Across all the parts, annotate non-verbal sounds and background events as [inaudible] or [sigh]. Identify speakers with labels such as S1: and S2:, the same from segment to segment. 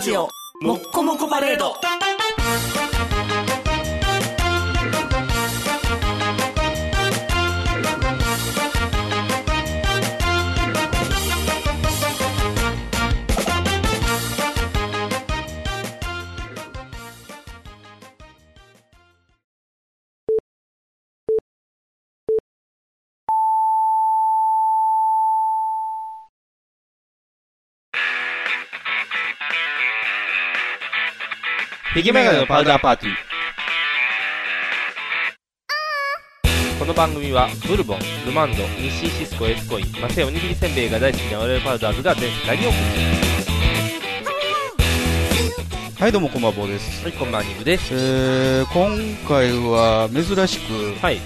S1: ジオもっこもこパレード
S2: ピギメガネのパウダーパーティー。この番組は、ブルボン、ルマンド、日清シスコ、エスコイン、マセオにぎりせんべいが大好きな我々パウダーズが全世界にお送りし
S3: はい、どうも、こんばんは、坊です。
S2: ます。はい、こんばんはニングです。
S3: えー、今回は珍しく、
S2: はい。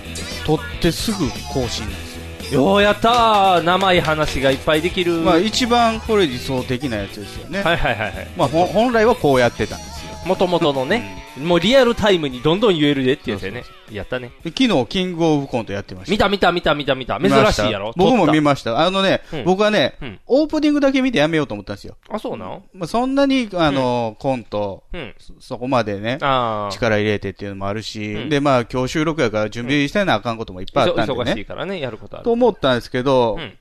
S3: 撮ってすぐ更新なんですよ。
S2: ようやったー生い話がいっぱいできる。
S3: まあ、
S2: はい
S3: 一番これ理想的なやつですよね。
S2: はいはいはい。
S3: まあ、ほん本来はこうやってたんですよ。
S2: もともとのね、もうリアルタイムにどんどん言えるでってやつやね。やったね。
S3: で昨日、キングオブコントやってました。
S2: 見た見た見た見た見た。珍しいやろ
S3: 見ました僕も見
S2: ま
S3: ました。あのね、
S2: うん
S3: 僕はね、
S2: うん
S3: オープニングだけ見てやめようと思ったんですよ。
S2: あ、そうなの
S3: まあ、そんなに、あの、コント、
S2: うん。
S3: そそこまでね、
S2: あー。
S3: 力入れてっていうのもあるし、
S2: うん
S3: で、まあ、今日収録やから準備してなあかんこともいっぱいあったんでね。
S2: 忙しいからね、やることある。
S3: と思ったんですけど、
S2: うん。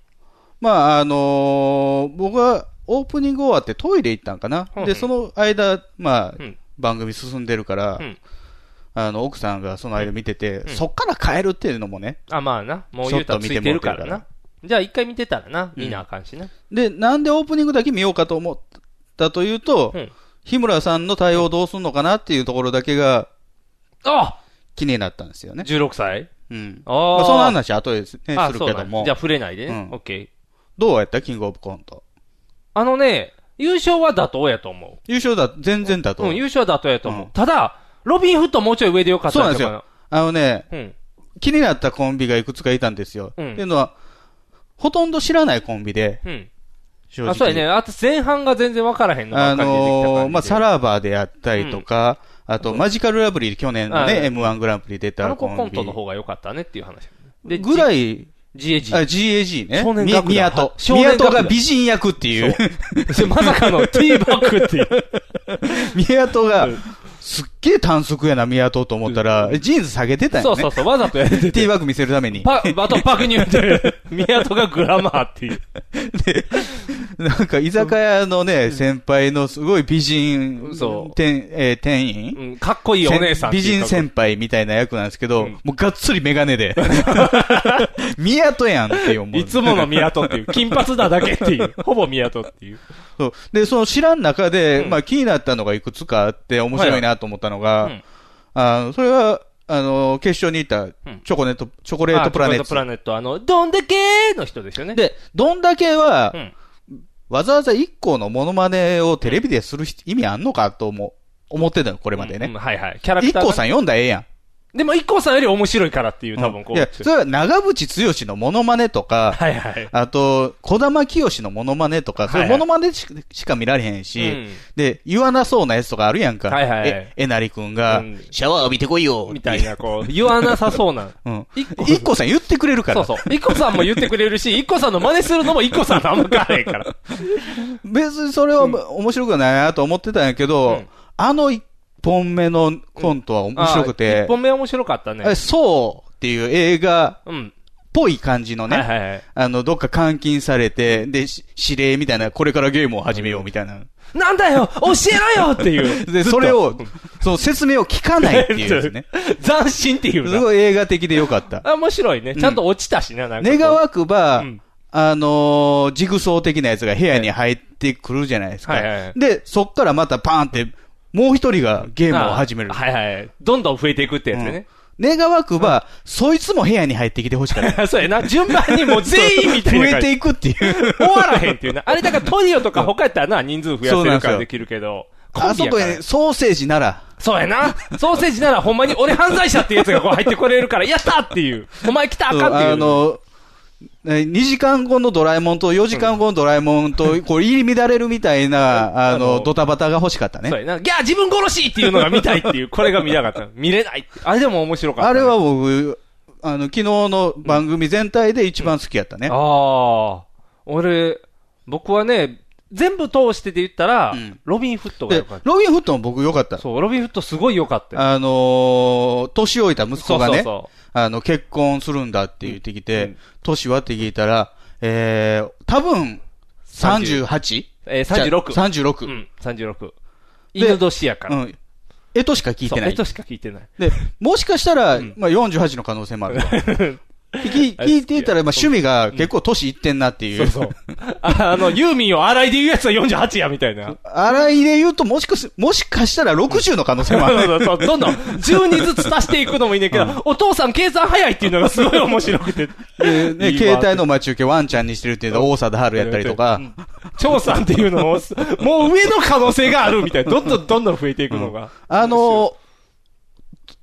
S3: まあ、あのー僕はオープニング終わってトイレ行ったんかな。
S2: うんうん
S3: で、その間、まあ、
S2: うん
S3: 番組進んでるから、
S2: うん
S3: あの、奥さんがその間見てて、
S2: ん
S3: そっから変えるっていうのもね。
S2: あ、まあな。もう言うたらついてるからな。じゃあ一回見てたらな。見なあかんしな。
S3: で、なんでオープニングだけ見ようかと思ったというと、
S2: うん。
S3: 日村さんの対応どうすんのかなっていうところだけが
S2: あ
S3: 気になったんですよね。
S2: !16 歳
S3: うん。
S2: あ
S3: ま
S2: ー
S3: あ、その話は後で、ね、する
S2: あ、そう
S3: け
S2: な
S3: ど
S2: ん
S3: も
S2: じゃあ、触れないでね
S3: う。ん
S2: オッケー。
S3: どうやったキングオブコント。
S2: あのね、優勝は妥当やと思
S3: 優勝だ、全然だ
S2: う。
S3: と思
S2: う
S3: う。
S2: ん、優勝は妥当やと思
S3: う。
S2: うんただ、ロビンフットもうちょい上でよかった
S3: そうなんで
S2: ん
S3: すよ。あのね、
S2: ですよ。うん。
S3: 気になったコンビがいくつかいたんですよ。
S2: うん
S3: っていうのは、ほとんど知らないコンビで、
S2: う
S3: 正
S2: ん。
S3: 直。
S2: あ、そうやね。あと前半が全然わからへんのば
S3: あ
S2: っかり出てきた感じで
S3: のーまあ、サラバーであったりとか、あと、マジカルラブリー、去年のね、
S2: あ
S3: M1 グランプリ出
S2: あ
S3: た
S2: の
S3: コ
S2: 子
S3: ンビ。
S2: コントの方が良かったねっていう話。で、
S3: ぐらい、
S2: G-
S3: あ、
S2: GAG。
S3: GAG ね。
S2: 少年
S3: み
S2: 楽団
S3: 宮戸。
S2: 少年
S3: 宮
S2: 楽
S3: 戸
S2: 団
S3: が美人役っていう。
S2: で [laughs] まさかの T バックっていう。
S3: [laughs] 宮戸が、すっげえ短足やな、宮戸と思ったら、ジーンズ下げてたん
S2: そ
S3: よ
S2: う
S3: ね。
S2: そうそう。わざとやってて
S3: ティーバッグ見せるために。
S2: パ、あとパクニュー
S3: [laughs]
S2: で、宮戸がグラマーっていう。
S3: なんか、居酒屋のね、先輩のすごい美人、
S2: そう
S3: 店、えー店員、
S2: うん、かっこいいお姉さんって
S3: 美
S2: いう
S3: 人
S2: か。
S3: 先輩みたいな役なんですけど、
S2: うん
S3: もうがっつりメガ
S2: [laughs]
S3: ネで。宮戸やんって思う。
S2: いつもの宮戸っていう。金髪だだけって
S3: [laughs]
S2: いう。ほぼ宮戸っていう。
S3: そうで、その知らん中で、
S2: うん
S3: まあ気になったのがいくつかあって面白いなと思ったのが、
S2: はいはいうん
S3: あのそれは、あの、決勝にいたチョコネット、チョコレートプラネッ
S2: あチョコレートプ
S3: ト。
S2: ラネット。あの、どんだけーの人ですよね。、
S3: で、どんだけは、
S2: うん。
S3: わざわざ一個のモノマネをテレビでする人意味あんのかと思思ってたの、これまで
S2: うん
S3: ね。
S2: はいはい。キャラク
S3: 一
S2: ター
S3: 個
S2: が。
S3: さん読んだらええやん。
S2: でも、一個さんより面白いからっていう、多分こう。
S3: いや、それは長渕剛のモノマネとか、
S2: はいはい。
S3: あと、小玉清のモノマネとか、
S2: はい
S3: そ
S2: は
S3: れ
S2: い
S3: モノマネししか見られへんし、
S2: うん
S3: で、言わなそうなやつとかあるやんか。
S2: はいはいはい
S3: え、えなりくんが、
S2: うん
S3: シャワー浴びてこいよ
S2: みたい。な、こう、言わなさそうな。
S3: うん。
S2: 一個
S3: 一個さん言ってく [laughs] れるか
S2: そ
S3: ら。
S2: うそう。一個さんも言ってくれるし、一個さんの真似するのも一個さんのあんま変わらへんから。
S3: 別にそれは、面白くないなと思ってたんやけど、
S2: うん
S3: あの一本目のコントは面白く
S2: あ
S3: て
S2: 一、本目面白かった
S3: あれ
S2: ね。
S3: そうっていう映画
S2: うん。
S3: っぽい感じのね、
S2: はいはいはい。
S3: あの、どっか監禁されて、で、し指令みたいな、これからゲームを始めようみたいな。
S2: なんだよ教え
S3: [laughs]
S2: ろよっていう。
S3: で、それを、その説明を聞かないっていうですね。
S2: [laughs] 斬新っていう
S3: す
S2: な。
S3: ごい映画的でよかった。
S2: [laughs] あ、面白いね。
S3: うん
S2: ちゃんと落ちたしな、なんかこう。
S3: 願わくば、
S2: うん
S3: あのージグソー的なやつが部屋に入ってくるじゃないですか。
S2: はいはいはい
S3: で、そっからまたパーンって、もう一人がゲームを始める。
S2: あはいはい。どんどん増えていくってやつね。
S3: うん願わくば、そいつも部屋に入ってきてほしかった。
S2: そうやな。順番にもう [laughs] 全員みたいな
S3: [laughs] 増
S2: 感
S3: え
S2: じ。
S3: ていく
S2: [laughs]
S3: っていう。
S2: 終わらへんっていうな。あれだからトリオとか他やったらな、人数増やせるからできるけど。コ
S3: あ
S2: ンビ
S3: そ
S2: や
S3: こ
S2: から
S3: へソーセージなら、
S2: そうやな。ソーセージならほんまに俺犯罪者っていうやつがこう入ってこれるから、やったっていう。お前来たあかんっていう。
S3: あの2時間後のドラえもんと4時間後のドラえもんと、こう入り乱れるみたい
S2: [laughs]
S3: な、あ
S2: あ
S3: の、
S2: の
S3: ドタバタが欲しかったね
S2: そう。やな。いや、自分殺しっていうのが見たいっていう。これが見たかった。見れないって。あれでも面白かった
S3: あ
S2: ね。
S3: れは僕、あの、昨日の番組全体で一番好きやったね。
S2: ああ。俺、僕はね、全部通してで言ったら、
S3: うん
S2: ロビンフットが
S3: で
S2: 良かっ、た。
S3: ロビン・フットも僕良かった。
S2: そう、ロビンフットすごい良かったよ。
S3: あのー年老いた息子がね、
S2: そうそうそ
S3: あの、結婚するんだって言って
S2: う
S3: き
S2: んう
S3: て
S2: ん、
S3: 年、はって聞いたら、えー、多分、
S2: 30
S3: 38?
S2: う。えー、36。
S3: じゃあ36。
S2: う
S3: うん。
S2: ん、36。
S3: で
S2: 犬年やから。
S3: えとしか聞い
S2: そ
S3: て
S2: う、
S3: な
S2: え
S3: い
S2: と。しか聞いてない。
S3: で、もしかしたら、
S2: ん
S3: まあ48の可能性もある
S2: [laughs]
S3: と。聞聞いていたら、まあ趣味が結構年いってんなっていう。
S2: そうそう。 [laughs] ああの、ユーミンを洗いで言うやつは48や、みたいな。
S3: 洗いで言うと、もしかし、もしかしたら60の可能性もある。
S2: [laughs] そうそうそうどんどん12ずつ足していくのもいいねんけど、お父さん計算早いっていうのがすごい面白く
S3: [laughs]
S2: て。
S3: でね、
S2: いいわ
S3: 携帯の待ち受けワンちゃんにしてるっていうのは大貞治やったりとか、
S2: 張さんっていうのも、もう上の可能性があるみたいな。どんどんどんどん増えていくのが。
S3: あの、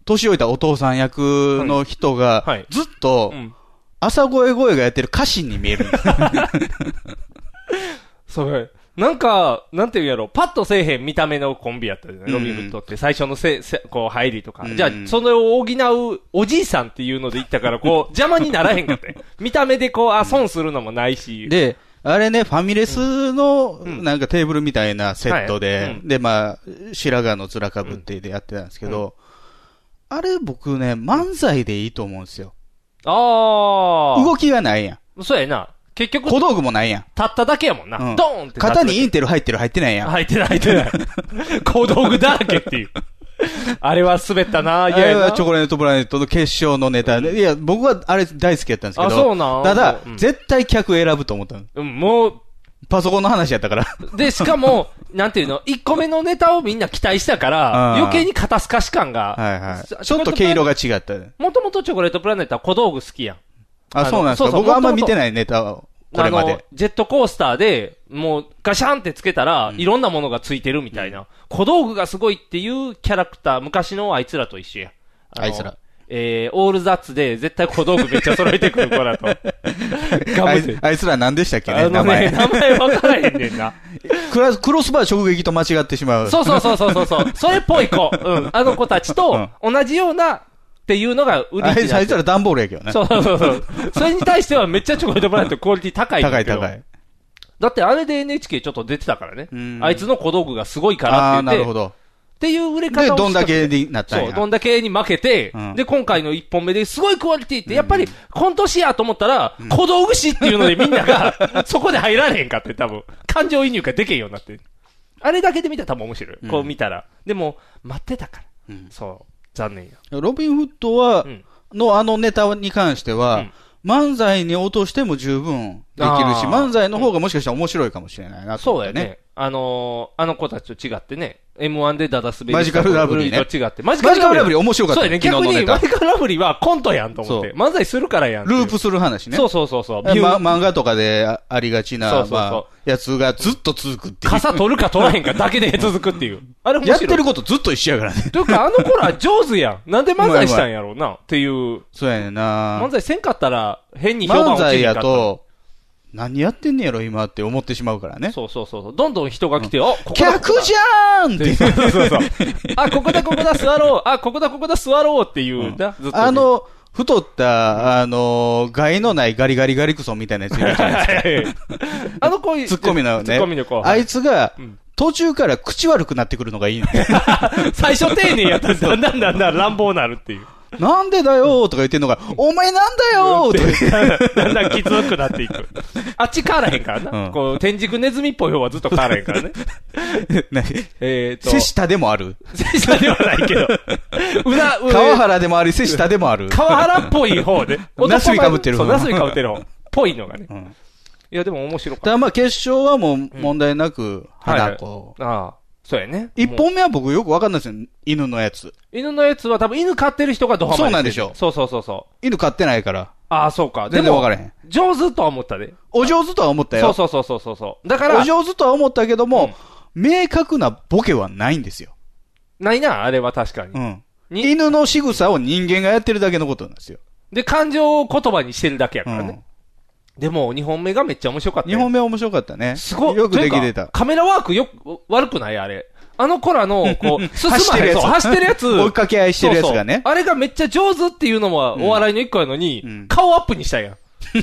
S3: 年老いたお父さん役の人が
S2: はいはい、
S3: ずっと
S2: う、ん。
S3: 朝声声がやってる歌詞に見えるんです。
S2: それ。なんか、なんていうんやろ、パッとせえへん見た目のコンビやったじゃない、
S3: うん
S2: ロビン・フットって。最初のせ、せこう、入りとか。
S3: うん
S2: じゃあ、それを補うおじいさんっていうので言ったから、
S3: [laughs]
S2: こう、邪魔にならへんかったよ見た目でこう、あ、損するのもないし。
S3: [laughs] で、あれね、ファミレスの、
S2: ん
S3: なんかテーブルみたいなセットで、
S2: はいうん
S3: で、まあ、白髪の面かぶってでやってたんですけど、あれ僕ね、漫才でいいと思うんですよ。
S2: ああ。
S3: 動きがないやん。
S2: そうやな。結局、立
S3: 小道具もないやん。
S2: っただけやもんな。
S3: うん
S2: ドーンって。
S3: 肩にインテル入ってる入ってないやん。
S2: 入ってない、入
S3: [laughs]
S2: ってない。小道具だらけっていう。あれは滑ったな、
S3: あ
S2: 嫌
S3: れ
S2: や
S3: は
S2: な。
S3: チョコレートプラネットの決勝のネタで、いや、僕はあれ大好きやったんですけど、
S2: あそうなん
S3: ただ、
S2: うん
S3: 絶対客選ぶと思ったの。
S2: うん、もう、
S3: パソコンの話やっ
S2: [laughs]
S3: たから。
S2: で、しかも、 [laughs] なんていうの、1個目のネタをみんな期待したか
S3: あ
S2: ら、
S3: ー
S2: 余計に肩透かし感が。
S3: はいはい。ち
S2: チョ
S3: ょっ
S2: コレートプラネ
S3: と毛色が違ったね。
S2: もともとチョコレートプラネットは小道具好きやん。あ
S3: あ、
S2: の
S3: そうなんです
S2: そう
S3: か。
S2: そう
S3: 僕はあんま
S2: 元々
S3: 見てないネタを、これま
S2: あの
S3: で。、
S2: ジェットコースターで、もうガシャンってつけたら、いろんなものがついてるみたいな、小道具がすごいっていうキャラクター、昔のあいつらと一緒や。の
S3: あいつら。
S2: えー、オールザッツで絶対小道具めっちゃ揃えてくる子
S3: [laughs]
S2: らと。
S3: あ
S2: ガム
S3: い
S2: で。
S3: あいつら何でしたっけ
S2: あ
S3: ね、名
S2: のね、
S3: 前。
S2: 名前わからへんねんな。
S3: クラスクロスバー直撃と間違ってしまう。
S2: そうそうそうそうそうそう。それっぽい子。うん。あの子たちと同じようなっていうのが売りにな
S3: あ
S2: って
S3: い
S2: る
S3: つあいつら段ボールやけどね。
S2: そうそうそうそう。
S3: [laughs]
S2: それに対してはめっちゃチョコレートプラネットクオリティ高いん
S3: 高
S2: だ
S3: い
S2: けど。
S3: 高い。
S2: だってあれで NHK ちょっと出てたからね
S3: うん。
S2: あいつの小道具がすごいか
S3: あ
S2: ら
S3: あ
S2: って言
S3: ー、
S2: っ
S3: な
S2: て。
S3: るほど。
S2: っていう売れ方をしたくて
S3: で、どんだけになったん
S2: そう、ど
S3: や
S2: ん。だけに負けて、
S3: うん
S2: で、今回の1本目ですごいクオリティって、やっぱり、今年やと思ったら、小道具師っていうのでみんなが、 [laughs] そこで入られへんかって、多分。感情移入ができへんようになって。あれだけで見たら多分面白い。こう見たら。でも、待ってたから。
S3: うん
S2: そう。残念や。
S3: ロビン・フットは
S2: う、ん。
S3: のあのネタに関しては、漫才に落としても十分できるし、
S2: あー
S3: 漫才の方がもしかしたら面白いかもしれないなと
S2: そ
S3: 思
S2: う
S3: っ
S2: や
S3: て
S2: ね。あのー、あの子たちと違ってね、M1 でダダ滑り
S3: マジカルラブリーね
S2: と違って。マ
S3: マジカルラブリー面白かった
S2: そうやね。
S3: 昨
S2: 逆
S3: 日
S2: に、
S3: のネタ
S2: マジカルラブリーはコントやんと思って。
S3: そ
S2: 漫才するからやんって
S3: ル
S2: いう。
S3: ープする話ね。
S2: そうそうそうそう。
S3: えま、漫画とかであありがち
S2: そう
S3: な
S2: そ、うそう
S3: まあ、やつがずっと続くっていう。
S2: 傘取るか取らへんかだけで続くっていう。あれ面
S3: やっ
S2: 白い。
S3: てることずっと一緒やからね。
S2: というか、あの子ら上手
S3: [laughs]
S2: やん。なんで漫才したんやろうな、っていう。
S3: そうやねんな
S2: 漫。才せんかったら、変に評判
S3: 漫
S2: 落ち
S3: 才
S2: へんか
S3: や
S2: った。
S3: と、何やってんねやろ今って思ってしまうからね。
S2: そうそうそうそう。どんどん人が来て、お、ここだ
S3: 客じゃーんって。
S2: そうそう
S3: [laughs]
S2: そう。あ、ここだ、ここだ、座ろう。あ、ここだ、ここだ、座ろうっていうな。ずっと
S3: あ、の、太った、あの、害のないガリガリガリクソンみたいなやついるじゃないですか。
S2: [laughs] あの子、
S3: ツッコミのね。
S2: ツッコミの子。
S3: あいつが
S2: ん、
S3: 途中から口悪くなってくるのが [laughs] いいね。
S2: [laughs] 最初丁寧や
S3: [laughs]
S2: ったんだんだんだんだん乱暴なるっていう。
S3: なんでだよーとか言ってんのが、お前なんだよーとか言って。
S2: だんだんきつくなっていく。あっち変わらへんからな。
S3: うん
S2: こう、天竺ネズミっぽい方はずっと変わらへんからね。 [laughs]
S3: ね
S2: えーと。
S3: 瀬 [laughs] 下でもある。
S2: 瀬下ではないけど。う
S3: [laughs]
S2: な、う
S3: 川原でもあり、瀬下でもある。
S2: 川原っぽい方
S3: [laughs]
S2: で。
S3: ナスビ被ってる
S2: 方。
S3: 方
S2: そう、ナスビ被ってる方。っ
S3: [laughs]
S2: ぽいのがね。
S3: ん
S2: いや、でも面白か
S3: た
S2: っ
S3: だまあ決勝はもう問題なく、
S2: た。
S3: 花子。
S2: はいああ。そうやね。
S3: 一
S2: もう
S3: 本目は僕よくわかんないですよ。犬のやつ。
S2: 犬のやつは多分犬飼ってる人がドハマりしてる
S3: そうなんでしょう
S2: そうそうそうそう。
S3: 犬飼ってないから。
S2: ああ、そうか。
S3: 全
S2: で
S3: 然
S2: も
S3: わからへん。
S2: 上手とは思ったで。
S3: お上手とは思ったよ。
S2: そうそうそうそうそうそう。だから
S3: お、上手とは思ったけども、明確なボケはないんですよ。
S2: ないな、あれは確か
S3: う
S2: に。
S3: ん。
S2: に
S3: 犬の仕草を人間がやってるだけのことなんですよ。
S2: で、感情を言葉にしてるだけや
S3: う
S2: からね
S3: ん。。
S2: でも、2本目がめっちゃ面白かった
S3: 二
S2: よ。
S3: 本目面白かったね。
S2: すごい。
S3: よくでき
S2: とい
S3: て
S2: うか
S3: た。
S2: カメラワークよく、悪くないあれ。あの子らの、こ
S3: [laughs]
S2: う、進まへん
S3: 走ってるやつ
S2: そう走ってるやつ。
S3: 追いかけ合いしてるやつが
S2: そう
S3: ね
S2: そう。あれがめっちゃ上手っていうのもお笑いの一個やのに、
S3: うん [laughs]
S2: 顔アップにしたやん。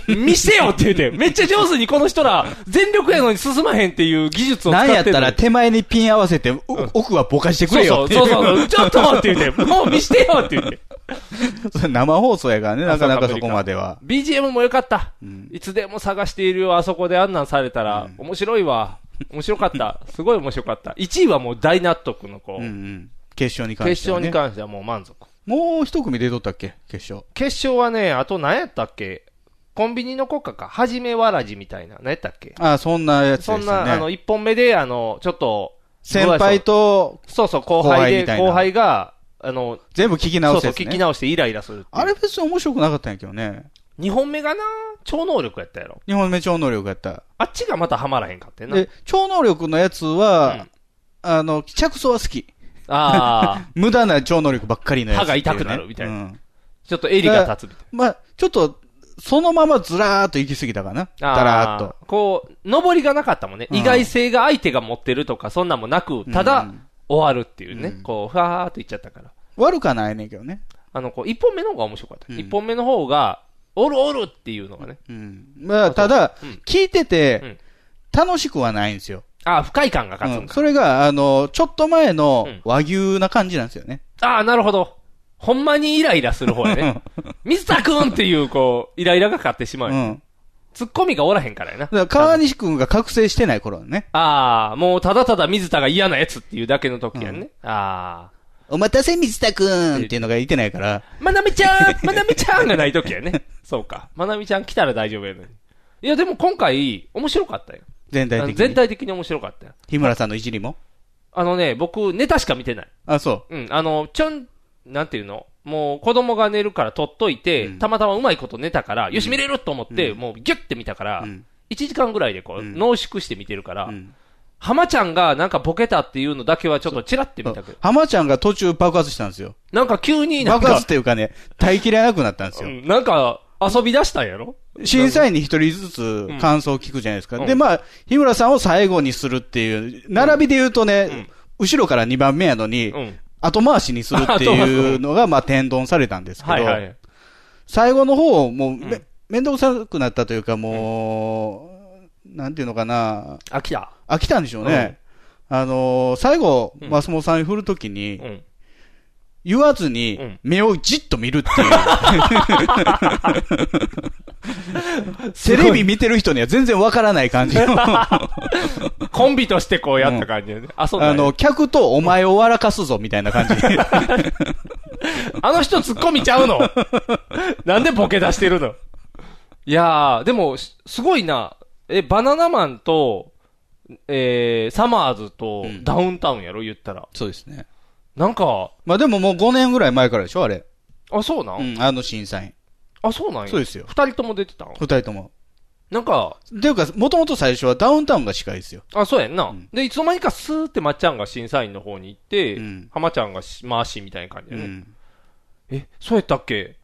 S2: 見せよって言うて、めっちゃ上手にこの人ら、全力やのに進まへんっていう技術を使っ
S3: な
S2: て
S3: ん
S2: る
S3: やったら手前にピン合わせて、お奥はぼかしてく
S2: そう
S3: れ
S2: そ
S3: よっ
S2: う、
S3: ていう
S2: そうそう、
S3: [laughs]
S2: ちょっとって言うて、もう見してよって言って。
S3: [laughs] 生放送やからね、なかなかそこまでは。
S2: BGM も良かった、
S3: ん
S2: いつでも探しているよ、あそこであんなんされたら、面白いわ。面白かった。すごい面白かった。1位はもう大納得の子。
S3: うんうん。決勝に関し
S2: 決
S3: ては
S2: 勝
S3: ね。
S2: に関してはもう満足。
S3: もう一組出とったっけ決勝。
S2: 決勝はね、あと何やったっけコンビニの国家か。はじめわらじみたいな。何やったっけ
S3: ああ、そんなやつでした
S2: そ
S3: ね。
S2: んな、あの、1本目で、あの、ちょっと、
S3: 先輩と
S2: そうそう、後輩で、
S3: 後輩みた
S2: 後
S3: い
S2: 輩
S3: な
S2: が、あの、
S3: 全部聞き
S2: そ
S3: 直
S2: う
S3: す
S2: そう、
S3: やつ、ね。
S2: 聞き直してイライラするっていう。
S3: あれ別に面白くなかったんやけどね。
S2: ?2 本目がな、超能力やったやろ。
S3: 日本目超能力やった。
S2: あっちがまたハマらへんかってんな。
S3: で、超能力のやつ
S2: う
S3: は
S2: ん、
S3: あの、着想は好き。 [laughs]
S2: ああ、
S3: 無駄な超能力ばっかりのやつっていうね。
S2: 歯が痛くなるみたいな
S3: うん
S2: ちょっと襟が立つみたい
S3: まあ、ちょっと、そのままずらーっと行き過ぎたかな。
S2: な。
S3: だらーっと。
S2: あーこう、上りがなかったもんね。
S3: うん
S2: 意外性が相手が持ってるとか、そんなんもなく、た
S3: う
S2: だ
S3: ん、
S2: 終わるっていうね。
S3: うん
S2: こう、ふわーっといっちゃったから。
S3: 悪くはないねんけどね。
S2: あの、こう、1本目の方が面白かった。
S3: うん
S2: 一1本目の方が、おるおるっていうのがね。
S3: うん。まあ、ただ
S2: うん、
S3: 聞いて
S2: う
S3: て
S2: ん、
S3: 楽しくはないんですよ。
S2: ああ、不快感が勝つ
S3: うんん
S2: か。
S3: それが、あの、ちょっと前の
S2: うん
S3: 和牛な感じなんですよね。
S2: ああ、なるほど。ほんまにイライラする方やね。 [laughs] 水田くんっていう、こう、イライラが勝ってしま
S3: う
S2: うよね。
S3: ん。
S2: ツッコミがおらへんからやな。
S3: だから川西くんが覚醒してない頃のね。
S2: ああ、もうただただ水田が嫌なやつっていうだけの時やんね。ああ。
S3: お待たせ、水田くんっていうのが言ってないから。
S2: まなみちゃんまなみちゃんがない時や
S3: [laughs]
S2: ね。そうか。まなみちゃん来たら大丈夫やのに。いや、でも今回、面白かったよ。
S3: 全体
S2: あの
S3: 的
S2: 全
S3: に。
S2: 体的に面白かったよ。
S3: 日村さんのいじりも
S2: あのね、僕、ネタしか見てない。
S3: あ、そ
S2: うん、あの、ちょん、なんていうのもう子供が寝るから取っといて、
S3: うん
S2: たまたまうまいこと寝たから、よし見れると思って、
S3: うん
S2: もうギュッて見たから、
S3: う。う
S2: 1
S3: ん。
S2: 時間ぐらいでこう、
S3: うん
S2: 濃縮して見てるから、
S3: うん
S2: 浜ちゃんがなんかボケたっていうのだけはちょっとチラって見たけど、
S3: 浜ちゃんが途中爆発したんですよ。
S2: なんか急になん
S3: 爆
S2: か
S3: 発っ、ていうかね、耐えきれなくなったんです
S2: う
S3: よ。
S2: んなんか遊び出したんやろ
S3: 審査員に一人ずつ感想を聞くじゃないですか。
S2: うん
S3: で、まあ、日村さんを最後にするっていう、並びで言うとね、後ろから2番目やのに、
S2: うん。
S3: 後回しにするってい
S2: [laughs]
S3: うのが、まあ、天丼されたんですけど、
S2: はいはい。
S3: 最後の方、もうめ、
S2: うん
S3: めんどくさくなったというか、もう、なんていうのかな、
S2: 飽きた。
S3: 飽きたんでしょうね。あのー最後、
S2: うん
S3: 松本さんに振るとき
S2: う
S3: に、
S2: ん。
S3: 言わず
S2: う
S3: に
S2: ん、
S3: 目をじっと見るっていう。
S2: [laughs]
S3: テレビ見てる人には全然わからない感じの。
S2: コンビとしてこうやった感じでね。遊んだ
S3: あ
S2: んや
S3: の、客とお前を笑かすぞ、みたい
S2: [laughs]
S3: な感じ。
S2: あの人突っ込みちゃうのなんでボケ出してるのいやー、でも、すすごいな。え、バナナマンと、えー、サマーズと
S3: うん
S2: ダウンタウンやろ言ったら。
S3: そうですね。
S2: なんか、
S3: まあでももう5年ぐらい前からでしょ、あれ。
S2: あ、そうなん、
S3: うん、あの審査員。
S2: あ、そうなんや。
S3: そうですよ
S2: 二人とも出てたん
S3: 二人とも。
S2: なんか、
S3: っていうか、もともと最初はダウンタウンが司会ですよ。
S2: あ、そうやんな。
S3: ん
S2: で、いつの間にかスーってまっちゃんが審査員の方に行って、
S3: うん
S2: 浜ちゃんがし回しみたいな感じ
S3: う
S2: でね。
S3: ん。
S2: え、そうやったっけ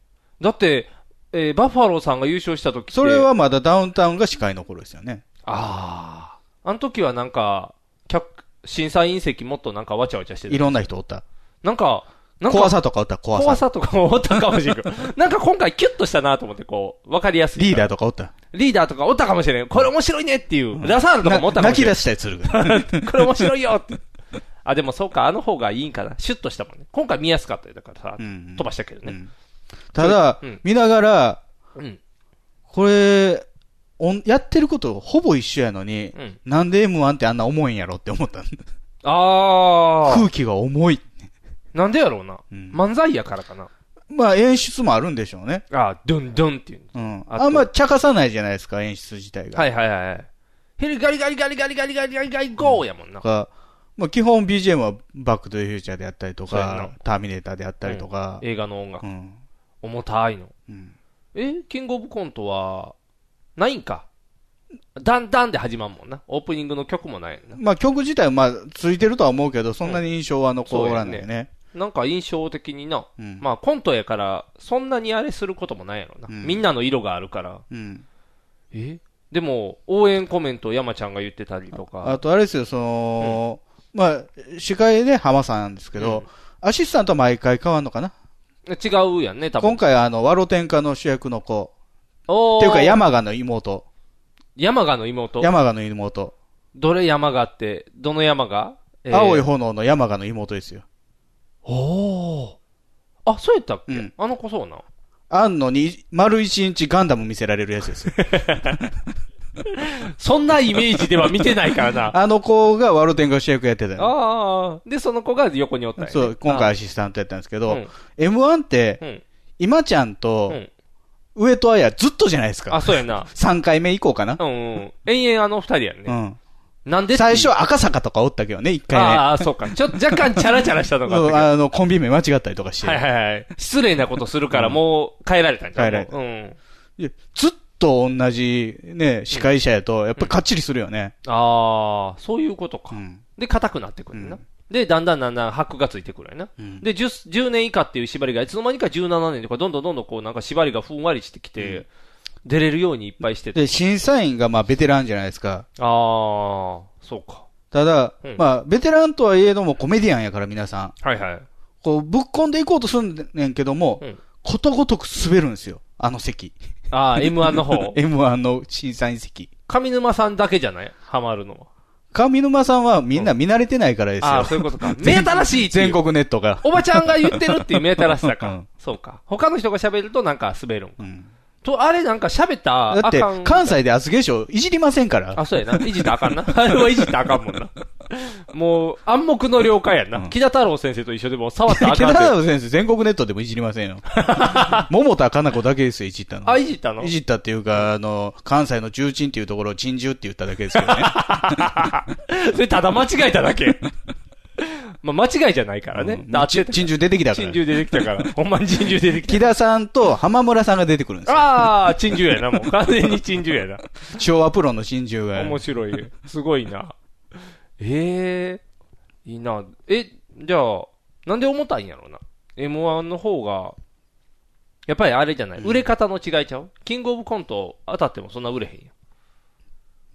S2: だって、えーバッファローさんが優勝した時って。
S3: それはまだダウンタウンが司会の頃ですよね。
S2: ああ。あの時はなんか、客、審査員席もっとなんかわちゃわちゃして
S3: い
S2: る。
S3: ろんな人おった。
S2: なんか、なんか、
S3: 怖さとかおった、怖
S2: 怖
S3: さ。
S2: さとかもおったかもしれんけど。 [laughs] なんか今回キュッとしたなと思って、こう、わかりやすい。
S3: リーダー
S2: ー。
S3: とかおった。
S2: リーダーとかおったかもしれん。これ面白いねっていう。ラサールとかもおった
S3: な
S2: かも
S3: 泣
S2: し
S3: き
S2: れん。
S3: 出したりす
S2: [laughs]
S3: るから。
S2: これ面白いよって。 [laughs] あ、でもそうか、あの方がいいんかな。シュッとしたもんね。今回見やすかったよ。だからさ、
S3: うんうん
S2: 飛ばしたけど
S3: う
S2: ね。
S3: んただ
S2: うん、
S3: 見ながら、
S2: うん。
S3: これ、おんやってることほぼ一緒やのに
S2: うん、
S3: なんで M1 ってあんな重いんやろって思った。
S2: あー。
S3: 空気が重い。
S2: なんでやろうな。
S3: うん
S2: 漫才やからかな。
S3: まあ演出もあるんでしょうね。
S2: あー、ドゥンドゥンっていう。
S3: うん。
S2: あと
S3: あんま茶化さないじゃないですか、演出自体が。
S2: はいはいはいはい。ヘリガリガリガリガリガリガリガリガリゴーやもんな
S3: と。かまあ基本 BGM はバックトゥーフューチャーであったりと
S2: そうやんな
S3: か、ターミネーターであったりとか。
S2: 映画の音楽
S3: う。ん。
S2: 重たいの。
S3: うん
S2: えキングオブコントは、ないんか。ダンダンで始まんもんな。オープニングの曲もないやんな。
S3: まあ曲自体はまあついてるとは思うけど、そんなに印象は残らないよね。
S2: なんか印象的にな。
S3: うん
S2: まあコントやから、そんなにあれすることもないやろな。
S3: うん
S2: みんなの色があるから。
S3: うん。
S2: えでも、応援コメントを山ちゃんが言ってたりとか。
S3: あとあれですよ、その、まあ司会ね、浜さんなんですけど、アシスタントは毎回変わんのかな
S2: 違うやんね、多分。
S3: 今回あの、ワロ天下の主役の子、
S2: おー
S3: っていうか、。山賀の妹。
S2: 山賀の妹。
S3: 山賀の妹。
S2: どれ山賀って、どの山賀
S3: 青い。
S2: えー
S3: 炎の山賀の妹ですよ。
S2: おー。あ、そうやったっけ、
S3: うん
S2: あの子そうなん。
S3: あんのに、丸一日ガンダム見せられるやつですよ。
S2: そんなイメージでは見てないからな。あ
S3: あの子がワルテンが主役やってた
S2: [laughs]
S3: の。
S2: あー。で、その子が横におったんやね
S3: そう、今回
S2: あ
S3: アシスタントやったんですけ
S2: う
S3: ど、
S2: ん
S3: M1 って、
S2: うん。
S3: 今ちゃん
S2: う
S3: と、
S2: ん。
S3: 上戸彩ずっとじゃないです
S2: あ、
S3: か。
S2: そうやな。
S3: 3回目以降かな
S2: う。んうん。延々あの二人やん
S3: う
S2: ね。
S3: ん。
S2: なんでっていう
S3: 最初は赤坂とかおったけどね、1回
S2: ああ、そうか。ちょっと若干チャラチャラしたの
S3: 目。
S2: があった
S3: う
S2: け
S3: ん
S2: ど。
S3: あの、コンビ名間違ったりとかして。
S2: はいはいはい。失礼なことするからもう変えられたんじゃん。
S3: 変えられた
S2: うん。
S3: いやずっと同じ、ね、司会者やと、やっぱりかっちりするよね。
S2: ああ、そういうこと
S3: う
S2: か。
S3: ん。
S2: で、硬くなってくるな
S3: う。
S2: で、だんだんだんだん箔がついてくるよな。
S3: うん
S2: で10、10年以下っていう縛りが、いつの間にか17年とか、どんどんどんどんこう、なんか縛りがふんわりしてきて、出れるようにいっぱいしてて。
S3: で、審査員がまあベテランじゃないですか。
S2: ああ、そうか。
S3: ただ
S2: うん、
S3: まあ、ベテランとはいえどもコメディアンやから皆さん。
S2: はいはい。
S3: こう、ぶっ込んでいこうとするんねんけども
S2: うん、
S3: ことごとく滑るんですよ。あの席。
S2: ああ、M1 の方。
S3: [laughs] M1 の審査員席。
S2: 上沼さんだけじゃないハマるのは。
S3: 上沼さんはみんな見慣れてないからですよ。
S2: ああ、そういうことか。目新しいっていう
S3: [laughs] 全国ネットが。
S2: おばちゃんが言ってるっていう目新しさ
S3: う
S2: か
S3: ん。
S2: そうか。他の人が喋るとなんか滑るんか。
S3: うん
S2: と、あれなんか喋ったらあ
S3: だって
S2: かん、。
S3: 関西で厚化粧いじりませんから。
S2: あ、そうやな。いじったらあかんな。 [laughs] あれはいじったらあかんもんな。もう、暗黙の了解やんな。木田太郎先生と一緒でも触ったらあ
S3: 池
S2: かん
S3: 田
S2: って
S3: 太郎先生全国ネットでもいじりませんよ。 [laughs] 桃田かな子だけですよ、いじったの。
S2: あ、いじったの
S3: いじったっていうか、あの、関西の重鎮っていうところを珍獣って言っただけですけどね。
S2: それただ間違えただけ。まあ、間違いじゃないからね。
S3: うん
S2: あっち
S3: 珍獣出てきたか
S2: 珍
S3: ら。
S2: 獣出てきたから。ほんまに珍獣出てき
S3: 木田さんと浜村さんが出てくるんです
S2: た。[laughs]
S3: よ。
S2: ああ、珍獣やな、もう。完全に珍獣や
S3: 昭和プロの珍獣
S2: な。面
S3: が。
S2: 白い。すごいな。ええいいな。え、じゃあ、なんで重たいんやろうな。M1 の方が、やっぱりあれじゃない。売れ方の違いちゃうキングオブコント当たってもそんな売れへんやん。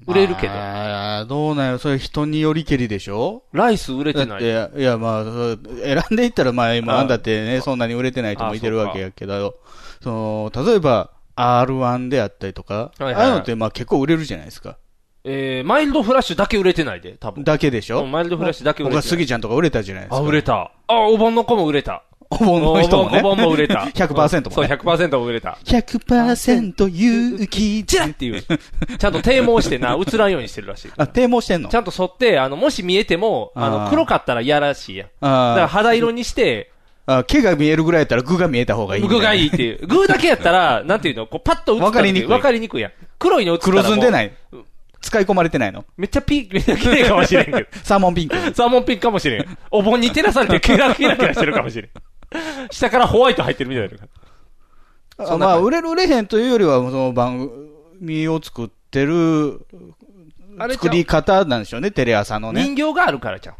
S2: 売れるけど。
S3: ああ、どうなんやろ、それ人によりけりでしょ
S2: ライス売れ
S3: だ
S2: て
S3: っ
S2: ない。
S3: て、いや、まあ、そう選んでいったら、まあ、今、
S2: あ
S3: あんだってね、そんなに売れてない人もいてるわけやけど、その、例えば、R1 であったりとか、
S2: はいはい
S3: ああいうのって、まあ、結構売れるじゃないですか。
S2: えー、マイルドフラッシュだけ売れてないで、多分。
S3: だけでし
S2: う
S3: ょ
S2: んマイルドフラッシュだけ売れて
S3: 僕
S2: な。
S3: はい杉ちゃんとか売れたじゃないですか。
S2: あ、売れた。あ、お盆の子も売れた。
S3: お盆の人もね。
S2: お盆お盆も売れた。
S3: [laughs] 100%もね
S2: そう、100%も売
S3: [laughs]
S2: れた。
S3: 100%勇気
S2: チラッっていう。ちゃんと堤防してな、映らんようにしてるらしい。
S3: あ、
S2: ち
S3: 堤防してんの
S2: ゃんと沿って、あの、もし見えても、あ
S3: あ
S2: の、
S3: ー
S2: 黒かったらいやらしいやん。だから
S3: あ
S2: 肌色にして、
S3: ーあ、毛が見えるぐらいやったら具が見えた方がいい。
S2: 具がいいって
S3: [laughs]
S2: いう。具だけやったら、なんていうの、こう、パッと映ったら
S3: わかりにくい
S2: わかりにくいやん。黒いの映ったらも
S3: 黒
S2: う。。
S3: ずんでないい。使い込まれてないの。
S2: めっちゃピー、めっちゃ綺麗かもしれんけど。
S3: [laughs] サーモ
S2: [laughs]
S3: ンピンク。
S2: サーモンピンクかもしれん。お盆に照らされてキラキラキラしてるかもしれん。下からホワイト入ってるみたいな。
S3: あまあ、売れる売れへんというよりは、その番組を作ってる
S2: あれちゃう
S3: 作り方なんでしょうね、テレ朝のね。
S2: 人形があるからじゃん。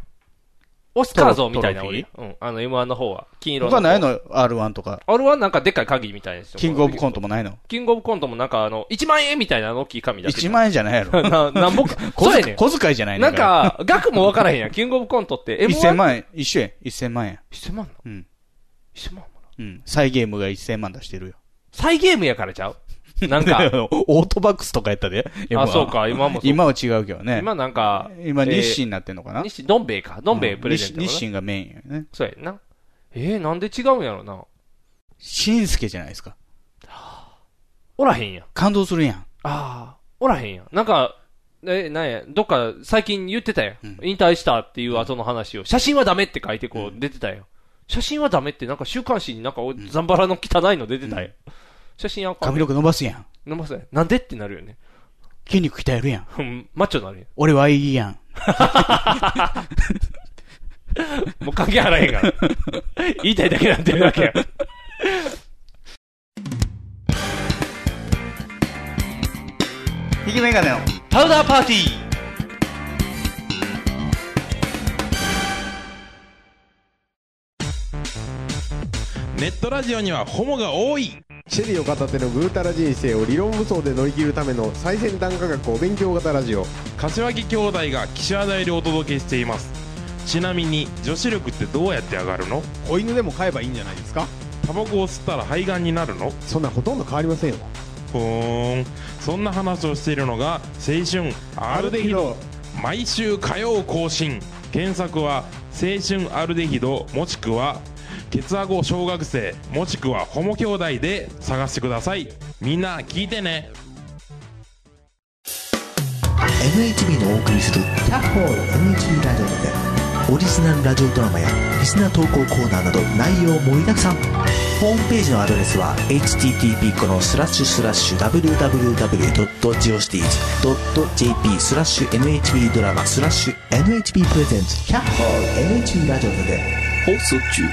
S2: オスカー像みたいな
S3: トロ
S2: の
S3: フィー
S2: うん。あの M1 の方は。金色の。
S3: 他ないの ?R1 とか。
S2: あれはなんかでっかい鍵みたいですよ。
S3: キングオブコン
S2: ト。
S3: トもないの
S2: キングオブコントもなんかあの、1万円みたいな大きい紙だけ。
S3: 1万円じ [laughs] ゃないやろ。
S2: な、なんぼか。
S3: 小
S2: [laughs] そうや
S3: 遣
S2: ね
S3: い小遣いじゃない
S2: ん。
S3: ね
S2: なん
S3: だら、
S2: か、額もわからへんやん。キングオブコントって M1。
S3: 1000。万円、一緒円、1000万円。
S2: 1000万な
S3: うん。
S2: ?1000 万もな
S3: うん。サイゲームが1000万出してるよ。
S2: サイゲームやからちゃうなん
S3: [laughs]
S2: か。
S3: オートバックスとかやったで。今
S2: あ、
S3: は
S2: そう。か、今もそう。
S3: 今は違うけどね。
S2: 今なんか。
S3: 今、
S2: えー
S3: 日清になってんのかな、
S2: 日清、どん兵衛か。どん兵衛プレゼントか
S3: うん
S2: な。
S3: 日日清がメインやね。
S2: そうやんな。えー、なんで違うんやろな。
S3: しんすけじゃないですか。
S2: おらへんやん。
S3: 感動するやん。
S2: ああ、おらへんやん。なんか、え、なんや、どっか最近言ってたやん。
S3: うん
S2: 引退したっていう後の話を、写真はダメって書いてこう出てたよ。写真はダメってなんか週刊誌になんかおザンバラの汚いの出てたよ。写真あかん
S3: 髪。の毛伸ばすやん。
S2: 飲ませないなんでってなるよね。 [laughs]
S3: 筋肉鍛えるやん。
S2: うんマッチョになる
S3: 俺はいいやん。
S2: やん。もう関係あらへん
S3: [laughs]
S2: から。言いたいだけなんてるわけや。
S3: ひきメガネの。
S2: パウダーパーティー
S4: ネットラジオにはホモが多い
S5: シェリーを片手のぐうたら人生を理論武装で乗り切るための最先端科学お勉強型ラジオ
S4: 柏木兄弟が岸和田よりお届けしていますちなみに女子力ってどうやって上がるの
S5: 子犬でも飼えばいいんじゃないですか
S4: タバコを吸ったら肺がんになるの
S5: そんなほとんど変わりませんよ
S4: ふーんそんな話をしているのが青春アルデヒド毎週火曜更新検索は青春アルデヒドもしくはケツアゴ小学生もしくはホモ兄弟で探してくださいみんな聞いてね
S6: NHB のお送りする「キャッホール NHB ラジオ」でオリジナルラジオドラマやリスナー投稿コーナーなど内容盛りだくさんホームページのアドレスは http このスラッシュスラッシュ www.geocities.jp スラッシュ NHB ドラマスラッシュ NHB プレゼンツキャッホール NHB ラジオで
S1: 放送中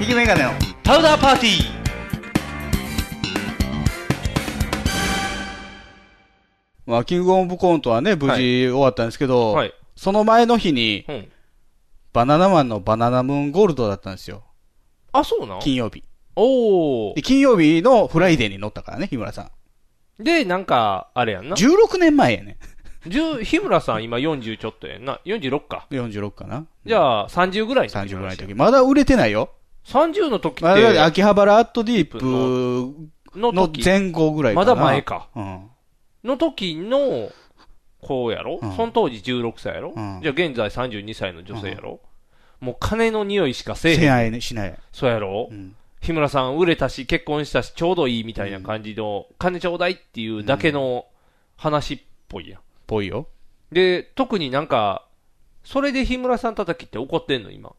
S3: 引きメガネの
S2: パウダーパーティー
S3: まあ、キングオブコントはね、無事終わったんですけど、
S2: はい
S3: その前の日に、
S2: うん。
S3: バナナマンのバナナムーンゴールドだったんですよ。
S2: あ、そうなん
S3: 金曜日。
S2: おー
S3: で、。金曜日のフライデーに乗ったからね、日村さん。
S2: で、なんか、あれやんな。
S3: 16年前やね。
S2: じゅ日村さん今40ちょっとやんな。46か。
S3: 46かな。
S2: じゃあ、30ぐらいの時
S3: 30ぐらいの時。まだ売れてないよ。
S2: 30の時
S3: ま
S2: っ
S3: あだって
S2: て、
S3: 秋葉原アットディープ
S2: の
S3: の
S2: 時、
S3: 前後ぐらいか
S2: ま
S3: な。
S2: だ前。か。
S3: うん。
S2: の時の、こうやろ、
S3: うん
S2: その当時16歳やろ、
S3: うん
S2: じゃあ現在32歳の女性やろ、もう金の匂いしかせえ
S3: せ
S2: へん。
S3: ないね、しない。
S2: そうやろ、
S3: うん。
S2: 日村さん売れたし、結婚したし、ちょうどいいみたいな感じの、金ちょうだいっていうだけの話っぽいやん。
S3: ぽいよ。
S2: で、特になんか、それで日村さん叩きって怒ってんの今。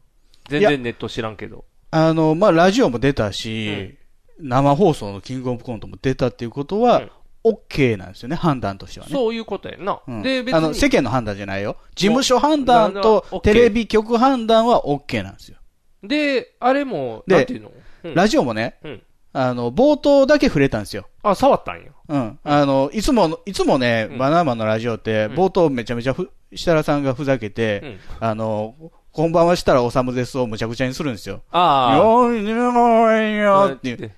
S2: 全然ネット知らんけど。
S3: あの、まあ、ラジオも出たし、生放送のキングオブコントも出たっていうこと
S2: う
S3: は
S2: ん、
S3: OK なんですよね、判断としてはね。
S2: そういうことやんな。
S3: うん
S2: で、別
S3: あの、世
S2: に、
S3: 間の判断じゃないよ。事務所判断と
S2: もう
S3: テレビ局判断は OK なんですよ。
S2: で、あれも、
S3: で
S2: なんていうの、うん
S3: ラジオもね、
S2: うん
S3: あの、冒頭だけ触れたんですよ。
S2: あ、触ったんや。
S3: うん。あの、いつも、いつもね、
S2: うん
S3: バナナマンのラジオって、
S2: うん
S3: 冒頭めちゃめちゃふ、設楽さんがふざけて、
S2: うん。
S3: あの、こんばんはしたらおさむですをむちゃくちゃにするんですよ。
S2: ああ。
S3: よーいよーいよーっていう。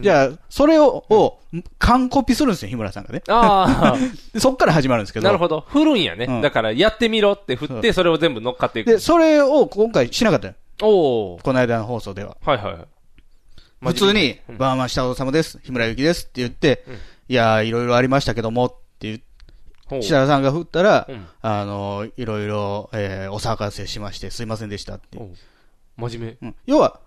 S3: じ
S2: あ、
S3: ゃあ、それを、を、完コピするんですよ、日村さんがね。
S2: あ
S3: でそっから始まるん
S2: あ、
S3: です [laughs] けど。
S2: なるほど。振るんや
S3: うん
S2: ね。だから、やってみろって振って、それを全部乗っかっていく
S3: で、。それを今回しなかったよ。
S2: おお。
S3: この間の放送では。
S2: はいはいはい。
S3: 普通に、
S2: うん
S3: バーマン下尾様です、日村ゆきですって言って、
S2: うん
S3: いやー、いろいろありましたけどもって言って、
S2: ほう
S3: 設楽さんが振ったら、
S2: うん
S3: あのー、いろいろ、えー、お騒がせしまして、すいませんでしたっていう
S2: おう真面
S3: うん要は、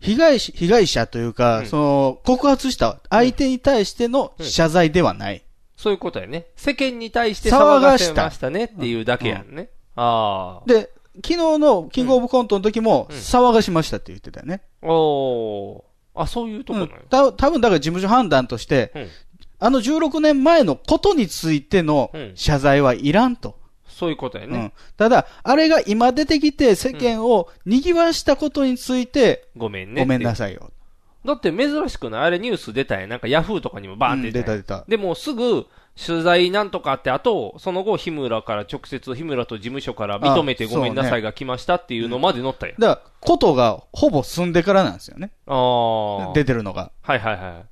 S3: 被害し、被害者というか、
S2: うん
S3: その、告発した相手に対しての
S2: うん
S3: 謝罪ではない。
S2: そういうことやね。世間に対して騒
S3: 騒が
S2: が
S3: した
S2: せましたねっていうだけやんね。あ
S3: で、昨日のキングオブコントの時も、
S2: うん
S3: 騒がしましたって言ってたよね。
S2: あ。おーあ、そういうとこ
S3: う
S2: なん
S3: ん
S2: や。、
S3: た多分だから事務所判断として、
S2: うん
S3: あの16年前のことについての
S2: うん
S3: 謝罪はいらんと。
S2: そういうことや
S3: う
S2: ね
S3: ん。、ただ、あれが今出てきて世間を賑わしたことについて、
S2: ごめんね。
S3: ごめんな
S2: さ
S3: さいよ。
S2: い。だって珍しくないあれニュース出たやん。なんかヤフーとかにもバーンって
S3: 出
S2: やん
S3: た出た。
S2: でもすぐ、取材なんとかあって、あと、その後、日村から直接、日村と事務所から認めて
S3: あ
S2: ごめんなさいが来ましたっていうのまで載ったよ。
S3: だから、ことがほぼ済んでからなんですよね。
S2: ああ。
S3: 出てるのが。
S2: はいはいはい。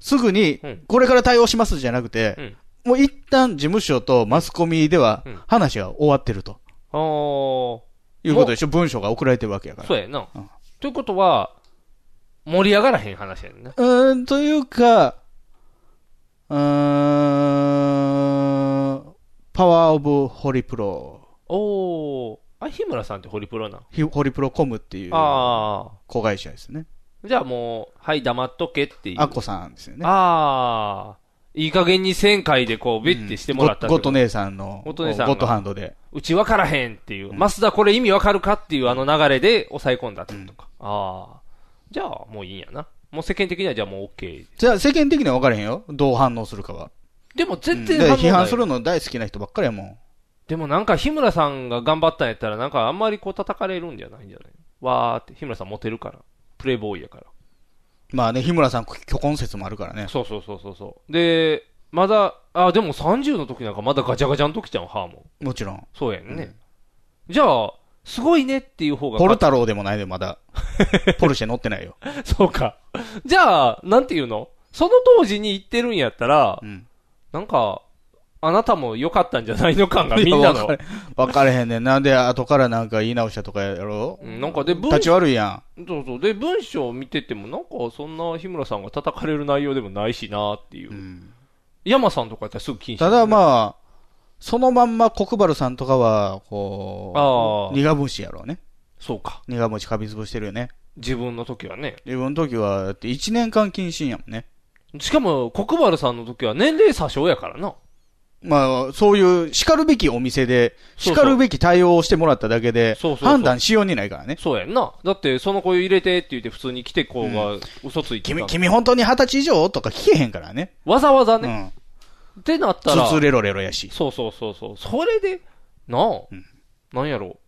S3: すぐに
S2: うん、
S3: これから対応しますじゃなくて、
S2: うん
S3: もう一旦事務所とマスコミでは
S2: うん
S3: 話が終わってると
S2: ああ、
S3: いうことでしょ。文章が送られてるわけやから。
S2: そうやな
S3: うん。
S2: ということは、盛り上がらへん話やねんな。
S3: うーん、というか、うーん、パワーオブホリプロ、
S2: おお。あ、日村さんってホリプロな。
S3: ひホリプロコムっていう
S2: あ
S3: 子会社ですね。
S2: あ。じゃあもう、はい、黙っとけっていう。
S3: アッコさんですよね。
S2: ああ。いい加減に1000回でこう、ベッてしてもらったってこ
S3: ゴッ
S2: と
S3: ト姉さんの、
S2: ゴット姉さんが
S3: ゴットハンドで。
S2: うちわからへんっていう、増田これ意味わかるかっていうあの流れで抑え込んだってことか。ああ。じゃあ、もういいんやな。もう世間的にはじゃあもう OK。
S3: じゃあ世間的には分からへんよ。どう反応するかは。
S2: でも全
S3: で
S2: 然反応ない、
S3: 批判するの大好きな人ばっかりやもん。
S2: でもなんか日村さんが頑張ったんやったらなんかあんまりこう叩かれるんじゃないんじゃないわーって。日村さんモテるから。プレイボーイやから。
S3: まあね、日村さん、虚婚説もあるからね。
S2: そうそうそうそうそう。で、まだ、あ、でも30の時なんかまだガチャガチャの時じゃん、ハーモン。
S3: もちろん。
S2: そうやんね。じゃあ、すごいねっていう方が。
S3: ポル太郎でもないで、まだ。ポルシェ乗ってないよ。
S2: [laughs] そうか。じゃあ、なんていうのその当時に行ってるんやったら、
S3: うん。
S2: なんか、あなたも良かったんじゃないの感が
S3: い
S2: [laughs] み
S3: や
S2: んな
S3: わ
S2: の
S3: か。れ分かれへんねん。なんで後からなんか言い直したとかやろ
S2: うんなんかで、文
S3: 立ち悪いや
S2: そうそう。で、文章を見てても、なんかそんな日村さんが叩かれる内容でもないしなっていう。
S3: ん。うん
S2: 山さんとかやったらすぐ禁止、
S3: ただまあ、そのまんま国原さんとかは、こ
S2: あ
S3: う、
S2: ー
S3: 苦虫やろうね。
S2: そうか。
S3: 苦虫かみつぶしてるよね。
S2: 自分の時はね。
S3: 自分の時は、だって1年間禁止やもんね。
S2: しかも、国原さんの時は年齢詐称やからな。
S3: まあ、そういう、叱るべきお店で、
S2: そう
S3: 叱るべき対応をしてもらっただけで
S2: そうそう、そう
S3: 判断しようにないからね。
S2: そうやんな。だって、その子入れてって言って普通に来てこうが嘘ついてた
S3: 君、
S2: の
S3: 君本当に二十歳以上とか聞けへんからね。
S2: わざわざ
S3: う
S2: ね。
S3: ん。
S2: ってなったら。
S3: つつれろれろやし。
S2: そうそうそうそう。それで、なあ、
S3: うん
S2: なんやろ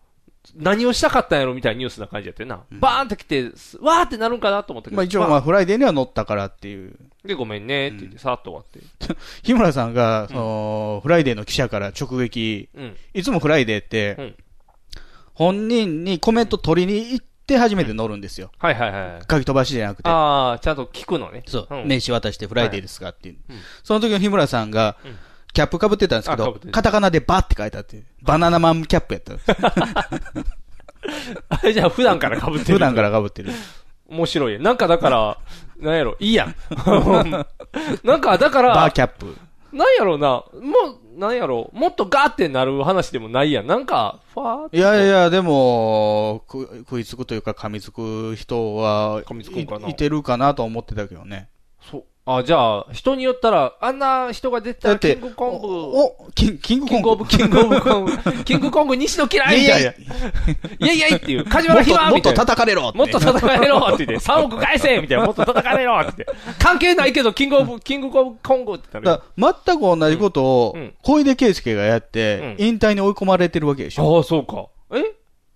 S2: 何をしたかったんやろみたいなニュースな感じやってな。バーンって来て、すわーってなるんかなと思ったけど。
S3: まあ一応まあフライデーには乗ったからっていう。
S2: で、ごめんねって言って、さーっと終わって。
S3: 日村さんが、その、フライデーの記者から直撃、
S2: うん。
S3: いつもフライデーっ
S2: う
S3: て
S2: ん、
S3: 本人にコメント取りに行って初めて乗るんですよ。
S2: はいはいはい。
S3: 書き飛ばしじゃなくて。
S2: ああ、ちゃんと聞くのね。
S3: そう。
S2: ん
S3: 名刺渡してフライデーですかっていう
S2: うん。
S3: その時の日村さんが
S2: うん、
S3: キャップ被ってたんですけ
S2: あ被
S3: ど
S2: ってる、
S3: カタカナでバって書いてあって、バナナマンキャップやったんです。
S2: あれじゃあ普段から被ってる。
S3: 普段から被っ
S2: [laughs]
S3: てる。
S2: 面白いやん。なんかだから、なんやろ、いいやん。なんかだか
S3: バー
S2: ら、
S3: キャップ。
S2: なんやろな、もう、なんやろ、もっとガーってなる話でもないやん。なんか、ファーって。
S3: いやいや、でも、く食いつくというか噛みつく人は、
S2: 噛みつくんかない
S3: いてるかなと思ってたけどね。
S2: そう。あ、じゃあ、人によったら、あんな人が出てた
S3: だっ
S2: ら、キ
S3: て
S2: ン、グコング。
S3: お、おキンキングコング。
S2: キングオブ、キングオブコング、キングコング西野嫌いみたいな。いやいやいっていう、梶
S3: も
S2: 原
S3: っ
S2: ひ
S3: と
S2: わ
S3: も
S2: み
S3: ったと
S2: いな。
S3: 叩かれろっ
S2: [laughs]
S3: て
S2: もっと叩かれろって
S3: [laughs]
S2: 言って、3億返せみたいな、もっと叩かれろって言って。関係ないけど、キングオブ、キングオブコングって言ったら
S3: だ。から全く同じことを
S2: うんうん、
S3: 小出圭介がやって、
S2: うん
S3: 引退に追い込まれてるわけでしょ。
S2: ああ、そうか。え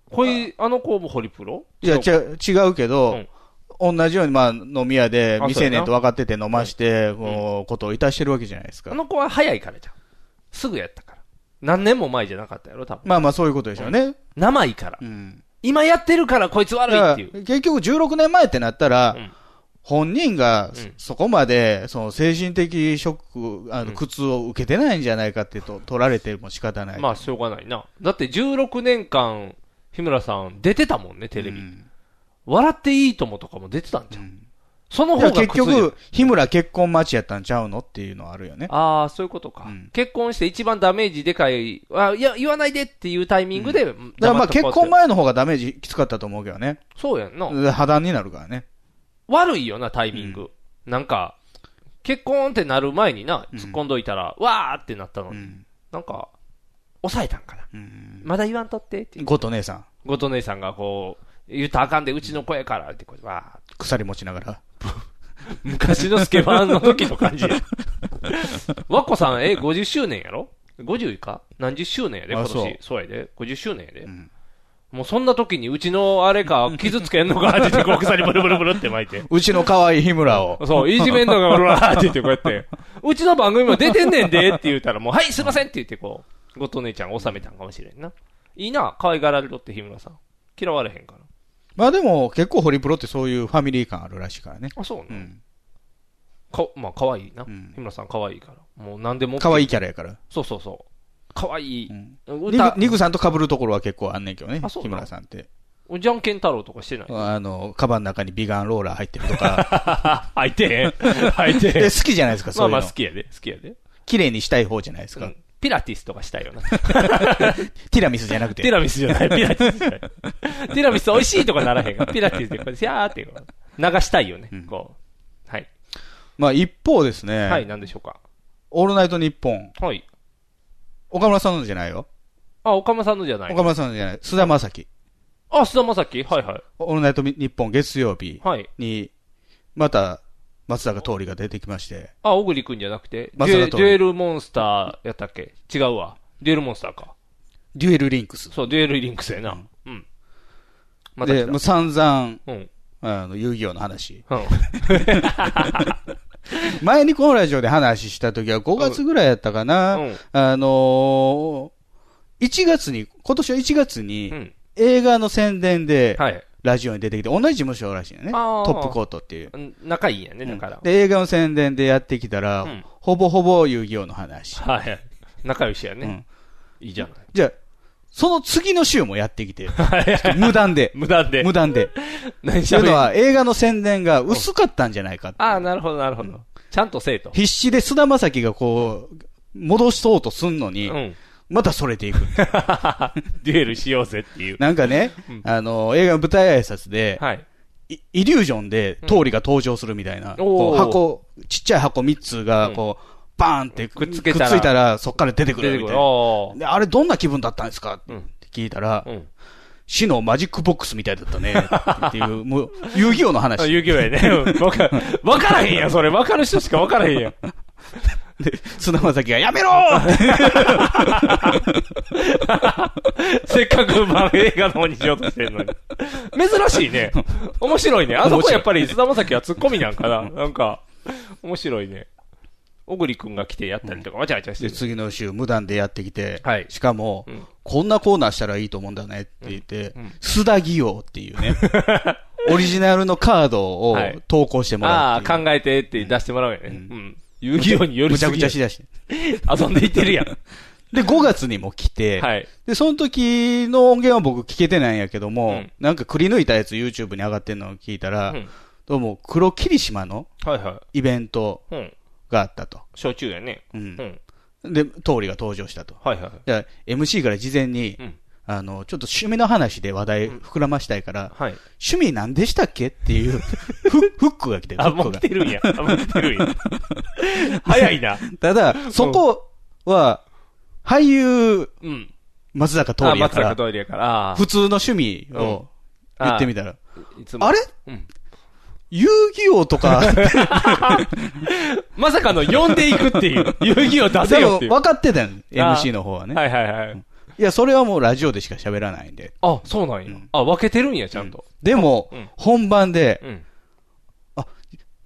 S2: こい、あの子もホリプロ
S3: いや、
S2: 違
S3: ち
S2: う。
S3: ゃ違うけど、同じように、まあ、飲み屋で
S2: あ
S3: 未
S2: そうや
S3: 成
S2: な
S3: 年と分かってて飲まして、こう、ことをいたしてるわけじゃないです
S2: あ
S3: か。
S2: の子は早いからじゃん。すぐやったから。何年も前じゃなかったやろ、多分。
S3: まあまあ、そういうことでしょうね。
S2: 生いから
S3: う。ん。
S2: 今やってるからこいつ悪い
S3: だ
S2: っ
S3: か
S2: て
S3: ら
S2: いう。
S3: 結局16年前ってなったら
S2: うん、
S3: 本人が
S2: うん
S3: そこまで、その精神的ショック、あ
S2: う
S3: の、
S2: ん
S3: 苦痛を受けてないんじゃないかってと、取られても仕方ない。
S2: まあ、しょうがないな。だって16年間、日村さん出てたもんね、テレビ。
S3: うん
S2: 笑っていいともとかも出てたんじゃん。
S3: うん
S2: その
S3: いや
S2: 方が
S3: 結
S2: 苦痛じゃん
S3: 局、日村結婚待ちやったんちゃうのっていうのはあるよね。
S2: ああ、そういうことか、
S3: うん
S2: 結婚して一番ダメージでかい、あいや、言わないでっていうタイミングで、うん
S3: だからまあ結婚
S2: 前。
S3: 前の方がダメージきつかったと思うけどね。
S2: そうやんな、
S3: 破談になるからね。
S2: 悪いよな、タイミング。なんか、結婚ってなる前にな、
S3: うん
S2: 突っ込んどいたら、わーってなったの
S3: う
S2: に、
S3: ん。
S2: なんか、抑えたんかな。
S3: うん。
S2: まだ言わんとってって。
S3: ごと姉さん、
S2: 後藤姉さんがこう、言うたらあかんで、うちの子やからってこう、わーって
S3: 鎖持ちながら。
S2: 昔のスケバンの時の感じや。
S3: [laughs]
S2: 和子さん、え、50周年やろ ?50 か何十周年やで、
S3: あ
S2: 今年。
S3: そ
S2: そううやで。50周年やで。
S3: ん
S2: もうそんな時に、うちのあれか、
S3: [laughs]
S2: 傷つけんのかって言って、こう鎖ブルブルブルって巻いて。
S3: うちの可愛い日村を。
S2: そう、いじめんのが、ブラーって言って、こうやって。うちの番組も出てんねんでって言ったら、もう、はい、すいませんって言って、こう、後藤姉ちゃんが収めたんかもしれんな。いいな、可愛がられろって、日村さん。嫌われへんから。
S3: まあでも結構ホリプロってそういうファミリー感あるらしいからね。
S2: あ、そうな、
S3: うん。
S2: か、まあ、可愛いな。
S3: ん
S2: 日村さん可愛いから。もう何でも OK。
S3: 可愛いキャラやから。
S2: そうそうそう。かわいい。
S3: うんニグ
S2: 歌、
S3: ニグさんと被るところは結構あんねんけどね。
S2: あそう
S3: 日
S2: なの
S3: 村さんって。
S2: じゃんけん太郎とかしてない。
S3: あの、カバンの中にビガンローラー入ってると
S2: [laughs]
S3: か。
S2: あいてへん。あいて
S3: で、好きじゃないですか、
S2: ま
S3: [laughs] そ
S2: あ
S3: ういう
S2: まあ
S3: の
S2: 好。きやで、好きやで。
S3: 綺麗にしたい方じゃないです
S2: う
S3: か。
S2: んピラティスとかしたいよな。
S3: ティラミスじゃなく
S2: ティ
S3: て。
S2: ラミスじゃない、ピラティスじゃない。ティラミス美味しいとかならへんから、ピラティスでこう、シャーってこう流したいよね、こう。はい。
S3: まあ一方です
S2: はい、
S3: ね。
S2: なんでしょうか。
S3: オールナイトニッポン。
S2: はい。
S3: 岡村さんのじゃないよ。
S2: あ、岡間さんのじゃない
S3: 岡。村さんのじゃない。菅田将暉。
S2: あ、須田まさきはいはい。
S3: オールナイト日本月曜日
S2: はい。
S3: に、また、松坂桃李が出てきまして、
S2: あ、小栗くんじゃなくて、デ
S3: 松
S2: ュエ
S3: 坂桃李
S2: デュエルモンスターやったっけ違うわ。デュエルモンスターか。
S3: デュエルリンクス。
S2: そう、デュエルリンクスやな。うん。また
S3: で、
S2: 来
S3: もう散々、
S2: た。うん。
S3: あの、遊戯王の話。
S2: うん。
S3: 前にこのラジオで話した時は5月ぐらいやったかな。
S2: うん
S3: あのー、1月に、今年の1月
S2: う
S3: に、
S2: ん。
S3: 映画の宣伝で、
S2: はい。
S3: ラジオに出てきて、同じ事務所らしいよね。
S2: あー
S3: トップコートっていう。
S2: ん仲いいんやね、だから。
S3: で、映画の宣伝でやってきたら、
S2: うん
S3: ほぼほぼ遊戯王の話。
S2: はい。仲良しや
S3: う
S2: ね。
S3: ん。
S2: いいじゃない。
S3: じゃあ、その次の週もやって
S2: [laughs]
S3: きて、
S2: はい
S3: 無断で。
S2: 無断で。
S3: 無断で。
S2: 何
S3: という
S2: 喋
S3: の
S2: るあ
S3: は、映画の宣伝が薄かったんじゃないかって
S2: あー、なるほど、なるほど。ちゃんとせえと。
S3: 必死で菅田将暉がこう、戻しそうとすんの
S2: う
S3: に、
S2: ん。 [laughs]
S3: またそれていく。
S2: デュエルしようぜっていう。
S3: なんかね、あの、映画の舞台挨拶で、
S2: はい。
S3: イイリュージョンで通りが登場するみたいな、
S2: ん
S3: こ
S2: お
S3: う
S2: ー
S3: 箱、ちっちゃい箱3つが、こう、バーンって
S2: くっつけたら
S3: くっついたら、そっから出てく
S2: 出
S3: る
S2: てく
S3: みた
S2: る。
S3: いな。
S2: おー
S3: であれどんな気分だったんですかっ
S2: うん
S3: て聞いたら、
S2: うん。
S3: 死のマジックボックスみたいだった
S2: [laughs]
S3: ね。っていう、もう、遊戯王の
S2: あ、
S3: 話。
S2: [laughs] 遊戯王やね。うんわか、わからへんやん、それ。わかる人しかわからへんや [laughs] ん。
S3: で、砂間崎がやめろーって
S2: せっかくまあ映画の方にしようとしてるのに。珍しいね。面白いね。あそこやっぱり菅田将暉はツッコミなんかな。なんか、面白いね。小栗くんが来てやったりとか、わちゃわちゃし
S3: で、
S2: てる。
S3: 次の週無断でやってきて、
S2: はい
S3: しかも、
S2: うん
S3: こんなコーナーしたらいいと思うんだねって言って
S2: うんうん、
S3: 須田義王ってい
S2: [laughs]
S3: うね、オリジナルのカードを
S2: はい
S3: 投稿してもらう
S2: あ
S3: ってい
S2: あ、
S3: う。
S2: 考えてって出してもらうよね。うん。遊戯王により
S3: むちゃ
S2: す
S3: く
S2: ぎ
S3: ちゃ
S2: や
S3: しだして。
S2: 遊んでいって [laughs] るやん。
S3: で、5月にも来て、
S2: はい。
S3: で、その時の音源は僕聞けてないんやけども、
S2: うん
S3: なんかくり抜いたやつ YouTube に上がってんのを聞いたら、
S2: うん
S3: どうも黒霧島の
S2: はいは
S3: イベント
S2: い。うん。
S3: があったと。
S2: 焼酎やね。
S3: う。
S2: うんん。
S3: で、通りが登場したと。
S2: はいはい。
S3: じゃあ MC から事前に、
S2: うん
S3: あの、ちょっと趣味の話で話題膨らましたいから、
S2: はい。
S3: 趣味何でしたっけっていう、フフックが来てる。
S2: あ、
S3: フッ
S2: も
S3: ク
S2: う
S3: が
S2: 来てるんや。あ、もう来てるん [laughs] や。早いな。
S3: ただ、そこは、俳優、
S2: うん。
S3: 松坂通
S2: あ、
S3: りや
S2: 松
S3: から
S2: 坂、通りやから。あー
S3: 普通の趣味を言ってみたら、
S2: いつも
S3: あれ
S2: うん
S3: 遊戯王とか、
S2: まさかの呼んでいくって [laughs] いう。遊戯を出せ
S3: で
S2: よ
S3: も
S2: ってい
S3: 分
S2: う。は
S3: かってたん、
S2: あー
S3: MC の方はね。
S2: いはいはい。
S3: いや、それはもうラジオでしか喋らないんで。
S2: あ、そうなんや。あ、分けてるんや、ちゃんと。
S3: でも、
S2: うん
S3: 本番で
S2: う、ん。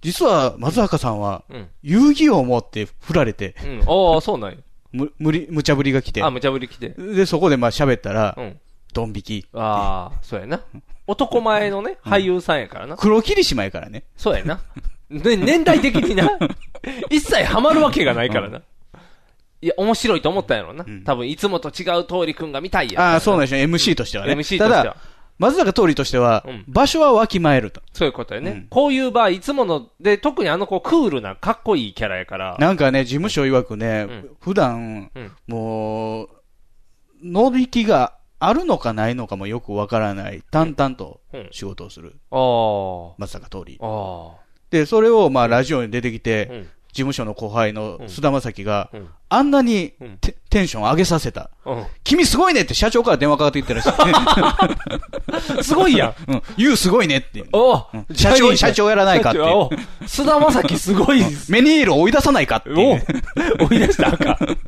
S3: 実は松坂さんは、
S2: うん。
S3: 遊戯王を持って振られて、
S2: うん。ああ、そうなんや。
S3: む、無理、無茶ぶりが来て
S2: あ、、無茶ぶり来て。
S3: で、そこでまあ喋ったら
S2: う、ん。
S3: ドン引き。
S2: ああ、そうやな。男前のね、俳優さんやからな。
S3: 黒霧島やからね。
S2: そうやな。で、年代的に
S3: [laughs]
S2: な。一切ハマるわけがないからな。いや、面白いと思ったんやろな。多分、いつもと違う通りくんが見たいや。
S3: ああ、そうなんでしょ、MC としてはね。
S2: MC として
S3: た
S2: は
S3: だ、松坂桃李としては、
S2: うん
S3: 場所はわきまえると。
S2: そういうことやね。
S3: うん
S2: こういう場合、いつもの、で、特にあの子、クールな、かっこいいキャラやから。
S3: なんかね、事務所曰くね、
S2: うん
S3: 普段、
S2: うん
S3: もう、乗り気があるのかないのかもよくわからない、淡々と
S2: うん
S3: 仕事をする、
S2: ああ。
S3: 松坂桃李。
S2: ああ。
S3: で、それをまあ、ラジオに出てきて、
S2: う
S3: 事
S2: ん。
S3: 務所の後輩の
S2: うん
S3: 菅田将暉が、
S2: うん
S3: あんなにテ,、
S2: うん
S3: テンション上げさせた。
S2: う
S3: 君すごいねって社長から電話かかってきた
S2: [laughs]
S3: らしいね。 [laughs]
S2: ん。すごいやん。
S3: うん、ユウすごいねって。
S2: おう
S3: うん社長、社長やらないかっていう。
S2: お菅田将暉すごいっす。
S3: メニエールを追い出さないかっていうね、
S2: お [laughs] 追い出したらあかん。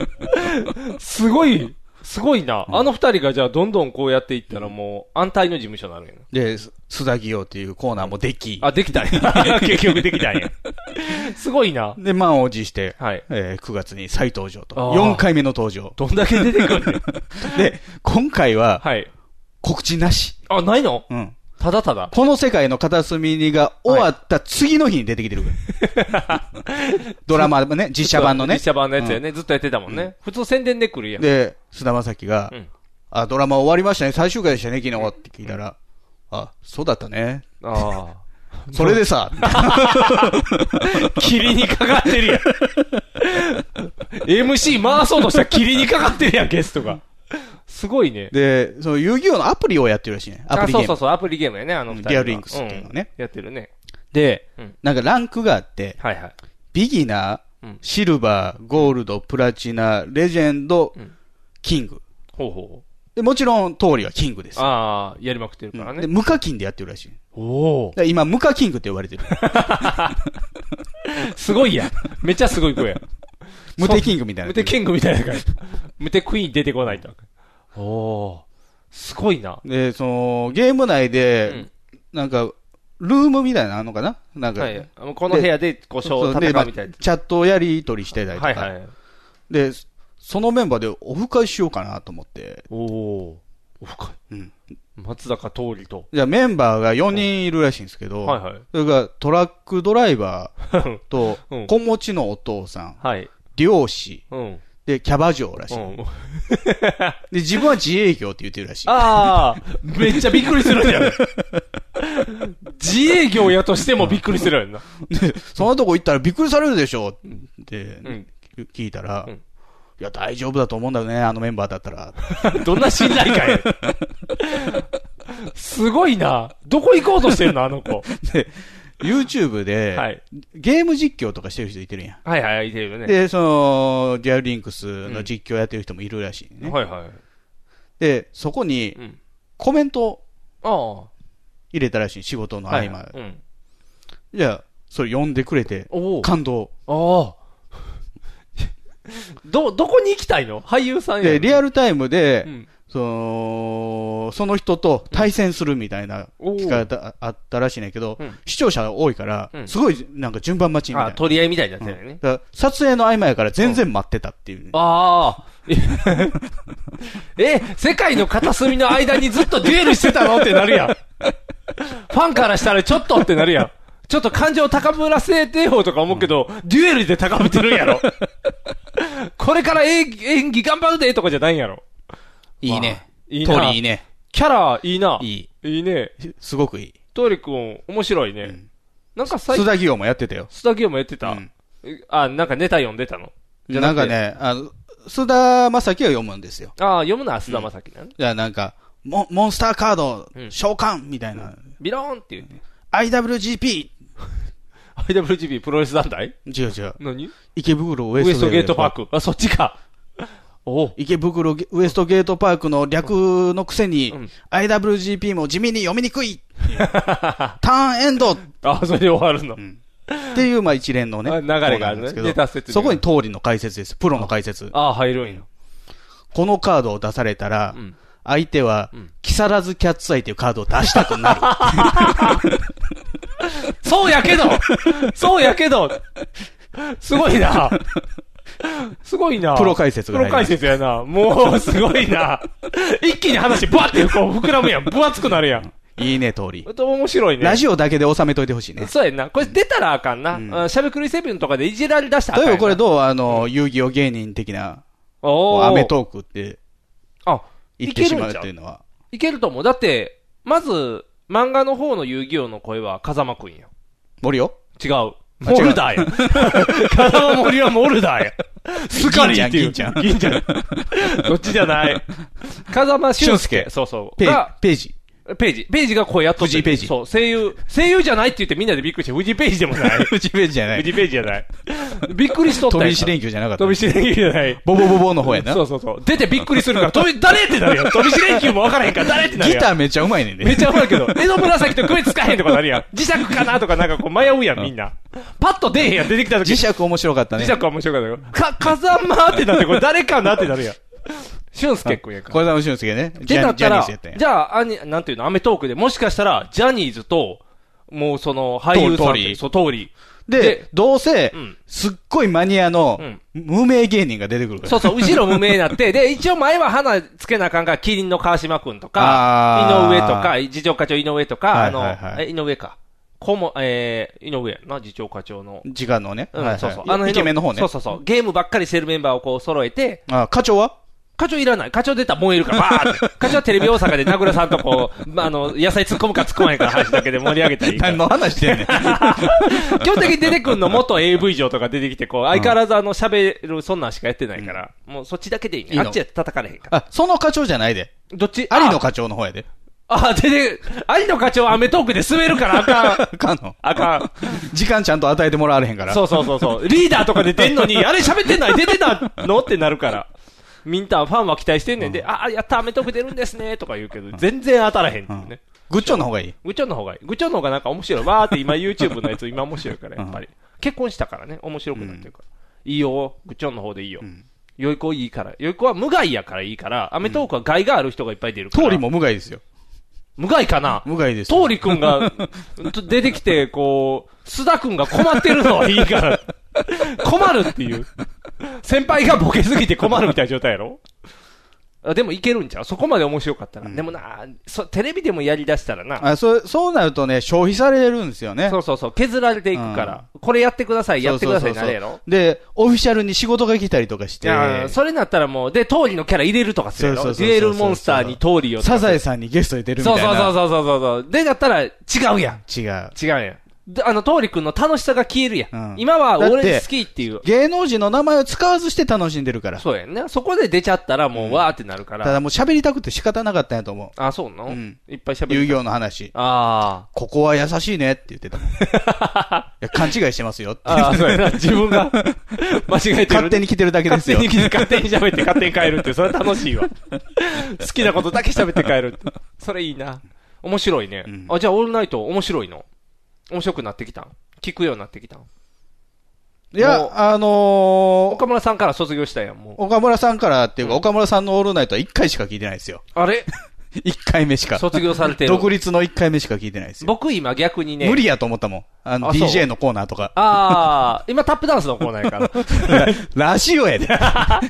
S2: すごい、すごいな。あの二人がじゃあどんどんこうやっていったらもう安泰の事務所になるんやな。
S3: で、す [laughs] 須田義雄っていうコーナーもでき、
S2: あ、できたんや。 [laughs] 結局できたんや。すごいな。
S3: で、満を持して、
S2: はい
S3: えー9月に再登場と。
S2: あー
S3: 4回目の登場。
S2: どんだけ出てくるねん
S3: で、今回は、
S2: はい。
S3: 告知なし。
S2: あ、ないの
S3: うん。
S2: ただただ。
S3: この世界の片隅にが終わった次の日に出てき
S2: [laughs]
S3: てるから。ドラマね、実写版のね。
S2: 実写版のやつやね。ずっとやってたもんね。普通宣伝で来るやん。
S3: で、菅田将暉が、
S2: うん
S3: あ、ドラマ終わりましたね、最終回でしたね、昨日って聞いたら、あ、そうだったね。
S2: ああ。
S3: それでさ、
S2: 霧にかかってるやん。MC 回そうとしたら霧にかかってるやん、ゲストが。すごいね。
S3: で、その遊戯王のアプリをやってるらしいね。アプリゲーム。
S2: あそうそうそう、アプリゲームやね、あの二人は。
S3: リアルリンクスっていうのね
S2: んやってるね。
S3: で、
S2: うん
S3: なんかランクがあって、
S2: はいはい。
S3: ビギナ
S2: う
S3: ー
S2: ん、
S3: シルバー、ゴールド、プラチナ、レジェンド、
S2: うん
S3: キング。
S2: ほうほうほ
S3: で、もちろん、通りはキングです
S2: う。。ああ、やりまくってる
S3: う
S2: から
S3: ん
S2: ね。
S3: で、無課金でやってるらしい。だか
S2: おお。
S3: ら今、無課金グって呼ばれ
S2: [laughs]
S3: てる。
S2: すごいやん。めっちゃすごい
S3: [laughs]
S2: 子やん。
S3: 無敵キングみたいな。
S2: 無敵キングみたいな感じ。無敵クイーン出てこないと。おお。すごいな。
S3: で、その、ゲーム内で、
S2: うん
S3: なんか、ルームみたいなのあんのかななんか、
S2: はい。あのこの部屋で故
S3: そう
S2: 障
S3: で
S2: 戦うみ
S3: ま
S2: た
S3: あ
S2: いな。
S3: チャットをやり取りしてたりとか、
S2: はいはい。
S3: で、そのメンバーでオフ会しようかなと思って、
S2: おお。オフ会。
S3: うん
S2: 松坂桃李と。
S3: じゃあメンバーが4人いるらしいんですけど、
S2: はいはい
S3: それがトラックドライバーと
S2: うん
S3: 子持ちのお父さん、
S2: [laughs] はい。
S3: 漁師、
S2: うん。
S3: で、キャバ嬢らしい。
S2: うん。 [laughs]
S3: で、自分は自営業って言ってるらしい。
S2: ああ、めっちゃびっくりするやん。自営業やとしてもびっくりするやんな。
S3: でそのとこ行ったらびっくりされるでしょって
S2: うん
S3: 聞いたら、
S2: うん
S3: いや、大丈夫だと思うんだよね、あのメンバーだっ
S2: [laughs]
S3: たら。
S2: どんな信頼感や。すごいな。どこ行こうとしてるの、あの子。
S3: で、YouTube で、
S2: はい。
S3: ゲーム実況とかしてる人いてるやん。
S2: はいはい、いてるよね。
S3: で、その、デュアルリンクスの実況やってる人もいるらしいね。
S2: はいはい。
S3: で、そこに
S2: うん。
S3: コメントを
S2: ああ。
S3: 入れたらしい、仕事の合間。
S2: はいはい。うん。
S3: じゃあ、それ読んでくれて、
S2: おお。
S3: 感動。
S2: ああ。ど、どこに行きたいの俳優さんや
S3: で、リア
S2: ル。
S3: ルタイムで、
S2: うん。
S3: その、その人と対戦するみたいな
S2: お
S3: 機会があったらしいねんけど、
S2: うん
S3: 視聴者が多いから、
S2: うん
S3: すごいなんか順番待ちみたい
S2: あ
S3: な。
S2: あ、取り合いみたいになってるよ
S3: う
S2: ね
S3: ん。だから撮影の合間やから全然待ってたっていう、
S2: ああ。え、世界の片隅の間にずっとデュエルしてたのってなるやん。ファンからしたらちょっとってなるやん。ちょっと感情を高ぶらせてよとか思うけど、デュエルで高めてるんやろ。これから演技演技頑張るでとかじゃないんやろ。
S3: いいね。
S2: いい
S3: トーリ
S2: な。
S3: ーいいね。
S2: キャラいいな。
S3: い
S2: い
S3: い。
S2: いね。
S3: すごくいい。
S2: トーリくん、面白いね。
S3: うん
S2: なんか最
S3: 須
S2: 近、
S3: 田義雄もやってたよ。
S2: スタギオもやってた。
S3: うん
S2: えあ、なんかネタ読んでたの。じゃな
S3: な
S2: んく
S3: か
S2: て
S3: ね、あの、須田正樹は読むんですよ。
S2: ああ、読むのは須田まさきなの、
S3: じゃあなんか、モンモンスターカード
S2: う、ん
S3: 召喚みたいな。
S2: ビローンって言って。
S3: IWGP!
S2: IWGP プロレス団体
S3: 違う違う。
S2: 何
S3: 池袋ウ
S2: ウ
S3: エ
S2: エス
S3: ス
S2: ト
S3: ト
S2: ゲ
S3: ゲ
S2: ー
S3: ー
S2: ト
S3: ト
S2: パ
S3: パーク。
S2: ーク。あ、そっち
S3: [laughs]
S2: か。おう
S3: 池袋ゲウエストゲートパークの略のくせに、
S2: うん
S3: IWGP も地味に読みにくい
S2: [laughs]
S3: っていうターンエンドっ
S2: あ、それで終わるの。
S3: ていう、まあ一連のね、
S2: あ流れがあるね
S3: コーナーなんですけ
S2: ネタ説
S3: ど、
S2: 明
S3: そこに通りの解説です。プロの解説。
S2: ああ、入るんや。
S3: このカードを出されたら、
S2: うん。
S3: 相手は
S2: うん、
S3: 木更津キャッツアイというカードを出したくなる。
S2: そうやけ
S3: [laughs]
S2: どそうやけどすごいな。すごいな。
S3: プロ解説が
S2: プ
S3: 入
S2: ロ
S3: り
S2: 解
S3: ます
S2: 説やな。もう、すごいな。一気に話、ブワってこう膨らむやん。分厚くなるやん。 [laughs]
S3: いいね、通り。
S2: と面白いね。
S3: ラジオだけで収めといてほしいね。
S2: そうやんな。これ出たらあかんな。
S3: うん
S2: うん。しゃべくりセブンとかでいじられ出したら
S3: 例
S2: あ
S3: え
S2: かんや
S3: ば
S2: ん
S3: これどうあの、遊戯王芸人的な、
S2: おー
S3: アメトークって
S2: あ、
S3: 言
S2: い
S3: って
S2: け
S3: し
S2: るん
S3: まうっ
S2: ちゃ
S3: ていううのは。
S2: いけると思う。だって、まず、漫画の方の遊戯王の声は風間くんや。
S3: 森よ
S2: 違う。モルダーや。
S3: [laughs]
S2: 風間森はモルダーや。スカリーっていう。
S3: 銀ちゃん
S2: 銀ちゃん。どっちじゃない。風間俊
S3: 俊介
S2: 介。そうそう。
S3: ペ
S2: が、
S3: ペ
S2: [laughs]
S3: ージ。
S2: ページ。ページが声やっとって
S3: 藤井ページ
S2: そう、声優。声優じゃないって言ってみんなでびっくりして、藤井ページでも
S3: [laughs]
S2: ない。
S3: ページじゃない。
S2: 藤井ページじゃない。びっくりしとった
S3: 飛
S2: やん
S3: び石連休じゃなかった。
S2: 飛び石連休じゃない。
S3: ボボボボの方やな。
S2: そうそうそう。出てびっくりするから、飛び、誰ってなるやん。飛び石連休もわからへんから、誰ってなる
S3: ギ
S2: やん。
S3: ターめっちゃうまいねん
S2: めっ
S3: ね。
S2: ちゃうまいけど、江戸紫と区別つかへんとかなるやん。磁石かなとかなんかこう迷うやん、みんな。パッと出えへんやん、出てきた時。
S3: 磁石面白かったね。
S2: 磁石は面白かったよ。か、風間ってなって、これ誰かなってなるやん。俊介君やから。
S3: 小沢俊介ね。ジ
S2: 出た
S3: ャニジ
S2: った
S3: ャニー
S2: ら
S3: ズやったん、や
S2: じゃあ、あに、なんていうの、アメトークで、もしかしたら、ジャニーズと、もうその、俳優さん
S3: 通り
S2: と、そう、通り。
S3: で
S2: で、
S3: どうせ
S2: うん、
S3: すっごいマニアの
S2: うん、
S3: 無名芸人が出てくるから。
S2: そうそう、後ろ無名になって、で、一応前は花つけなあかんから、キリンの川島くんとか、
S3: あー
S2: 井上とか、次長課長井上とか、
S3: は
S2: あ
S3: い
S2: の
S3: はいは、い
S2: え井上か。こも、えー、井上やんな、次長課長の。
S3: 時間のね。
S2: う
S3: はいは
S2: ん、
S3: い
S2: そうそう。あの辺
S3: イケメンの方ね
S2: そう。そうそう。ゲームばっかりしてるメンバーをこう揃えて、
S3: あ、課長は
S2: 課長いらない。課長出たら燃えるから、バーって。
S3: [laughs]
S2: 課長はテレビ大阪で名倉さんとこう、まあ、あの、野菜突っ込むか突っ込まないかの話だけで盛り上げたらいいから
S3: 何の話し
S2: [laughs]
S3: てんねん。
S2: 基本的に出てくんの元 AV 嬢とか出てきて、こう、相変わらずあの、喋る、そんなんしかやってないから、もうそっちだけでいいね。
S3: いい
S2: あ
S3: の
S2: っちやって叩かれへんから。
S3: あ、その課長じゃないで。
S2: どっち
S3: 有野課長の方やで。
S2: あ、でで、有野課長はアメトークで滑るからあか
S3: [laughs]
S2: ん。
S3: あかんの。
S2: あか
S3: 時間ちゃんと与えてもらわれへんから。
S2: ん。そうそうそうそう。リーダーとかで出んの
S3: [laughs]
S2: に、あれ喋ってない出てたのってなるから。ミンターファンは期待してんねんで、ああ、やった、アメトーク出るんですね、とか言うけど、全然当たらへんっていうね。
S3: グッチョンの方がいい。
S2: グチョンの方がいい。グチョンの方がなんか面白い。わーって今 YouTube のやつ今面白いから、やっぱり。結婚したからね、面白くなってるから。いいよ、グチョンの方でいいよ。良い子いいから。良い子は無害やからいいから、アメトークは害がある人がいっぱい出るから。
S3: 通り。も無害ですよ。
S2: 無害かな
S3: 無害ですよ。
S2: 通りくん [laughs] がと出てきて、こう、須田くんが困ってるの [laughs] はいいから。困るっていう。先輩がボケすぎて困るみたいな状態やろあでもいけるんちゃうそこまで面白かったら。でもな、そテレビでもやり出したらな。
S3: あそうそうなるとね、消費されるんですよね。
S2: そうそうそう、削られていくから。これやってください、やってください、
S3: そう
S2: な
S3: そう
S2: れ
S3: そう
S2: や
S3: そう
S2: ろ。
S3: で、オフィシャルに仕事が来たりとかし
S2: い
S3: て、
S2: やそれなったらもう、で、通りのキャラ入れるとかするや
S3: そ
S2: ろ。
S3: う
S2: デ
S3: そうそうそう
S2: ュエルモンスターに通りをとか
S3: サザエさんにゲストに出るみた
S2: そ
S3: いうな。
S2: そうそうそうそうそうそう。で、だったら違うやん。
S3: 違う。
S2: 違うやん。であの、通りくんの楽しさが消えるやん。
S3: うん
S2: 今は
S3: だって
S2: 俺好きっていう。
S3: 芸能人の名前を使わずして楽しんでるから。
S2: そうやんね。そこで出ちゃったらもうわーってなるか
S3: た
S2: ら。
S3: だもう喋りたくて仕方なかったんやと思
S2: あ、そうなの、
S3: うん。
S2: いっぱいう喋
S3: 遊
S2: る。
S3: 戯王の話。
S2: あ
S3: ここは優しいねって言って
S2: [laughs]
S3: たもん。いや勘違いしてますよって
S2: あ。。ああ、そうやな。自分が間違えてる。
S3: [laughs] 勝手に来てるだけですよ。
S2: 勝手に勝手に喋って勝手に帰るって、それは楽しい
S3: [laughs]
S2: わ。好きなことだけ喋って帰るって。それいいな。面白いね。
S3: うん
S2: あ、じゃあオールナイト面白いの面白くなってきたん聞くようになってきたん
S3: いや、あの
S2: 岡
S3: ー、
S2: 村さんから卒業したやん、もう。
S3: 岡村さんからっていうか、
S2: うん
S3: 岡村さんのオールナイトは1回しか聞いてないですよ。
S2: あれ
S3: 1回目しか。
S2: 卒業されてる。
S3: [laughs] 独立の1回目しか聞いてないですよ。
S2: 僕今逆にね。
S3: 無理やと思ったもん。あの、
S2: あそう
S3: DJ のコーナーとか。
S2: ああ、今タップダンスのコーナーやから。
S3: [laughs] ラジオやで。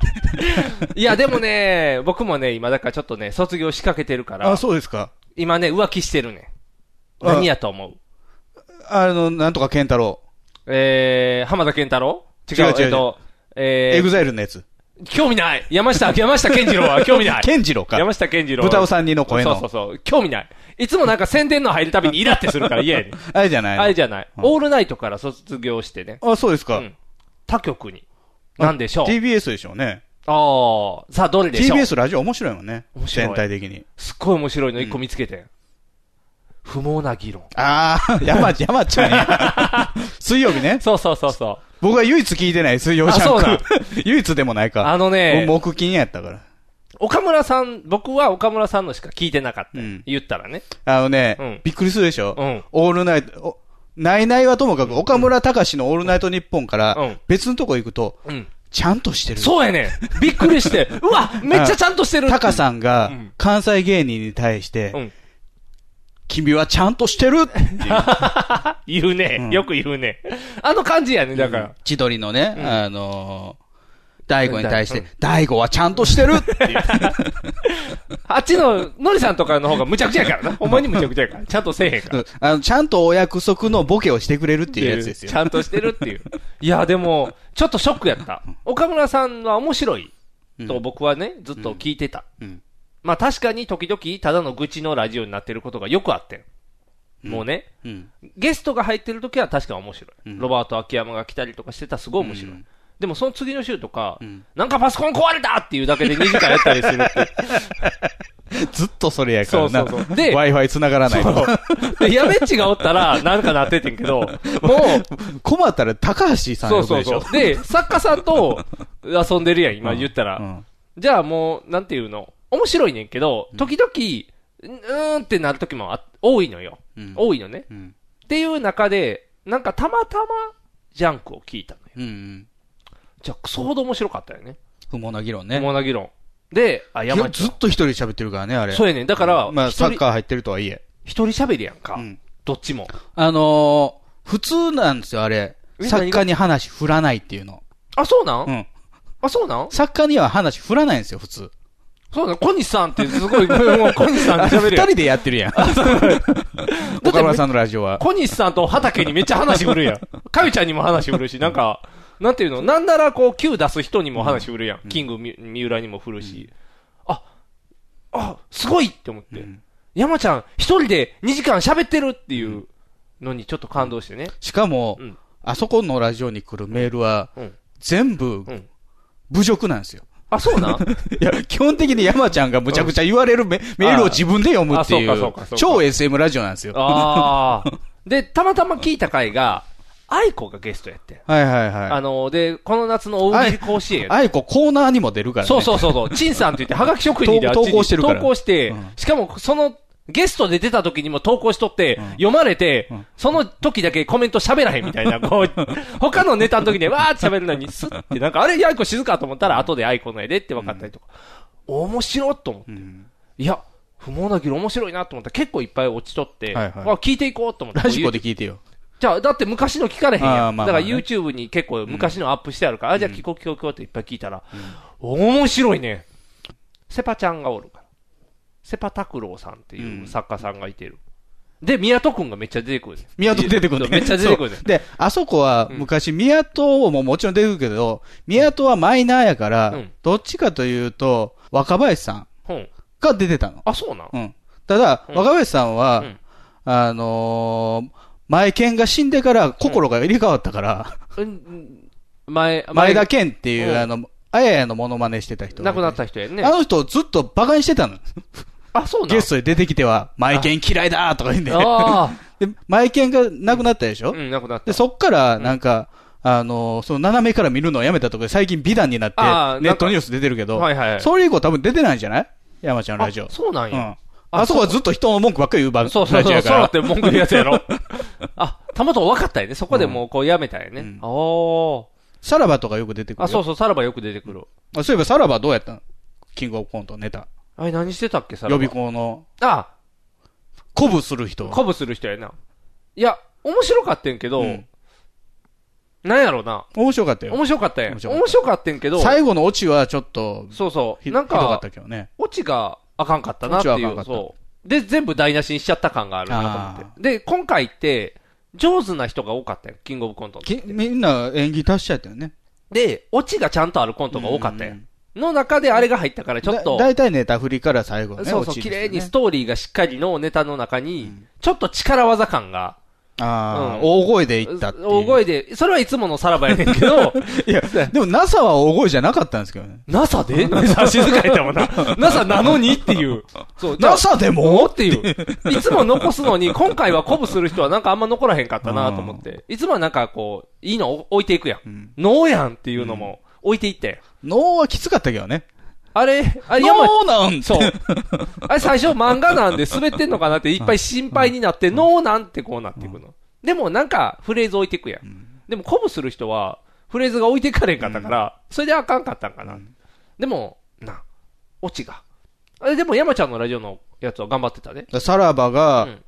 S2: [laughs] いや、でもね、僕もね、今だからちょっとね、卒業仕掛けてるから、
S3: そうですか。
S2: 今ね、浮気してるね。
S3: あ
S2: 何やと思う
S3: あの、なんとか健太郎。
S2: えー、浜田健太郎違う、
S3: 違う違
S2: え
S3: う
S2: っと、えー、
S3: エグザイルのやつ。
S2: 興味ない山下、山下健二郎 [laughs] は興味ない
S3: 健次郎か。
S2: 山下健二郎。
S3: 豚尾さんにの声の
S2: そうそうそう。興味ない。いつもなんか宣伝の入るたびにイラってする [laughs] から嫌やねん。
S3: [laughs] あれじゃないの
S2: あれじゃない。
S3: うん
S2: オールナイトから卒業してね。
S3: あ、そうです
S2: う
S3: か。
S2: ん。他局に。なんでしょう
S3: TBS でしょうね。
S2: ああ、さあどれでしょう
S3: TBS ラジオ面白いもんね。
S2: 面白い
S3: 全体的に。
S2: すっごい面白いの一個見つけてん。不毛な議論。
S3: ああ、山、山ち
S2: [laughs]
S3: ゃんや。水曜日ね。
S2: そうそうそうそう。
S3: 僕は唯一聞いてない、水曜ジャ
S2: あそうな
S3: ン
S2: ん
S3: ク。 [laughs] 唯一でもないか。
S2: あのね
S3: もう木金やったから。
S2: 岡村さん、僕は岡村さんのしか聞いてなかったよ。
S3: うん
S2: 言ったらね。
S3: あのね、
S2: うん
S3: びっくりするでしょ、
S2: うん
S3: オールナイト、おないないはともかく、岡村隆史のオールナイトニッポンか
S2: う
S3: ら
S2: ん、
S3: 別のとこ行くと、
S2: うん。
S3: ちゃんとしてる。
S2: そうやねん。びっくり [laughs] して。うわめっちゃちゃんとしてる
S3: タカさんが
S2: ん、
S3: 関西芸人に対して、
S2: うん。
S3: 君はちゃんとし
S2: [laughs]
S3: てるっていう。
S2: 言う
S3: う
S2: ね
S3: ん。
S2: よく言うね。あの感じやね、だから。
S3: 千鳥のね、
S2: うん
S3: あのー、大悟に対して
S2: うん、
S3: 大悟はちゃんとし
S2: [laughs]
S3: てるっていう。
S2: あっちの、のりさんとかの方がむちゃくちゃや [laughs] からな。ほんまにむちゃくちゃやから。ちゃんとせえへんから。
S3: うんあの、ちゃんとお約束のボケをしてくれるっていうやつですよ。
S2: ちゃんとしてるっていう。いや、でも、ちょっとショックやった。岡村さんは面白いと僕はね、ずっと聞いてた。
S3: うん
S2: まあ確かに時々ただの愚痴のラジオになってることがよくあってん。もうね、
S3: うん
S2: ゲストが入ってる時は確かに面白い。
S3: うん
S2: ロバート秋山が来たりとかしてたらすごい面白い。
S3: うん
S2: でもその次の週とか、
S3: ん
S2: なんかパソコン壊れたっていうだけで2時間やったりす
S3: [laughs]
S2: るっていう。
S3: ずっとそれやからな。
S2: そうそうそうで
S3: Wi-Fi 繋がらないと。
S2: で、やべっちがおったら、なんかなっててんけど、もう、
S3: [laughs] 困ったら高橋さ
S2: そ
S3: ん呼
S2: う
S3: ぶ
S2: そう
S3: でし
S2: そ
S3: ょ。
S2: う。で、作家さんと遊んでるやん、今言ったら。
S3: うん
S2: じゃあもう、なんていうの面白いねんけど、時々、うーんってなる時もあ多いのよ。
S3: うん
S2: 多いのね。
S3: うん
S2: っていう中で、なんかたまたま、ジャンクを聞いたのよ。
S3: うんうん。
S2: じゃあ、クソほど面白かったよね。
S3: 不毛な議論
S2: ね
S3: ね。
S2: モナ議論。で、あ、
S3: い
S2: 山
S3: や
S2: ち
S3: ず
S2: ゃ
S3: っ
S2: ん。
S3: と一人で喋ってるからね、あれ。
S2: そうやねん。だから、
S3: まあ、
S2: 一
S3: サ
S2: 人
S3: ッカー入ってるとはいえ。
S2: 一人喋りやんか。
S3: うん
S2: どっちも。
S3: あのー、普通なんですよ、あれ。
S2: え
S3: 作家に話振らないっていうの。
S2: あ、そうなん、
S3: うん。
S2: あ、そうなん
S3: 作家には話振らないんですよ、普通。
S2: そうなん小西さんってすごい、もう小西さんって
S3: [laughs] 二
S2: 喋るやん
S3: 人。でやってるやん。 [laughs] 岡村さんのラジオは。
S2: 小西さんと畑にめっちゃ話振る [laughs] やん。かゆちゃんにも話振るし、なんか、なんていうのなんならこう、Q 出す人にも話振るやん。キングみ三浦にも振るし。あ、あ、すごいって思って。山ちゃん、一人で2時間喋ってるっていうのにちょっと感動してね。
S3: しかも、
S2: うん
S3: あそこのラジオに来るメールは、
S2: うん
S3: 全部
S2: うん、
S3: 侮辱なんですよ。
S2: あ、そうなん
S3: いや、基本的に山ちゃんがむちゃくちゃ言われるメ,、メールを自分で読むってい
S2: あそうかそ
S3: う
S2: うかそうか、
S3: 超 SM ラジオなんですよ。
S2: [laughs] ああ。で、たまたま聞いた回が、愛子がゲストやってん。
S3: はいはいは
S2: あの、で、この夏の大喜利甲子園や
S3: い。
S2: って
S3: あいこコーナーにも出るからね。
S2: そうそうそうそう。陳さんって言って、はがき職人であっちに
S3: 投稿してるから
S2: 投稿して
S3: うん
S2: しかもその、ゲストで出た時にも投稿しとって、読まれて、その時だけコメント喋らへんみたい
S3: [laughs]
S2: な、こう、他のネタの時にわーって喋るのに、スッて、なんか、あれ、アイコ静かと思ったら、後でアイコの絵でって分かったりとか、面白いと思って、いや、不毛な議論面白いなと思ったら、結構いっぱい落ちとって、
S3: はいはい
S2: わ聞いていこうと思って、
S3: ラジコで聞いてよ。
S2: じゃあ、だって昔の聞かれへんやん。
S3: あーまあまあね
S2: だから YouTube に結構昔のアップしてあるから、あ、じゃあ聞こう聞こう聞こうっていっぱい聞いたら、面白いね。セパちゃんがおるから。セパ拓郎さんっていう作家さんがいてる。で、宮戸くんがめっちゃ出てくるね。
S3: 宮戸出てくる、ね、
S2: めっちゃ出てくるね
S3: [laughs] そうで、あそこは昔、宮戸ももちろん出てくるけど、宮戸はマイナーやから、
S2: うん
S3: どっちかというと、若林さん
S2: うん。
S3: が出てたの。
S2: あ、そうなん
S3: うん。ただ、
S2: うん
S3: 若林さんは、
S2: うん
S3: あのー、前健が死んでから心が入れ替わったから、
S2: うん前、
S3: 前田健っていう、
S2: うん
S3: あの、あややのモノマネしてた人。
S2: 亡くなった人やんね
S3: あ。の人をずっとバカにしてたの。
S2: あ、そうなん
S3: ゲストで出てきては、前健嫌いだとか言うんで。
S2: あ
S3: で、前健が亡くなったでし
S2: あ。
S3: ょ、
S2: うん、亡くなった。
S3: [laughs] で、そっから、なんか、あの、その斜めから見るのをやめたとか、最近美談になって
S2: あー、
S3: ネットニュース出てるけど、
S2: はいはいはい
S3: それ以降多分出てないんじゃない山ちゃんのラジオ。
S2: あそうなん
S3: う
S2: や。
S3: ん。あそこはずっと人の文句ばっかり言う番
S2: そうそ
S3: ラ
S2: う
S3: ジ
S2: そう、
S3: オやか
S2: そう
S3: ら。
S2: って文句言うやつやろ。 [laughs] あ、たまたま分かったよね。そこでもうこうやめたよね。
S3: うん
S2: おー。
S3: さらばとかよく出てくるよ。
S2: あ、そうそう、さらばよく出てくる。
S3: あそういえばさらばどうやったのキングオブコントネタ。
S2: あれ何してたっけ、さ
S3: 予
S2: らば。
S3: 備校の、
S2: あ、
S3: 鼓舞する人。
S2: 鼓舞する人やな。いや、面白かってんけど、
S3: うん
S2: なんやろな。
S3: 面白かったよ。
S2: 面白かったやん。
S3: 面
S2: 面
S3: 白か
S2: 白
S3: った
S2: かってんけど、
S3: 最後のオチはちょっと、
S2: そうそう。
S3: ひ
S2: なん
S3: ひどかっ
S2: か
S3: た、けどね。
S2: オチがあかんかったなって
S3: オチ
S2: い
S3: はあかんか
S2: う。
S3: った
S2: そう。で、全部台無しにしちゃった感があるなと思っ
S3: あ
S2: て。で、今回って、上手な人が多かったよ。キングオブコントって。
S3: きみんな演技足しちゃったよね。
S2: で、オチがちゃんとあるコントが多かったや。
S3: うん
S2: の中であれが入ったからちょっと
S3: だ、だいたいネタ振りから最後ね。
S2: そう
S3: オ
S2: そう、
S3: チ
S2: 綺
S3: ですよね
S2: 麗にストーリーがしっかりのネタの中に、ちょっと力技感が、
S3: ああ、
S2: うん
S3: 大声で言ったっていう。
S2: 大声で、それはいつものさらばやねんけど、
S3: [laughs]
S2: [laughs]
S3: いや、でも NASA は大声じゃなかったんですけどね。
S2: NASA で ?NASA 静かやったもん [laughs] な。NASA なのにっていう。そう、じゃあ
S3: NASA でも
S2: っていう。いつも残すのに、今回は鼓舞する人はなんかあんま残らへんかったなと思って。いつもはなんかこう、いいの置いていくやん。ノーやんっていうのも置いていってん。
S3: 脳はきつかったけどね。
S2: あれ、あれ山
S3: 脳なん
S2: そう。
S3: [laughs]
S2: あれ最初漫画なんで滑ってんのかなっていっぱい心配になって、ノーなんてこうなっていくの。でもなんかフレーズ置いていくやん。でも鼓舞する人はフレーズが置いていかれんかったから、それであかんかったんかな。でも、な、オチが。あれでも山ちゃんのラジオのやつは頑張ってたね。
S3: さらば
S2: う
S3: が
S2: ん、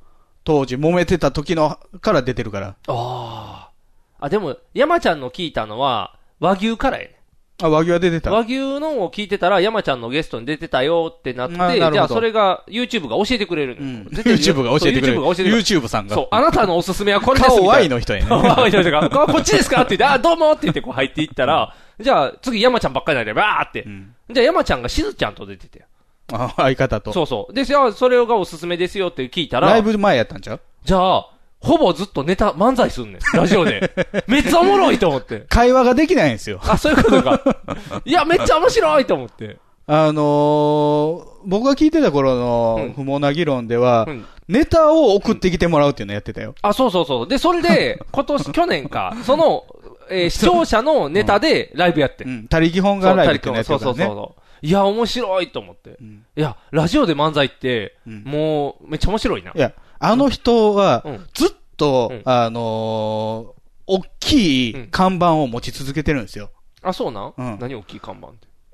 S3: 当時揉めてた時のから出てるから。
S2: ああ。あ、でも山ちゃんの聞いたのは和牛からやね。
S3: あ、和牛は出てた。
S2: 和牛のを聞いてたら山ちゃんのゲストに出てたよってなって、
S3: あなるほど
S2: じゃあそれが YouTube が教えてくれるのよ、絶対
S3: YouTube が教えてくれる。
S2: そう YouTube が教えてくれる。
S3: YouTube さんが。
S2: そう、あなたのおすすめはこれですみたい
S3: 顔
S2: な。
S3: Y の
S2: [laughs]
S3: 人やね。
S2: ワイの人が、ここっちですかって言って、あ、どうもって言ってこう入っていったら、じゃあ次山ちゃんばっかりなんで、ばーって。じゃあ山ちゃんがしずちゃんと出てて。
S3: あ相方と。
S2: そうそう。で、じゃあそれがおすすめですよって聞いたら、
S3: ライブ前やったんちゃう
S2: じゃあ、ほぼずっとネタ、漫才すんねん。ラジオ [laughs] で。めっちゃおもろいと思って。
S3: 会話ができないんですよ。
S2: あ、そういうこと [laughs] か。いや、めっちゃ面白いと思って。
S3: あのー、僕が聞いてた頃の不毛な議論では
S2: うん、
S3: ネタを送ってきてもらうっていうのやってたよ。
S2: あ、そうそうそう。で、それで、今年、去年か、その、えー視聴者のネタでライブやってん。
S3: うん。他力本願ライブっていうのやって
S2: そ
S3: た
S2: うそ
S3: か
S2: うそう
S3: らね。
S2: そう。いや、面白いと思って。
S3: ん
S2: いや、ラジオで漫才って、
S3: ん
S2: もう、めっちゃ面白いな。
S3: いや、あの人は
S2: うん、
S3: ずっと、
S2: うん
S3: あのー大きい看板を持ち続けてるんですよ。
S2: あ、そうなん、
S3: うん
S2: 何大きい看板っ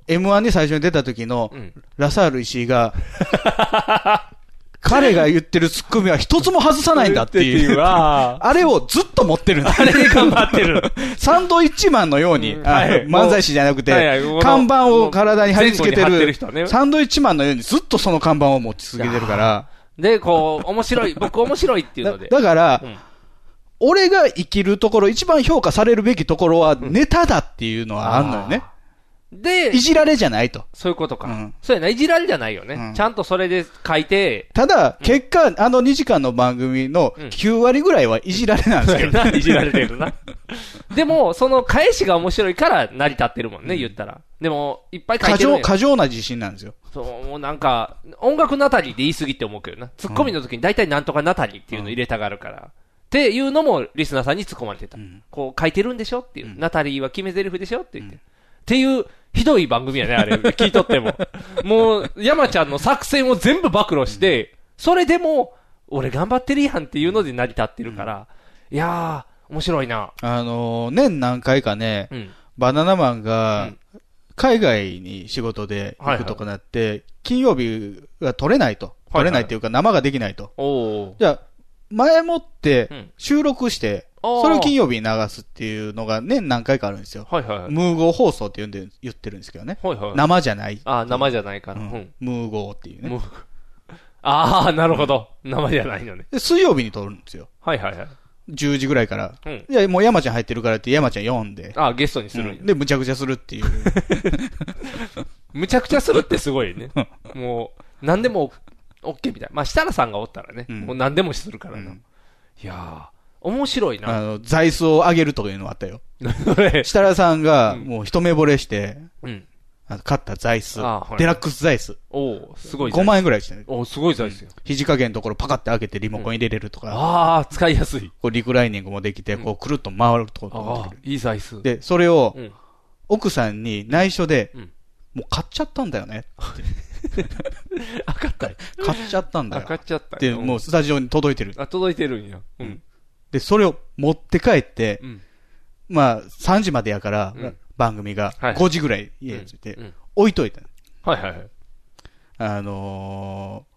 S2: て。
S3: M1 に最初に出た時の、
S2: うん。
S3: ラサール石井が、 [laughs] 彼が言ってるツッコミは一つも外さないんだっていう。
S2: あ
S3: あれをずっと持ってる
S2: [laughs]
S3: んだ。
S2: れで頑張ってる。
S3: サンドイッチマンのように、
S2: うん
S3: あ
S2: はい
S3: 漫才師じゃなく
S2: はいは
S3: て
S2: いこの、
S3: 看板を体に貼り付けて
S2: 前後に貼ってる
S3: る
S2: 人はね
S3: サンドイッチマンのようにずっとその看板を持ち続けてるから、
S2: [laughs] で、こう、面
S3: [laughs]
S2: 白い、僕面白いっていう
S3: だ
S2: ので。
S3: だから
S2: うん、
S3: 俺が生きるところ、一番評価されるべきところはネタだっていうのはあんのよね。
S2: で
S3: い、じられじゃないと。
S2: そういうことか。
S3: うん
S2: そうやな、いじられじゃないよね。
S3: うん
S2: ちゃんとそれで書いて、
S3: ただ、結果、あの2時間の番組の
S2: うん
S3: 9割ぐらいはいじられなんですけ
S2: [laughs]
S3: どね。
S2: いじられてるな。でも、その返しが面白いから成り立ってるもんね、言ったら。でも、いっぱい書い
S3: [laughs] 過
S2: てるん
S3: 剰、
S2: や
S3: 過剰な自信なんですよ。
S2: そう、もうなんか、音楽ナタリーで言い過ぎって思うけどな。ツッコミの時に大体なんとかナタリーっていうの入れたがるから。っていうのもリスナーさんに突っ込まれてた。こう書いてるんでしょっていう。ナタリーは決め台詞でしょって言って。っていう、ひどい番組やね、あれ。聞いと [laughs] っても。もう、山ちゃんの作戦を全部暴露して、それでも、俺頑張ってるやんっていうので成り立ってるから。いやー、面白いな。
S3: あのー年何回かね、
S2: うん。
S3: バナナマン
S2: う
S3: が
S2: ん、
S3: 海外に仕事で行くとかなって、金曜日が取れないと。取れないっていうか、生ができないと。
S2: おー。
S3: じゃあ、前もっ
S2: う
S3: て
S2: ん
S3: 収録して、
S2: ああー
S3: それを金曜日に流すっていうのが年何回かあるんですよ。
S2: はいはい。
S3: ムーゴー放送って呼んで、言ってるんですけどね。
S2: はいはい。
S3: 生じゃない。
S2: あー生じゃないから。
S3: う
S2: うんん。
S3: ムーゴーっていう
S2: も
S3: ね。
S2: う。ああ、なるほど。生じゃないのね。
S3: で水曜日に撮るんですよ。
S2: はいはいはい。
S3: 10時ぐらいから。
S2: うん
S3: いや、もう山ちゃん入ってるからって山ちゃん読んで。
S2: ああ、ゲストにするん
S3: う
S2: や
S3: んで、むちゃくちゃするっていう。
S2: むちゃくちゃするってすごいね。もう、何でも OK みたいな。まあ、設楽さんがおったらね、
S3: うん
S2: もう何でもするからな。
S3: うん
S2: いやー、面白い
S3: あ
S2: な。
S3: の、座椅子を上げるというのがあったよ。
S2: それ
S3: 設楽さんが、もう一目惚れして、
S2: [laughs] うん。
S3: あの買った座椅子、
S2: あはい
S3: デラックス座椅子。
S2: おおすごい
S3: 5万円ぐらいしてる。
S2: おおすごい座ですよ。
S3: 肘掛けのところパカって開けてリモコン入れれるとか、
S2: ああ、使いやすい。
S3: こうリクライニングもできて、こうくるっと回るところ
S2: あ
S3: もで
S2: あ
S3: きる、
S2: いい座椅子。
S3: で、それを
S2: うん。
S3: 奥さんに内緒で、
S2: うん
S3: もう買っちゃったんだ
S2: [laughs]
S3: よね。
S2: 赤ったい。
S3: 買っちゃったんだよ
S2: 赤。っちゃった
S3: で、
S2: よ
S3: もうスタジオに届いてる。
S2: あ、届いてるんや。うん。
S3: で、それを持って帰って、
S2: うん。
S3: まあ、3時までやから、
S2: うん
S3: 番組が
S2: はい
S3: 5時ぐらい家に着いて、
S2: うんうん
S3: 置いといた。
S2: はいはいはい。
S3: あの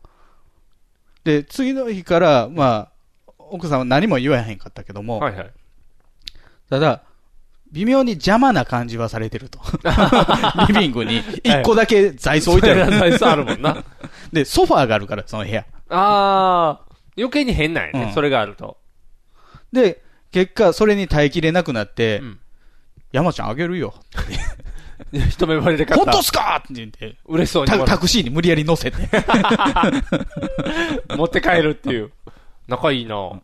S3: ーで、次の日から、まあ、奥さんは何も言わへんかったけども、
S2: はい
S3: [laughs]
S2: はい。
S3: ただ、微妙に邪魔な感じはされてると。 [laughs] リビングに1個だけ座椅子置いてあ
S2: それが座
S3: る。
S2: 椅子あるもんな。
S3: [laughs] で、ソファーがあるから、その部屋。
S2: ああ、余計に変なんやね、
S3: うん
S2: それがあると。 [laughs]
S3: で、結果、それに耐えきれなくなって、
S2: うん
S3: 山ちゃんあげるよ。
S2: 一目惚れで買っ
S3: 本
S2: た
S3: 当っ。すかって言って、
S2: 嬉しそうに
S3: タ
S2: もら
S3: タクシーに無理やり乗 [laughs] せて。
S2: 持って帰るっていう。仲いいな。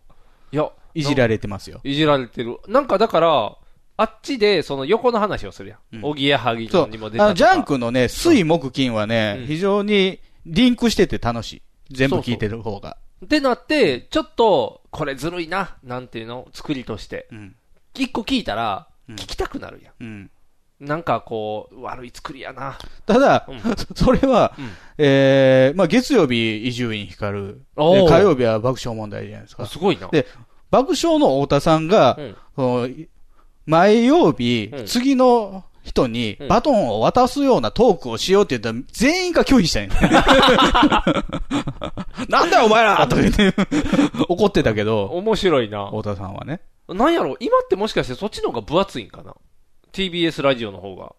S2: いや、
S3: いじられてますよ。
S2: いじられてる。なんかだから、あっちで、その横の話をするや
S3: うん
S2: ん。おぎやはぎ
S3: そう。あ
S2: にも出たとか
S3: の、ジャンクのね、水木金はね、
S2: うん
S3: 非常にリンクしてて楽しい。全部
S2: そうそう
S3: 聞いてる方が。
S2: ってなって、ちょっと、これずるいな、なんていうの作りとして。
S3: うん。
S2: 一個聞いたら、
S3: うん
S2: 聞きたくなるや
S3: うん。
S2: ん。なんかこう、悪い作りやな。
S3: ただ、
S2: うん
S3: [laughs] それは、
S2: うん
S3: えーまあ月曜日伊集院光る。
S2: おー
S3: で火曜日は爆笑問題じゃないですか。
S2: すごいな。
S3: で爆笑の太田さんが、
S2: うん
S3: その前曜日、
S2: うん
S3: 次の人に
S2: うん
S3: バトンを渡すようなトークをしようって言ったら、全員が拒否したん
S2: [laughs]
S3: や。なんだよお前らとか言って、 [laughs] 怒ってたけど、
S2: 面白いな。
S3: 太田さんはね。
S2: なんやろ今ってもしかしてそっちの方が分厚いんかな ?TBS ラジオの方が。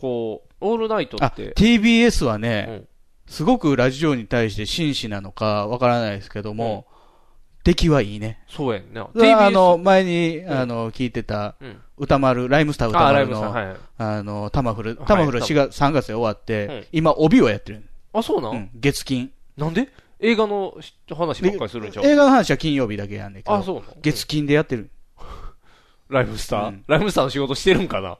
S2: こう、オールナイト
S3: あ、
S2: って。
S3: TBS は
S2: う
S3: ね、
S2: ん
S3: すごくラジオに対して真摯なのかわからないですけども、出来はいいね。
S2: そうやんな。
S3: あ
S2: TBS。
S3: の、前に、
S2: ん
S3: あの、聞いてた、
S2: うん
S3: 歌丸、ライムスター歌
S2: あ、ライ
S3: 丸
S2: ブ
S3: の、
S2: さん。
S3: あ,、
S2: はい。
S3: の、タマフル、
S2: はい
S3: タマフル4月、3月で終わって、
S2: うん
S3: 今、帯をやってる。
S2: あ、そうな
S3: うんん、月金。
S2: なんで映画の話ばっかりするんちゃう
S3: 映画の話は金曜日だけやんねんけど、
S2: あ、そうなの
S3: 月金でやってる。
S2: ライムスター、
S3: うん
S2: ライムスターの仕事してるんかな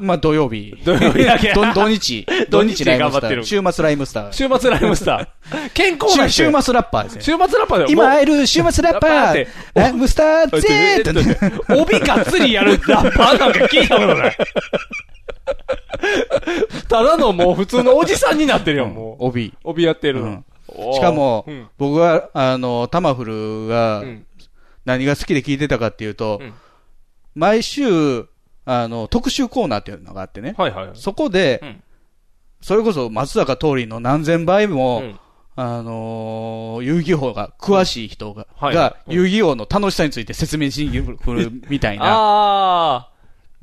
S3: まあ、土曜日。
S2: [laughs] 土曜日だけ。
S3: ど土日
S2: [laughs] 土日
S3: ラ
S2: で
S3: イ
S2: 頑
S3: ム
S2: 張
S3: ス
S2: っ
S3: タ
S2: て
S3: ー。
S2: る
S3: 週末ライムスター。
S2: 週末ライムスタ [laughs] ー。健康な人
S3: 週週
S2: や
S3: 末ラッパーですね。
S2: 週末ラッパーだよ。
S3: 今
S2: [laughs] もう
S3: 会える週末ラッパ
S2: ラッパーって
S3: ーライムスタ
S2: [laughs]
S3: ーぜーってね。
S2: 帯がっつりやるラッパーなんか聞いたこと [laughs] ない。ただのもう普通のおじさんになってるよ、もう。
S3: 帯。
S2: 帯やってる
S3: うん
S2: の。おー
S3: しかも、
S2: うん
S3: 僕は、あの、タマフルが
S2: うん
S3: 何が好きで聞いてたかっていうと、
S2: うん
S3: 毎週、あの、特集コーナーっていうのがあってね。
S2: はいはい。
S3: そこで、
S2: うん
S3: それこそ松坂桃李の何千倍も、
S2: うん
S3: あのー遊戯王が詳しい人が、
S2: うんはい
S3: が、
S2: うん
S3: 遊戯王の楽しさについて説明しに来るみたいな。
S2: あ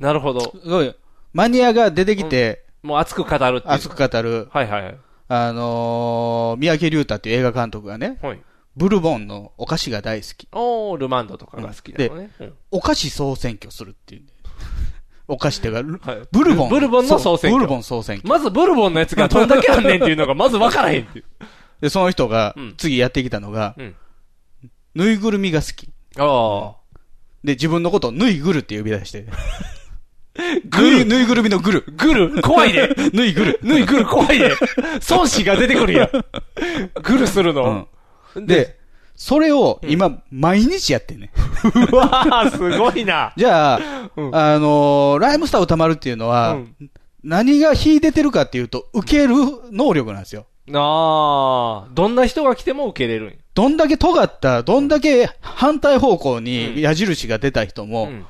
S2: ー、なるほど。
S3: すごいマニアが出てきて、
S2: もう熱く語るっていう。
S3: 熱く語る、
S2: はいはいはい。
S3: あのー三宅龍太っていう映画監督がね、
S2: はい。
S3: ブルボンのお菓子が大好き。
S2: おー、ルマンドとかが好きだよね。うん
S3: お菓子総選挙するっていう。 [laughs] お菓子っていうか、ル
S2: はい
S3: ブルボン。
S2: ブルボンの総選挙
S3: そうブルボン総選挙。
S2: まずブルボンのやつがどんだけあんねんっていうのがまず分からへんっていう。
S3: で、その人が
S2: うん、
S3: 次やってきたのが、
S2: うん
S3: ぬいぐるみが好き。
S2: ああ。
S3: で、自分のことをぬいぐるって呼び出して。
S2: [laughs] グル
S3: ぬいぬいぐるみのぐる。
S2: グル、怖いで。
S3: [laughs] ぬいぐる。
S2: ぬいグル怖
S3: [laughs]
S2: いで。孫子が出てくるやん。グルするの。
S3: うん。で、それを今、毎日やってんね。
S2: [laughs] うわあ、すごいな。
S3: じゃあ、
S2: [laughs] うん
S3: あのーライムスター歌丸っていうのは、
S2: うん
S3: 何が秀でてるかっていうと、受ける能力なんですよ。
S2: ああ、どんな人が来ても受けれるんや
S3: どんだけ尖った、どんだけ反対方向に矢印が出た人も、
S2: うん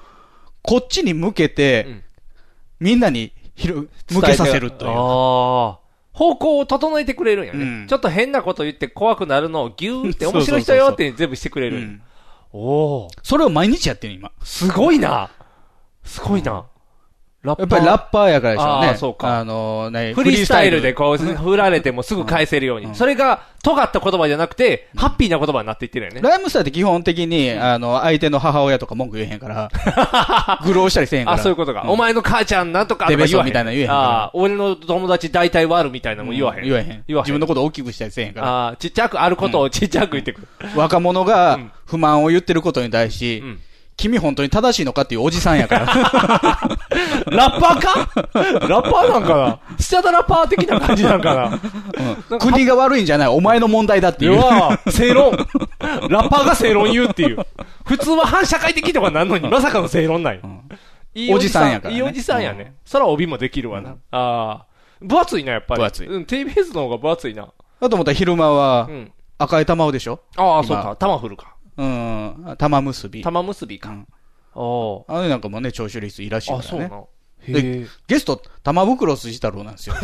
S3: こっちに向けて、
S2: うん
S3: みんなに広向けさせるという。
S2: ああ。方向を整えてくれるんやね、
S3: うん
S2: ちょっと変なこと言って怖くなるのをギューって
S3: そ
S2: 面
S3: うそうそうそう
S2: 白い人よって全部してくれるんや。
S3: うん
S2: おお
S3: それを毎日やってる今。
S2: すごいな。すごいな。ラッパー
S3: やっぱりラッパーやからでしょうね。
S2: あーそうか
S3: あのね、
S2: フリースタイルで
S3: う。
S2: こう、振られてもすぐ返せるよう
S3: う
S2: に。
S3: ん
S2: それが、尖った言葉じゃなくて、ハッピーな言葉になっていってるよね。
S3: ライムスターって基本的に、あの、相手の母親とか文句言えへ
S2: [laughs]
S3: んから、愚弄したりせえへんから。
S2: あ、そういうことか。
S3: ん
S2: お前の母ちゃんなんとかとか
S3: デベ
S2: 言
S3: ソ
S2: わへん。
S3: みたいなの言えへんから
S2: ああ、俺の友達大体悪みたいなのも言わへん。
S3: 言わへん。
S2: 言わへん
S3: 自分のこと大きくしたりせえへんから。
S2: ああ、ちっちゃくあることをちっちゃく言ってくる。
S3: 若者
S2: う
S3: が
S2: ん
S3: 不満を言ってることに対し、
S2: うん
S3: 君本当に正しいのかっていうおじさん
S2: [laughs]
S3: やから。
S2: ラッパー
S3: [laughs]
S2: かラッパーなんかなスチャダラッパー的な感じなんかな
S3: うん国が悪いんじゃない、お前の問題だっていうう。
S2: わぁ、正
S3: [laughs]
S2: 論。ラッパーが正論言うっていう。普通は反社会的とかなんのに、まさかの正論ない。いい
S3: おじさんやからね
S2: いいおじさんや
S3: う
S2: ね。そら帯もできるわな。ああ。分厚いな、やっぱり。
S3: 分厚い
S2: うん、TBS の方が分厚いな。
S3: だと思ったら昼間は
S2: う、ん。
S3: 赤い玉をでしょ
S2: ああ、
S3: 今
S2: そうか。玉振るか。
S3: うん。玉結び。
S2: 玉結びか。
S3: うん
S2: おお
S3: あれなんかもね、聴取率いいらしい
S2: ー。
S3: か
S2: あ、
S3: ら
S2: そう
S3: ね。
S2: な。
S3: で
S2: へえ。
S3: ゲスト、玉袋筋太郎なん
S2: [laughs]
S3: ですよ。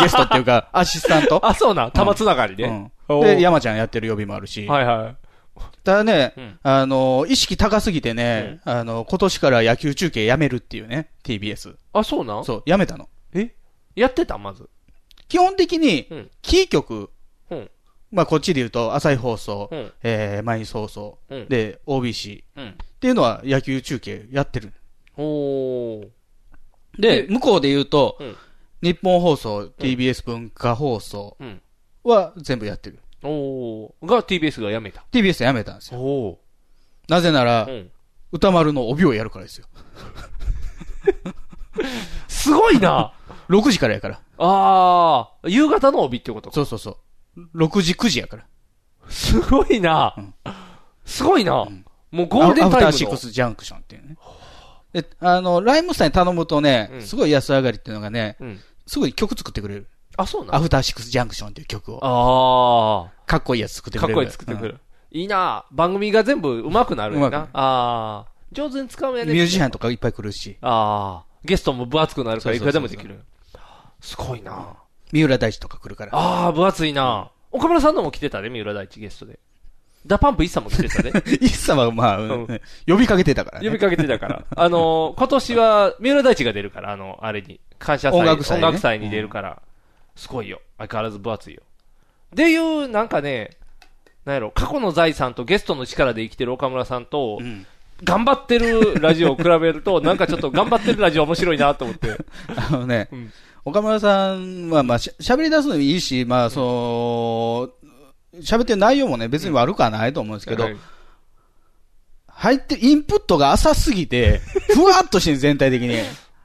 S3: ゲストっていうか、アシスタント。
S2: あ、そうな。玉つながり
S3: う
S2: ね
S3: ん。
S2: おー
S3: で、山ちゃんやってる予備もあるし。
S2: はいはい。
S3: ただね、
S2: うん
S3: あの、意識高すぎてね、あの、今年から野球中継やめるっていうね、TBS。
S2: あ、そうな。
S3: そう、やめたの。
S2: えやってたまず。
S3: 基本的に
S2: うん、
S3: キー局、
S2: うん
S3: まあ、こっちで言うと、朝日放送、
S2: うん
S3: えー、毎日放送、
S2: うん
S3: で、OBC
S2: うん
S3: っていうのは野球中継やってる。
S2: おー。
S3: で、
S2: で
S3: 向こうで言うと、
S2: うん
S3: 日本放送、TBS 文化放送
S2: うん
S3: は全部やってる。
S2: おー。が TBS が辞めた。
S3: TBS やめたんですよ。
S2: お
S3: なぜなら、
S2: ん。
S3: 歌丸の帯をやるからですよ。
S2: すごいな
S3: 6時からやから。
S2: [laughs] あー、夕方の帯ってことか。
S3: そうそうそう。6時、9時やから。
S2: すごいな、
S3: ん
S2: すごいな、もうゴール
S3: アフ
S2: デンタイ
S3: タ
S2: ム
S3: ーシック
S2: の。
S3: スジャンクションっていうね。で、あの、ライムスターに頼むとね、
S2: うん
S3: すごい安上がりっていうのがね、
S2: うん。
S3: すごい曲作ってくれる。
S2: あ、そうな
S3: ア
S2: の
S3: フターシックスジャンクションっていう曲を。
S2: あ
S3: かっこいいやつ作って
S2: ー。
S3: く
S2: か
S3: れ
S2: っ
S3: る。
S2: こいい作ってくる
S3: う。
S2: いいな番組が全部上手くなるよ
S3: 上
S2: な
S3: 手。く
S2: あー。上手に使うや
S3: ん
S2: ね。
S3: ミュージシャンとかいっぱい来るし、
S2: あー。ゲストも分厚くなるからいくらでもでき
S3: そう
S2: る。すごいな
S3: 三浦大知とか来るから。
S2: あー、分厚いな岡村さんのも来てたで、三浦大知ゲストで。ダパンプ一さんも来てたで。
S3: イッサはまあ、うん
S2: うん
S3: 呼びかけてたか
S2: [laughs]
S3: ら
S2: 呼び
S3: ね。
S2: かけてた
S3: [laughs]
S2: から。あのー、今年は、三浦大知が出るから、あの、あれに。感謝祭。
S3: 音楽祭ね
S2: 音楽祭に出るから。すごいよ。相変わらず分厚いよ。っていう、なんかね、なんやろ、過去の財産とゲストの力で生きてる岡村さんと、
S3: ん
S2: 頑張ってるラジオを比べる
S3: [laughs]
S2: と、なんかちょっと頑張ってるラジオ面白いなと思って。
S3: あのね、
S2: うん
S3: 岡村さんは、まあ、しゃ喋り出すのもいいし、まあ、その、喋ってる内容もね、別に悪くはないと思うんですけど、
S2: はい
S3: 入って、インプットが浅すぎ
S2: [laughs]
S3: て、ふわっとしてる全体的に。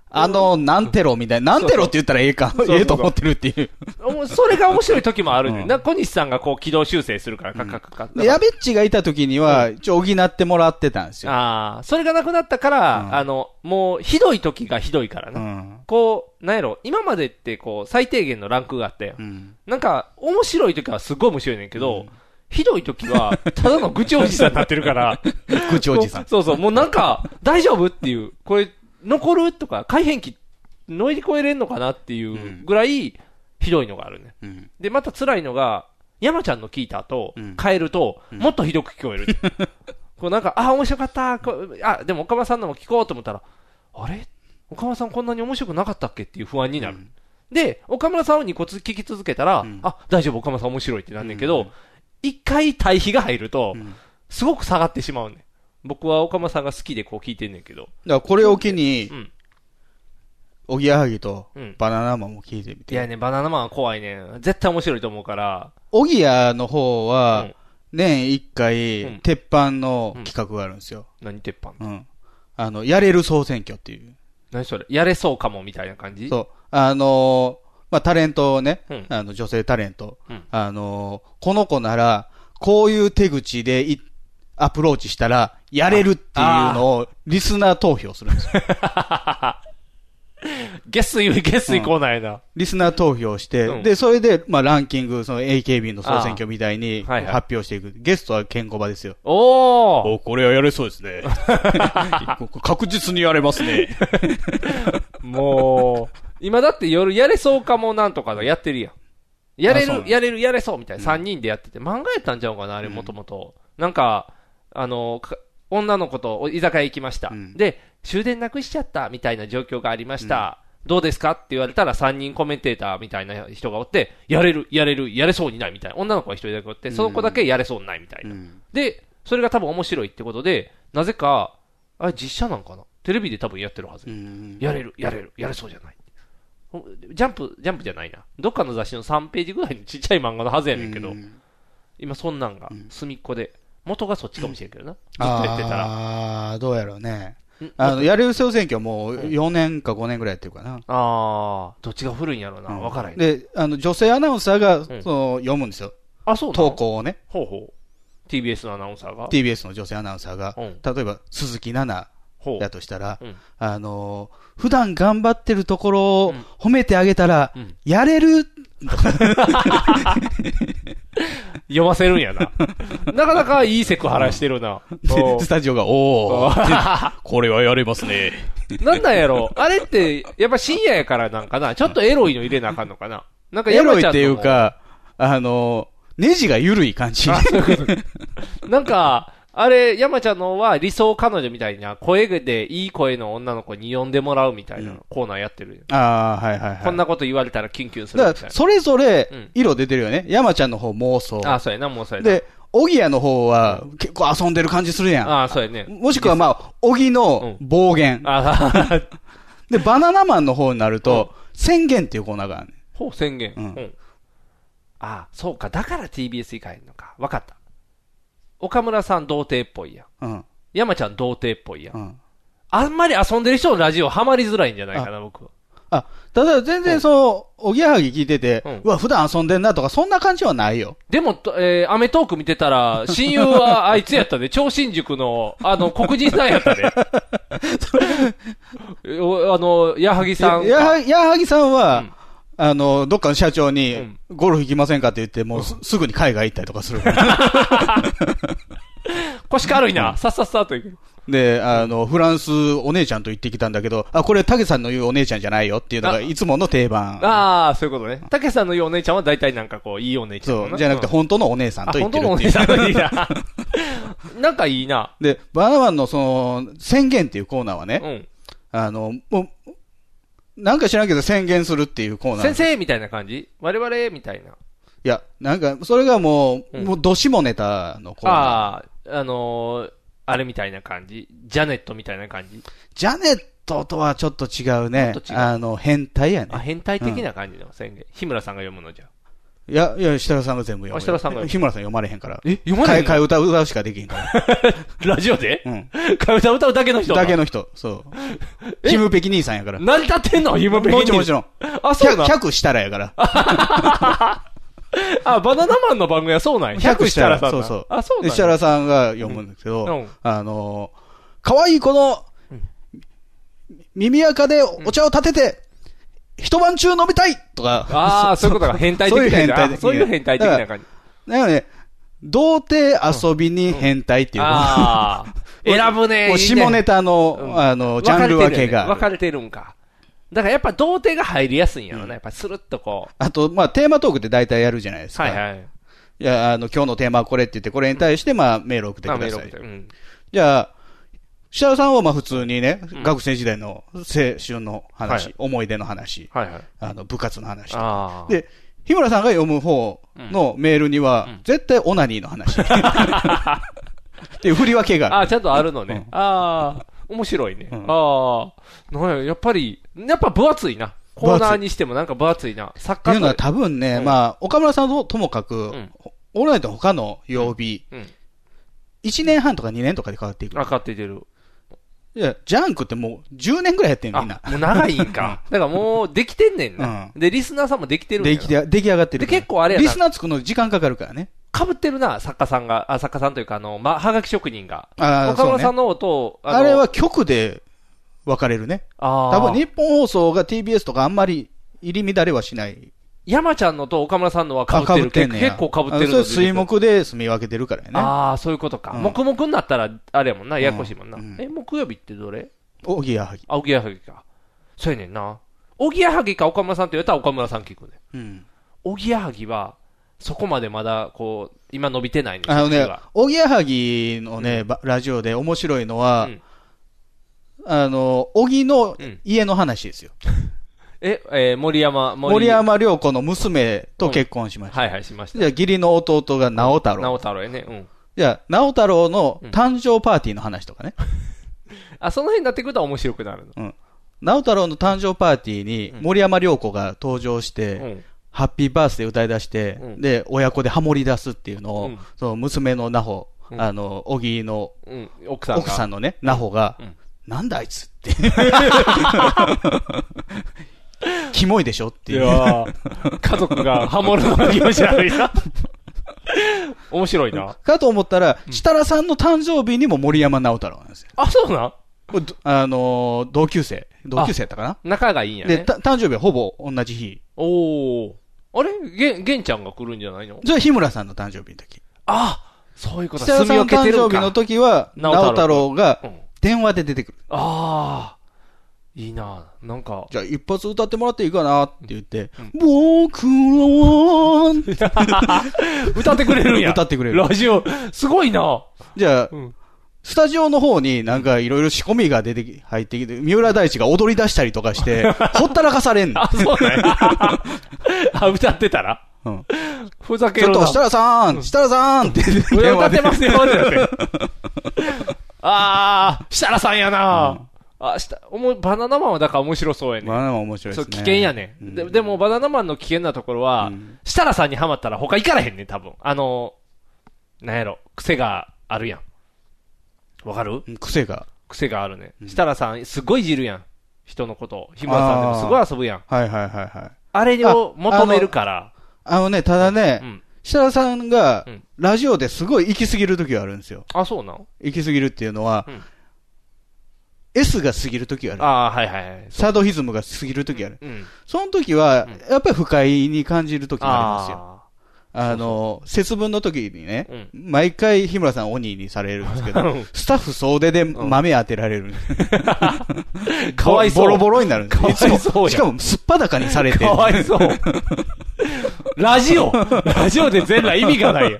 S3: あの、なんてろみたいな。なんてろって言ったらええか、
S2: うそう
S3: ええと思ってるっていう。
S2: おもそれが面白い時もあるね。
S3: うん
S2: な、小西さんがこう軌道修正するから、カッカッカッカッ。
S3: で、やべっちがいた時には、一応補ってもらってたんですよ。
S2: ああ、それがなくなったから、
S3: うん
S2: あの、もう、ひどい時がひどいから
S3: う
S2: な。
S3: ん。
S2: こう、なんやろ、今までってこう、最低限のランクがあったよ
S3: う。ん。
S2: なんか、面白い時はすごい面白いねんけど、ひどい時は、ただの愚痴おじさんになってる
S3: [laughs]
S2: から。
S3: 口おじさん
S2: こう。そうそう、もうなんか、大丈夫っていう、これ、残るとか、改変期、乗り越えれんのかなっていうぐらい、ひどいのがあるね。
S3: うん。
S2: で、また辛いのが、山ちゃんの聞いた後、
S3: うん
S2: 変えると、もっとひどく聞こえる。
S3: [laughs]
S2: こうなんか、あ、面白かった。こうあ、でも岡村さんのも聞こうと思ったら、あれ岡村さんこんなに面白くなかったっけっていう不安になる。で、岡村さんを2個聞き続けたら、あ、大丈夫、岡村さん面白いってなんねんけど、一、回対比が入ると、すごく下がってしまうねん。僕は岡村さんが好きでこう聞いてんねんけど。
S3: だからこれを機に
S2: うん、
S3: おぎやはぎと
S2: うん
S3: バナナマンも聞いてみ
S2: いや
S3: て。
S2: ね、バナナマンは怖いねん。絶対面白いと思うから。
S3: おぎやの方
S2: う
S3: は
S2: ん、
S3: 年一
S2: うん
S3: 回、鉄板の企画があるんですよ。
S2: 何鉄板
S3: うん。あの、やれる総選挙っていう。
S2: 何それやれそうかもみたいな感じ
S3: そう。あのーまあ、タレントをね、
S2: うん
S3: あの、女性タレント。
S2: うん
S3: あのーこの子なら、こういう手口でいアプローチしたら、やれるっていうのを、リスナー投票するんですよ。
S2: ゲスイ、ゲスイコーナーやな。
S3: リスナー投票して、
S2: うん
S3: で、それで、まあ、ランキング、その AKB の総選挙みたいに
S2: あーはいはい
S3: 発表していく。ゲストはケンコバですよ。
S2: おー
S3: おこれはやれそうですね。 [laughs] 確実にやれますね。
S2: もう、今だって夜やれそうかもなんとかのやってるやん。やれ
S3: あそ
S2: る、
S3: うなの
S2: やれる、やれそうみたいな3人でやってて、漫画やったんちゃうかなあれもともと。なんか、あの、か女の子と居酒屋行きました。
S3: うん
S2: で、終電なくしちゃったみたいな状況がありました。どうですかって言われたら3人コメンテーターみたいな人がおって、やれる、やれる、やれそうにないみたいな。女の子が一人だけおって、その子だけやれそうにないみたいな。
S3: うん
S2: で、それが多分面白いってことで、なぜか、あれ実写なんかなテレビで多分やってるはず。
S3: うん
S2: やれる、やれる、やれそうじゃない。ほジャンプ、ジャンプじゃないな。どっかの雑誌の3ページぐらいのちっちゃい漫画のはずやねんけど、
S3: うん
S2: 今そんなんが隅っこで、元がそっちかもしれんけどな。ずっとやってたら。
S3: ああ、どうやろうね。
S2: ん
S3: あの、やれる総選挙はもう4年か5年ぐらいやってるかな。
S2: あー、どっちが古いんやろうな。わからへん。
S3: で、あの、女性アナウンサーが、そ
S2: ん
S3: の、読むんですよ。
S2: あ、そうなの
S3: 投稿をね。
S2: ほうほう。TBS のアナウンサーが。
S3: TBS の女性アナウンサーが。
S2: うん
S3: 例えば、鈴木奈
S2: ほ
S3: 々だ
S2: う。
S3: としたら、
S2: うん
S3: あの、普段頑張ってるところ
S2: う
S3: を
S2: ん
S3: 褒めてあげたら、
S2: うん
S3: やれる
S2: 読ませるんやな。なかなかいいセクハラしてるな。おー
S3: スタジオが、おー、 [laughs] これはやれますね。
S2: なんなんやろあれって、やっぱ深夜やからなんかな。ちょっとエロいの入れなあかんのかな。なんか
S3: エ
S2: 山
S3: ロ
S2: ち
S3: い
S2: ゃ
S3: っ
S2: んの
S3: ていうか、あの、ネジが緩い感じ。
S2: なんか、あれ、山ちゃんのは理想彼女みたいな、声でいい声の女の子に呼んでもらうみたいなコーナーやってるよ。
S3: ああ、はいはいはい。
S2: こんなこと言われたらキュンキュンするみ
S3: だ
S2: たい
S3: から、
S2: な。
S3: それぞれ
S2: うん、
S3: 色出てるよね。山ちゃんの方妄想。
S2: ああ、そうやな、もうそうやな。
S3: で、小木屋の方は、結構遊んでる感じするやん。
S2: ああ、そうやね。
S3: もしくは、まあ、小木の
S2: うん
S3: 暴言。
S2: ああ、
S3: [laughs] で、バナナマンの方になると、宣言っていうコーナーがあるね。
S2: ほう、宣言。う
S3: うんん。
S2: ああ、そうか。だから TBS 以外のか。わかった。岡村さん童貞っぽいやん。
S3: うん。
S2: 山ちゃん童貞っぽいやん。
S3: うん。
S2: あんまり遊んでる人のラジオハマりづらいんじゃないかな、僕は。
S3: あ、ただ全然そう、おぎやはぎ聞いてて
S2: うん、
S3: うわ、普段遊んでんなとか、そんな感じはないよ。
S2: でも、とえー、アメトーク見てた
S3: [laughs]
S2: ら、親友はあいつやったで、超新塾の、あの、黒人さんやった
S3: [laughs]
S2: で。えおあの、矢作さん
S3: や
S2: か。
S3: は、やはぎさん
S2: う
S3: は
S2: ん、
S3: あの、どっかの社長
S2: う
S3: に
S2: ん、
S3: ゴルフ行きませんかって言って、もうす
S2: [laughs]
S3: すぐに海外行ったりとかする。 [laughs]
S2: 腰軽いな。さっさっさと行く。
S3: で、あの、フランスお姉ちゃんと行ってきたんだけど、あ、これ、タケさんの言うお姉ちゃんじゃないよっていうの
S2: あ
S3: が、いつもの定番。
S2: ああ、そういうことね。たけさんのいいお姉ちゃんは大体なんかこう、いいお姉ちゃん
S3: そ
S2: だ
S3: う、じゃなくて、
S2: うん
S3: 本当のお姉さん
S2: あ、
S3: と言っ
S2: 本
S3: て
S2: 当
S3: る
S2: のお
S3: ってい
S2: 姉
S3: う。
S2: さんのいい
S3: [laughs]
S2: な。なんかいいな。
S3: で、バナナマンのその、宣言っていうコーナーは
S2: う
S3: ね、
S2: ん。
S3: あの、もう、なんか知らんけど宣言するっていうコーナー。
S2: 先生みたいな感じ我々みたいな。
S3: いや、なんか、それがもう、
S2: うん
S3: もう、どしもネタのコーナー。
S2: ああ、あのー、あれみたいな感じ。ジャネットみたいな感じ。
S3: ジャネットとはちょっと違うね
S2: ちょっ。と違う
S3: あの、変態や
S2: あ、
S3: ね。
S2: 変態的な感じの宣言。日村さんが読むのじゃ。
S3: いや、いや、設楽さんが全部読むよ。
S2: あ設楽さんが読む
S3: 日村さん読まれへんから。
S2: え読まれへんの
S3: 替え替え歌う歌うしかできへんか
S2: [laughs]
S3: ら。
S2: ラジオで
S3: うん。
S2: 替え歌歌うだけの人が
S3: だけの人。そう。キムペキ兄さんやから。も
S2: 成り立ってんの今、
S3: ち
S2: ベ
S3: ろんもちろ
S2: ん。
S3: ん。
S2: あ、そう
S3: 100
S2: な。
S3: 100したらやから。
S2: あ、バナナマンの番組はそうなんや。100したらさん
S3: そ
S2: な。
S3: うそう。
S2: あ、そう
S3: で
S2: なん
S3: 設楽さんが読むんですけど、
S2: うんうん
S3: あのー、可愛い子の、耳垢でお茶を立てて、一晩中飲みたいとか。
S2: ああ、そういうことが変態的
S3: そういう変
S2: な
S3: 態
S2: あ
S3: 的
S2: そういう変態的な感じ。
S3: だからね、童貞遊びに変態っていう。 [laughs]
S2: ああ。選ぶね。
S3: もう下ネ
S2: タ
S3: タの、
S2: うん
S3: あの、ジャンル分けがあ
S2: 分
S3: る。
S2: かれてるんか。だからやっぱ童貞が入りやすいんやろな。やっぱスルッとこ
S3: あと、まあ、テーマトークって大体やるじゃないです
S2: う。
S3: か。
S2: はいはい。
S3: いや、あの、今日のテーマはこれって言って、これに対して、まあ、メール送って
S2: まあ
S3: く
S2: メ
S3: だ
S2: ール送
S3: さ
S2: っ
S3: い
S2: て。。うん。
S3: じゃあ、設楽さんは、まあ、普通にね、
S2: ん
S3: 学生時代の青春の話、
S2: はい
S3: 思い出の話、
S2: はいはい。
S3: あの、部活の話。
S2: ああ。
S3: で、日村さんが読む方のメールには、絶対オナニー
S2: [laughs]
S3: の話。っていう振り分けがあ
S2: あ、ちゃんとあるのね。ああ、面白いね。
S3: ん
S2: ああ、なんや、やっぱり、やっぱ分厚いな。コーナーにしてもなんか分厚いな。作
S3: る。って
S2: 家
S3: いうの
S2: の
S3: は。多分ね、
S2: うん
S3: まあ、岡村さんとともかく、
S2: ん
S3: オールナイトの他の曜日、
S2: うん。
S3: 1年半とか2年とかで変わっていく。
S2: 分かっていてる。
S3: いや、ジャンクってもう10年ぐらいやってんの、みんな
S2: あ、。もう長いんか。だからもうできてんねんな。
S3: う
S2: で、リスナーさんもできてるんや
S3: 出
S2: な
S3: 来で出来上がってる。
S2: で結構あれやな
S3: リスナーつくの時間かかるからね。
S2: かぶってるな、作家さんが。あ、作家さんというか、あの、ま、はがき職人が。
S3: あー
S2: 岡村さ
S3: そうね
S2: んの音を、の
S3: あれは、局で分かれるね。
S2: あ
S3: 多分
S2: あ
S3: 日、本放送が TBS とかあんまり入り乱れはしない。
S2: 山ちゃんのと岡村さんのはかぶってる。結構かぶってる
S3: あ
S2: の
S3: そ
S2: で
S3: う水木で住み分けてるからやね。
S2: ああ、そういうことか。
S3: うん
S2: 黙々になったら、あれやもんな、ややこしいもんな
S3: うん。
S2: え、木曜日ってどれ
S3: おぎやはぎ。
S2: あ、おぎやはぎか。そうやねんな。おぎやはぎか岡村さんって言われたら岡村さん聞くね。
S3: うん。
S2: おぎやはぎは、そこまでまだ、こう、今伸びてないんです
S3: あのね
S2: 僕は、
S3: おぎやはぎのね、ばラジオで面白いのは、
S2: うん
S3: あの、おぎの
S2: うん
S3: 家の話ですよ。
S2: え、えー森山、
S3: 森。山良子の娘と結婚しました。
S2: はいはい、しました。
S3: じゃあ、義理の弟が直太
S2: 直
S3: 郎。
S2: 太郎やね。うん。
S3: じゃあ、直太郎の
S2: うん
S3: 誕生パーティーの話とかね。
S2: あ、その辺になってくると面白くなるの。
S3: うん。直太郎の誕生パーティーに
S2: うん
S3: 森山良子が登場して、
S2: うん。
S3: ハッピーバースデー歌い出して、
S2: うん
S3: で、親子でハモり出すっていうのを、
S2: うん
S3: その娘のナホ、
S2: うん
S3: あの、小木の
S2: うん。奥さんが。
S3: 奥さんのね、ナホが、
S2: うん
S3: なんだあいつって。 [laughs] キモいでしょって
S2: い
S3: いう。
S2: やー [laughs] 家族がハモるのが気持ち悪い
S3: [laughs]
S2: な。面白いな。
S3: かと思ったら、設楽さんの誕生日にも森山直太郎なんですよ。
S2: あ、そうなん
S3: これどあのー同級生。同級生やったかな、
S2: 仲がいいんや
S3: で、
S2: ね
S3: た。誕生日はほぼ同じ日。
S2: おー。あれげん、げんちゃんが来るんじゃないの
S3: それは日村さんの誕生日の時。
S2: あそういうこと
S3: 設楽さんの誕生日の時は、
S2: 直太朗
S3: 直太郎が
S2: うん
S3: 電話で出てくる。
S2: あー。いいななんか。
S3: じゃあ一発歌ってもらっていいかなって言って、僕らは、
S2: 歌ってくれるんや。
S3: [laughs] 歌ってくれる
S2: ラジオ、すごいな
S3: じゃあ、
S2: うん
S3: スタジオの方になんかいろいろ仕込みが出てき、入ってきて、三浦大知が踊り出したりと
S2: [laughs]
S3: かして、ほったらかされんの
S2: あ、。そう
S3: [laughs]
S2: なんや。あ、歌ってたら
S3: うん
S2: ふざけ
S3: ちょ
S2: る
S3: っ
S2: な
S3: と、設楽さん、設楽さんって電
S2: 歌
S3: 話
S2: っ
S3: で
S2: て。ますよって
S3: [laughs]
S2: あー、設楽さんやな、あ、した、おも、バナナマンはだから面白そうやね。
S3: まあでも面白い
S2: そ
S3: で
S2: う、
S3: すね。
S2: 危険やね、
S3: うん
S2: で。でも、バナナマンの危険なところは、
S3: うん
S2: 設楽さんにハマったら他行かれへんねん、多分。あの、なんやろ、癖があるやん。わかる
S3: うん。癖が。
S2: 癖があるね。設楽さん、すごいいじるやん。人のことを。日村さんでもすごい遊ぶやん。
S3: はいはいはいはい。
S2: あれを求めるから。
S3: あのね、ただね、
S2: うん。
S3: 設楽さんが
S2: うん、
S3: ラジオですごい行き過ぎる時があるんですよ。
S2: あ、そうなの
S3: 行き過ぎるっていうのは、
S2: うん
S3: S が過ぎる時がある。
S2: ああ、はいはいはい。
S3: サドヒズムが過ぎる時ある。
S2: うん。
S3: その時は
S2: う、
S3: やっぱり不快に感じる時がありますよ。
S2: あ
S3: あの、節分の時にね、
S2: うん
S3: 毎回日村さん鬼にされるんですけど、スタッフ総出で豆当てられる。
S2: あ。 [laughs] かわいそう。
S3: ボロボロになるんですよ
S2: かわいそうや
S3: つもしかも、すっぱだかにされて
S2: か、わいそう。
S3: [laughs]
S2: ラジオラジオで全裸意味がないよ。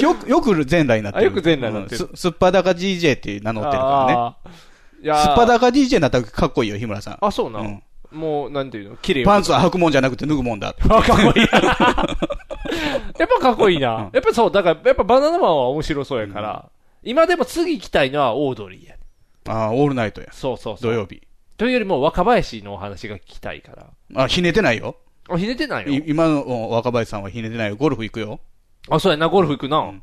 S3: よく、よく全裸になってる。
S2: あよく全裸になってる
S3: うんすすっぱだか DJ って名乗ってるからね。
S2: あーいやー
S3: すっぱだか DJ になったらかっこいいよ、日村さん。
S2: あ、そうな、
S3: うん
S2: もう、なんていうの綺麗
S3: パンツは履くもんじゃなくて脱ぐもんだ。
S2: あ、かっ
S3: [laughs]
S2: こいい。やっぱかっこいいな。やっぱそう、だから、やっぱバナナマンは面白そうやから、今でも次行きたいのはオードリーや、ね。
S3: ああ、オールナイトや。
S2: そうそうそう。
S3: 土曜日。
S2: というよりも若林のお話が聞きたいから。
S3: あ、ひねてないよ。
S2: あ、ひねってない
S3: い
S2: よ。
S3: 今のうん若林さんはひねてないよ。ゴルフ行くよ。
S2: あ、そうやな、ゴルフ行くな。
S3: うん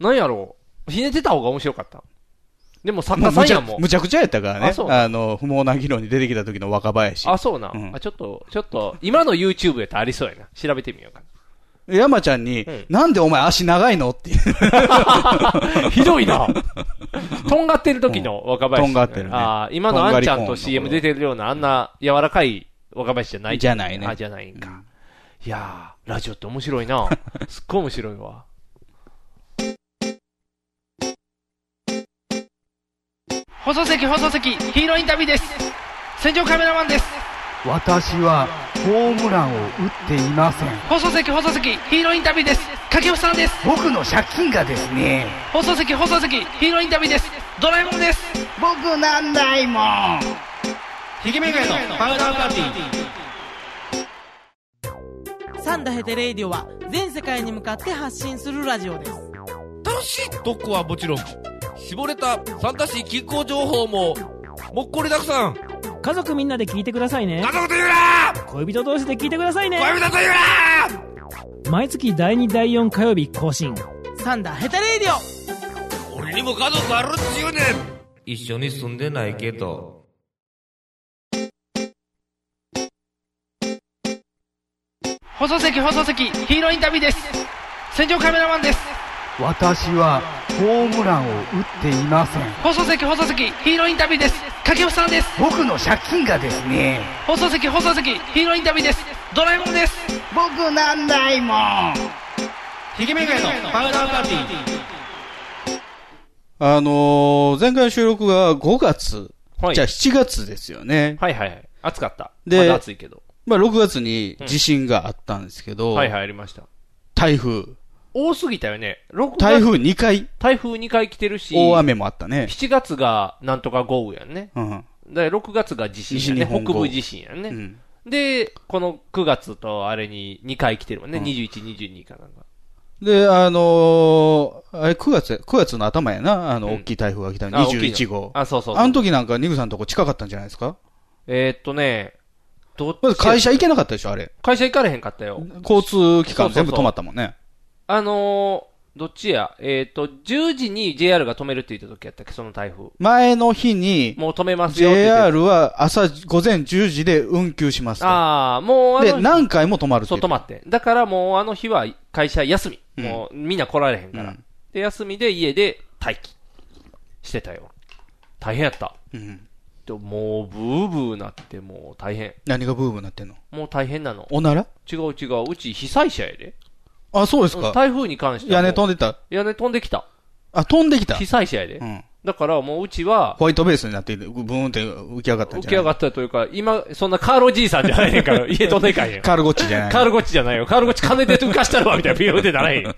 S2: なんやろう。ひねってた方が面白かった。でも作
S3: も
S2: 家
S3: う
S2: さ
S3: む
S2: ん
S3: ち
S2: や
S3: ゃ
S2: もん
S3: む。ちゃくちゃやったから
S2: あ
S3: ね
S2: そ。う
S3: あの、不毛な議論に出てきた時の若林。
S2: あ、そうな、
S3: うん
S2: あ、ちょっと、ちょっと、今の YouTube やったらありそうやな。調べてみ
S3: [laughs]
S2: ようか
S3: 山ちゃんに
S2: うん、
S3: なんでお前足長いのっていう。
S2: な。ひどいな。とんがってる時の若林。
S3: うんとんがってるね
S2: ああ、今のあんちゃんと CM 出てるような、あんな柔らかい若林じゃない。
S3: じゃないね
S2: あ、じゃないんか。いやー、ラジオって面白い
S3: [laughs]
S2: な。すっごい面白いわ。
S7: 放送席放送席ヒーローインタビューです戦場カメラマンです
S8: 私はホームランを打っていません
S7: 放送席放送席ヒーローインタビューです掛布さんです
S8: 僕の借金がですね
S7: 放送席放送席ヒーローインタビューですドラえもんです
S8: 僕なんないもん
S7: ひげめがのパウダーパーティー
S9: サンダヘテレイディオは全世界に向かって発信するラジオです
S10: 楽しい特攻はもちろん、絞れた参加し気候情報も、もっこりたくさん。
S11: 家族みんなで聞いてくださいね
S10: 家族と言うな
S11: 恋人同士で聞いてくださいね
S10: 恋人と言うな
S11: 毎月第2第4火曜日更新
S9: サンダヘテレイディオ
S10: 俺にも家族あるっちゅうねん一緒に住んでないけど。
S7: 放送席放送席ヒーローインタビューです戦場カメラマンです
S8: 私はホームランを打っていません
S7: 放送席放送席ヒーローインタビューです掛布さんです
S8: 僕の借金がですね
S7: 放送席放送席ヒーローインタビューですドラえもんです
S8: 僕なんないもん
S7: ひげめがのパウダーパーティー
S3: あのー前回の収録が5月、
S2: はい。
S3: じゃあ7月ですよね。
S2: はいはいはい。暑かった。
S3: で
S2: まだ暑いけど。
S3: まあ6月に地震があったんですけど、
S2: はいはい、ありました。
S3: 台風。
S2: 多すぎたよね。6月
S3: 台風2回、
S2: 台風2回来てるし、
S3: 大雨もあったね。
S2: 7月がなんとか豪雨やんね。
S3: うん。
S2: で、6月が地震や
S3: 西日
S2: ね。
S3: 本豪
S2: 北
S3: 雨
S2: 部地震やんね。で、この9月とあれに2回来てるもんね。
S3: うん
S2: 21、22かなんか。
S3: で、あのーあれ9月、9月の頭やな、あの、大きい台風が来たの、
S2: あ大きいの
S3: 21号。
S2: あそうそうそう
S3: あの時なんか、ニグさんのとこ近かったんじゃないですか
S2: えーっとね、どっち
S3: まず会社行けなかったでしょ、あれ。
S2: 会社行かれへんかったよ。
S3: 交通機関全部
S2: そうそうそう
S3: 止まったもんね。
S2: あのー、どっちやえーっと、10時に JR が止めるって言った時やったっけ、その台風。
S3: 前の日に、
S2: もう止めますよって言って。
S3: JR は朝午前10時で運休しますと。
S2: ああ、もうあ
S3: で、
S2: の日、
S3: 何回も止まるって
S2: そ
S3: いうう
S2: 止まって。だからもうあの日は会社休み。
S3: うん
S2: もうみんな来られへんから。
S3: うん
S2: で、休みで家で待機してたよ。大変やった。
S3: うん
S2: でももうブーブーなってもう大変。
S3: 何がブームになってんの
S2: もう大変なの。
S3: おなら
S2: 違う違う。うち被災者やで。
S3: あ、そうですか。
S2: 台風に関しては
S3: 屋
S2: もう
S3: 根飛んでた。
S2: 屋根飛んできた。
S3: あ、飛んできた
S2: 被。災者やで。
S3: うん
S2: だからもううちは、
S3: ホワイトベースになって、ブーンって浮き上がったん
S2: 浮
S3: じ
S2: き
S3: ゃない
S2: 上がったというか、今、そんなカーロじいさんじゃないねん
S3: [laughs]
S2: から、家飛んでいかへんよ。
S3: カールゴッチじゃない。
S2: カールゴッチじゃ
S3: [laughs]
S2: ないよ。カールゴッチ金で浮かしたるわ、みたいな、ビヨーってならへんよ。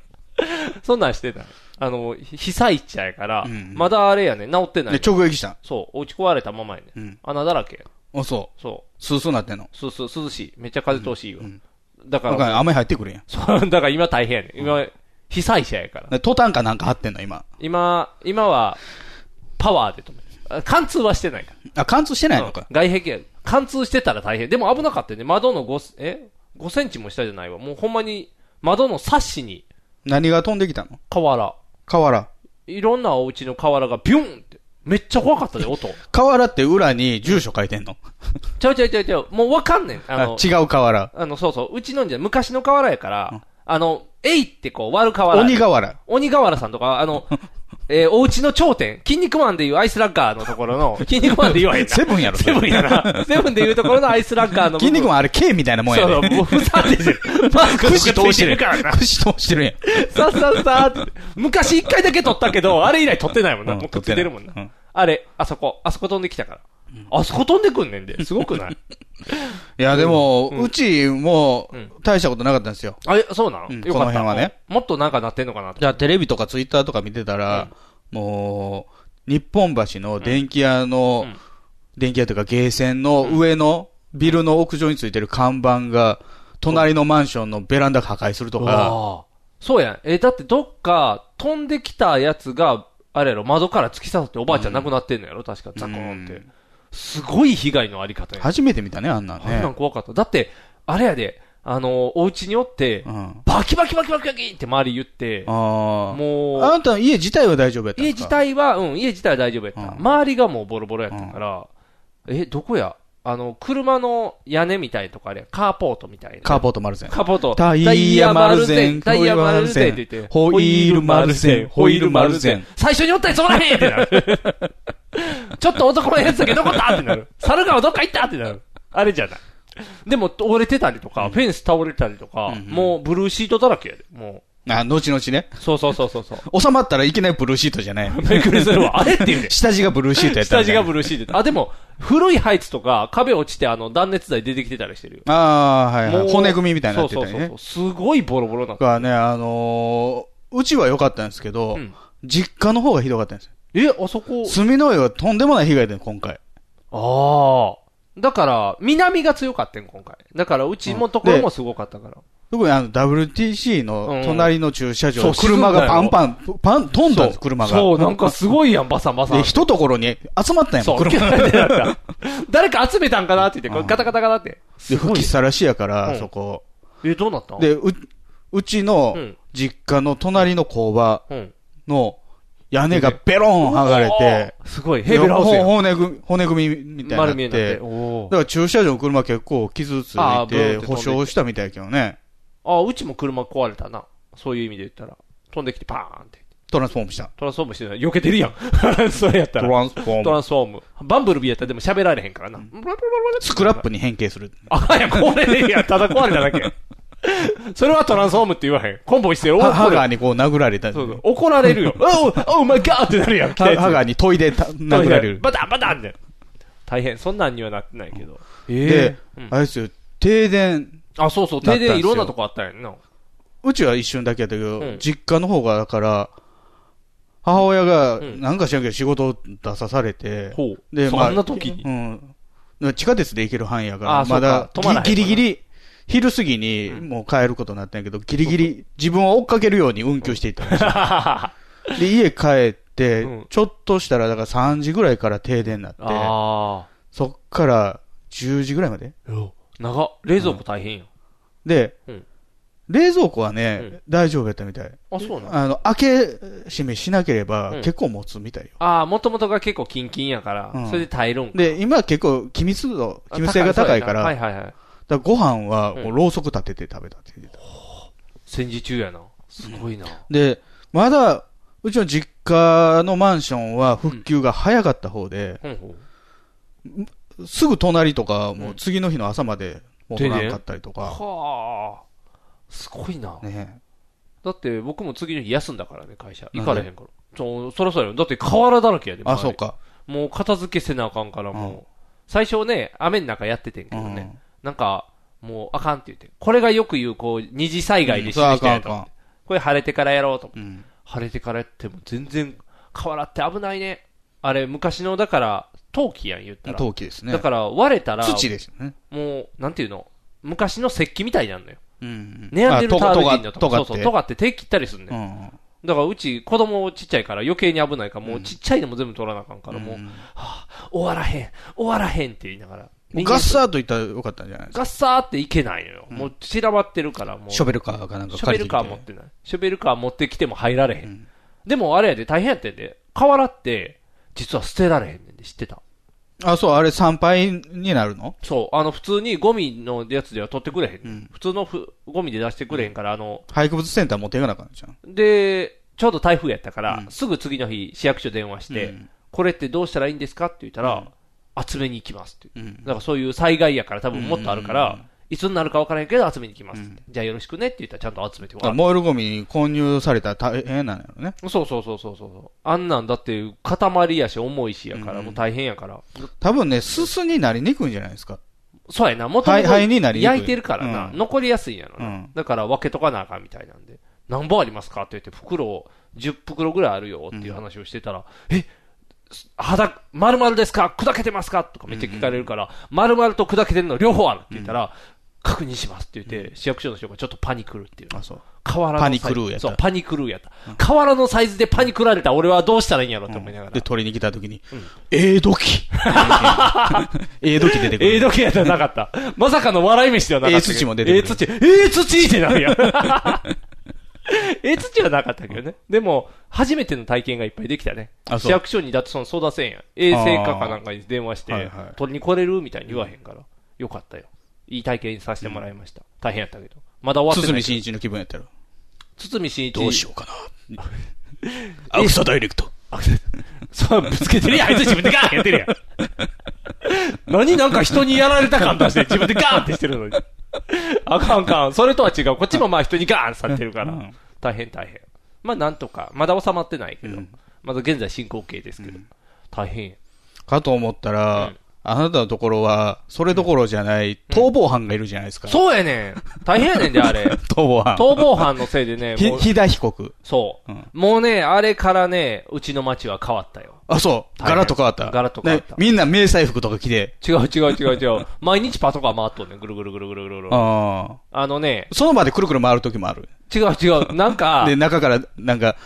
S2: そんなんしてた。あの、被災地やから、まだあれやね、治ってない
S3: で、。直撃したん。
S2: そう、落ち壊れたままやね。
S3: うん。
S2: 穴だらけや。
S3: あ、そう。
S2: そ
S3: スースーなってんの。
S2: う、すす涼しい。めっちゃ風通しいいわ。だか
S3: だから
S2: ら、
S3: 雨入ってくるやん。
S2: そう、 [laughs] だから今大変やね。今、被災者やから。
S3: でトタンかなんか張ってんの、今。
S2: 今、今は、パワーで止めるあ。貫通はしてないから。
S3: あ、貫通してないのか。
S2: 外壁や。貫通してたら大変。でも危なかったよね。窓の5、え ?5 センチも下じゃないわ。もうほんまに、窓のサッシに、
S3: 何が飛んできたの
S2: 瓦。
S3: 瓦。
S2: いろんなお家の瓦がビュンって。めっちゃ怖かったで、音。
S3: 瓦って裏に住所書いてんの。
S2: ちゃうちゃうちゃうちゃう。もうわかんねん。あ
S3: あ
S2: の、
S3: 違う瓦。
S2: あの、そうそう。うちのんじゃ、昔の瓦やから、あの、えいってこう、割る瓦。
S3: 鬼。瓦。
S2: 鬼瓦さんとか、あ
S3: [laughs]
S2: の、えーお家の頂点。筋肉マンでいうアイスラッガーのところ
S3: [laughs]
S2: の、筋肉マンで言わへんな。
S3: セブンやろ、
S2: セブンやな。
S3: [laughs]
S2: セブンで言うところのアイスラッガーの部分。
S3: 筋肉マンあれ K みたいなもんや
S2: そう
S3: ね。
S2: そう、もうふざけてる。マスク
S3: 串
S2: くっ
S3: 通
S2: つ
S3: し
S2: い
S3: て
S2: てる
S3: る
S2: からな。
S3: 串通してるやん。
S2: さっさっさーって。昔一回だけ撮ったけど、あれ以来撮ってないもんな。
S3: うん
S2: もうくっついてるもん
S3: 撮ってな
S2: な
S3: いうん。
S2: あれ、あそこ、あそこ飛んできたから。あそこ飛んでくんね [laughs] んで。すごくない
S3: いや、でも、うちも
S2: ん
S3: 大したことなかったんですよ。
S2: あ、えそうなの
S3: うん
S2: よ
S3: この
S2: かった。
S3: 辺はね
S2: もっとなんかなってんのかなと
S3: じゃあテレビとかツイッターとか見てたら、もう、日本橋の電気屋の、
S2: うん
S3: 電気屋というかゲーセンの上のビルの屋上についてる看板が、隣のマンションのベランダ破壊するとか、
S2: ああ。そうやん。え、だってどっか飛んできたやつが、あれやろ、窓から突き刺さっておばあちゃん亡くなってんのやろ確か、ザコーンって。すごい被害のあり方やん。
S3: 初めて見たね、あんなん
S2: あんなん
S3: ね。
S2: 怖かった。だって、あれやで、あの、お家におって、
S3: うん
S2: バキバキバキバキバキって周り言って、
S3: あー
S2: もう、
S3: あなたの家自体は大丈夫やったん
S2: 家
S3: です
S2: 自
S3: か
S2: 体は、うん、家自体は大丈夫やった。
S3: うん
S2: 周りがもうボロボロやったから、え、どこやあの、車の屋根みたいなとかあれや、カーポートみたいな。
S3: カーポートマルゼン。
S2: カーポート。
S3: タイヤマルゼン
S2: タイヤマルゼンって言って。
S3: ホイールマルゼンホイールマルゼン。
S2: 最初におったやつおらへんってな
S3: [laughs]
S2: る。ちょっと男のやつだけどこだってなる。猿川どっか行ったってなる。あれじゃない。でも、折れてたりとか、フェンス倒れたりとか、もうブルーシートだらけやで。も
S3: あ、後々ね。
S2: う。そうそうそうそうそう。
S3: 収まったらいきなりブルーシートじゃ [laughs] ない。
S2: びっくりするわ。あれって言うで。
S3: 下地がブルーシートやっ
S2: 下
S3: たみた
S2: 地
S3: い
S2: が
S3: な。
S2: ブルーシート。あ、でも、古いハイツとか、壁落ちて、あの、断熱材出てきてたりしてるよ。
S3: ああ、はいは
S2: もう
S3: い。骨組みみたいになってた
S2: そう
S3: り
S2: そう
S3: ね
S2: そう。。すごいボロボロなっ
S3: 僕はね、あのーうちは良かったんですけど、
S2: うん
S3: 実家の方がひどかったんですよ。
S2: え、あそこ。
S3: 住の湯はとんでもない被害で、今回。
S2: ああ。だから、南が強かったん、今回。だから、うちもところもすごかったから。
S3: 特にあの、WTC の隣の駐車
S2: うんう
S3: 場、
S2: んそう
S3: 車がパンパン、パン、飛んだんです、車が。
S2: そう、なんかすごいやん、バサンバサン。
S3: で、一ところに集まったんや
S2: そ
S3: もん、
S2: う、
S3: 車が。
S2: 車でなった。 [laughs] 誰か集めたんかなって言って、こうガタガタガタって。
S3: で、吹きさらしやか
S2: う
S3: ら、
S2: ん
S3: そこ。
S2: え、どうなったん
S3: で、う、うちの
S2: うん
S3: 実家の隣の工場
S2: うん。
S3: の屋根がベロン剥がれて、
S2: すごい、ヘーベルハウス
S3: ほ
S2: やん。
S3: 骨組み、骨組みみたい
S2: 丸
S3: に
S2: 見
S3: な
S2: えになって。
S3: って
S2: お。
S3: だ
S2: お
S3: か。ら駐車場車結構傷つ
S2: あー
S3: い
S2: ブーンって飛んで
S3: て、
S2: いって
S3: 保証したみたいやけどね。
S2: あ、うちも車壊れたな。そういう意味で言ったら。飛んできてパーンって。
S3: トランスフォームした。
S2: トランスフォームしてない。避けてるやん。 [laughs] それやった
S3: ト
S2: ら。
S3: ランスフォ
S2: ト
S3: ー
S2: ラ
S3: ム。
S2: ンスフォーム。バンブルビーやったらでも喋られへんからな。
S3: スクラップに変形する。
S2: あかんやん、壊れ
S3: [laughs]
S2: てるやん。ただ壊れただけ。それはトランスフォームって言わへん。コンボしてる。お
S3: はハ
S2: 怒る
S3: ガーにこう殴られた。
S2: そうそう怒られるよ。おお、お前ガーってなるやん。来た
S3: ハ
S2: やつ
S3: ハガーに研いでた殴られる。
S2: バタンバタンって。大変。そんなんにはなってないけど。
S3: で
S2: うん、
S3: あれですよ、停電、
S2: あ、そうそう。停電いろんなとこあったんやんな。
S3: うちは一瞬だけやったけど、
S2: うん
S3: 実家の方が、だから、母親が、なんかしなきゃ仕事を出さされて、で、
S2: そんな時 [laughs] に
S3: うん。地下鉄で行ける範囲やから、
S2: あそ
S3: ま
S2: うか
S3: だ
S2: 止まらへんから
S3: ギリギリギリ、昼過ぎにもう帰ることになったんやけど、ギリギリ自分を追っかけるように運休していった
S2: [laughs]
S3: んですよで、家帰って、ちょっとしたら、だから3時ぐらいから停電になって、
S2: あ
S3: そっから10時ぐらいまで
S2: あ。長っ。冷蔵庫大変よ。
S3: で、
S2: うん
S3: 冷蔵庫はね、大丈夫やったみたい。
S2: あそうなん
S3: あの、開け閉めしなければ、
S2: うん
S3: 結構持つみたいよ。
S2: ああ、もともとが結構キンキンやから、
S3: うん
S2: それで耐えるんか。
S3: で、今結構、気密度、気密性が高いから、
S2: はいはいはい。
S3: だからご飯は、
S2: うん
S3: もうろうそく立てて食べたって言ってた。
S2: 戦時中やな。すごいな。
S3: で、まだ、うちの実家のマンションは復旧が早かった方で、
S2: ほんほん
S3: すぐ隣とか、もう次の日の朝まで、もうお
S2: 停電
S3: らんかったりとか。
S2: はあ。すごいな。
S3: ね
S2: だって僕も次の日休んだからね、会社。
S3: なん
S2: 行
S3: で
S2: かれへんから。ちょそろそろよ。だって瓦だらけやで。
S3: あ
S2: 周り
S3: そうか。
S2: もう片付けせなあかんから、もう。最初ね、雨の中やっててんけどね。なんか、もうあかんって言って。これがよく言う、こう、二次災害で死ぬ人やと思って。これ晴れてからやろうと思って。晴れてからやっても全然、瓦って危ないね。あれ、昔の、だから、陶器やん、言ったら。
S3: 陶器ですね
S2: だから、割れたら、
S3: 土ですよね。
S2: もう、なんていうの昔の石器みたいになるのよ。
S3: うん
S2: ネアンデルタール人だと
S3: あと
S2: か。
S3: がとがって
S2: そうそう、尖って手切ったりすんね、ん。だからうち子供ちっちゃいから余計に危ないから、もうちっちゃいのも全部取らなあかんから、もう、はあ、終わらへん、終わらへんって言いながら。
S3: もうガッサーと言ったらよかったんじゃないですか。
S2: ガッサーっていけないのよ。もう散らばってるから、もう。
S3: ショベルカーかなんか
S2: ショベ
S3: 借
S2: ル
S3: りて
S2: カ
S3: きて
S2: ー持ってない。ショベルカー持ってきても入られへん。でもあれやで、大変やってんで。瓦って、実は捨てられへんねんで、知ってた。
S3: あ、そう、あれ参拝になるの
S2: そう、あの、普通にゴミのやつでは取ってくれへん。普通のふゴミで出してくれへんから、あの、
S3: 廃棄物センター持っていかなあかんじゃん。
S2: で、ちょうど台風やったから、すぐ次の日、市役所電話して、これってどうしたらいいんですかって言ったら、集めに行きますって言って、だからそういう災害やから、多分もっとあるから、いつになるか分からへんけど、集めに行きますって、じゃあよろしくねって言ったら、ちゃんと集めても
S3: だか
S2: う
S3: らら燃えるゴミに混入されたら大変なのよね。
S2: そうそうそうそうそう、あんなんだって、塊やし、重いしやから、もう大変やから、
S3: 多分ね、すすになりにくいんじゃないですか。
S2: そうやな、もとも
S3: 灰
S2: と
S3: 灰になりにくい
S2: 焼いてるからな、
S3: うん
S2: 残りやすいんやろな、
S3: うん
S2: だから分けとかなあかんみたいなんで、何本ありますかって言って、袋を10袋ぐらいあるよっていう話をしてたら、えす肌、丸々ですか砕けてますかとかめっちゃ聞かれるから、丸々と砕けてるの両方あるって言ったら、確認しますって言って、市役所の人がちょっとパニクるっていう。
S3: あ、そう。
S2: 瓦の
S3: パニクルーやった
S2: そう、パニクルーやった。瓦のサイズでパニクられた俺はどうしたらいいんやろって思いながら。
S3: で、取りに来た時に、え
S2: [laughs]
S3: え時ええ時出てくる。
S2: ええ時やったらなかった。まさかの笑い飯ではなかったけど。
S3: ええ土も出てくる
S2: ええ土、ええ土ってなるやん。ええ土はなかったけどね。でも、初めての体験がいっぱいできたね
S3: あ。そ
S2: 市
S3: う
S2: 役所にだってその相談せんやん。衛生課かなんかに電話し
S3: あーはい
S2: て
S3: はい、
S2: 取りに来れるみたいに言わへんから。よかったよ。いい体験させてもらいました。大変やったけど。まだ終わってな
S3: 堤
S2: い。
S3: 真一の気分やったら。
S2: 堤真一。
S3: どうしようかな。アクサダイレクト。
S2: そう、ぶつけてるやん。あいつ自分でガーンやってるやん。何なんか人にやられた感出して、自分でガーンってしてるのに。あかんあかん。それとは違う。こっちもまあ人にガーンされてるから。大変大変。まあなんとか。まだ収まってないけど。まだ現在進行形ですけど。大変。
S3: かと思ったら、あなたのところは、それどころじゃない、逃亡犯がいるじゃないですか。
S2: そうやねん。大変やねんで、あれ。
S3: [laughs] 逃亡犯。
S2: 逃亡犯のせいでね、
S3: ひ
S2: もう、
S3: ひだ被告。
S2: そう。もうね、あれからね、うちの町は変わったよ。
S3: あ、そう。ガラッと変わった。
S2: ガラッと変わった
S3: ねみんな迷彩服とか着て。
S2: 違う違う違う [laughs] 違う。毎日パトカー回っとんねん。ぐるぐるぐるぐるぐるぐる。
S3: あ
S2: あのね
S3: あ。、その場でくるくる回る時もある。
S2: 違う違う。なんか、
S3: で、中から、なんか、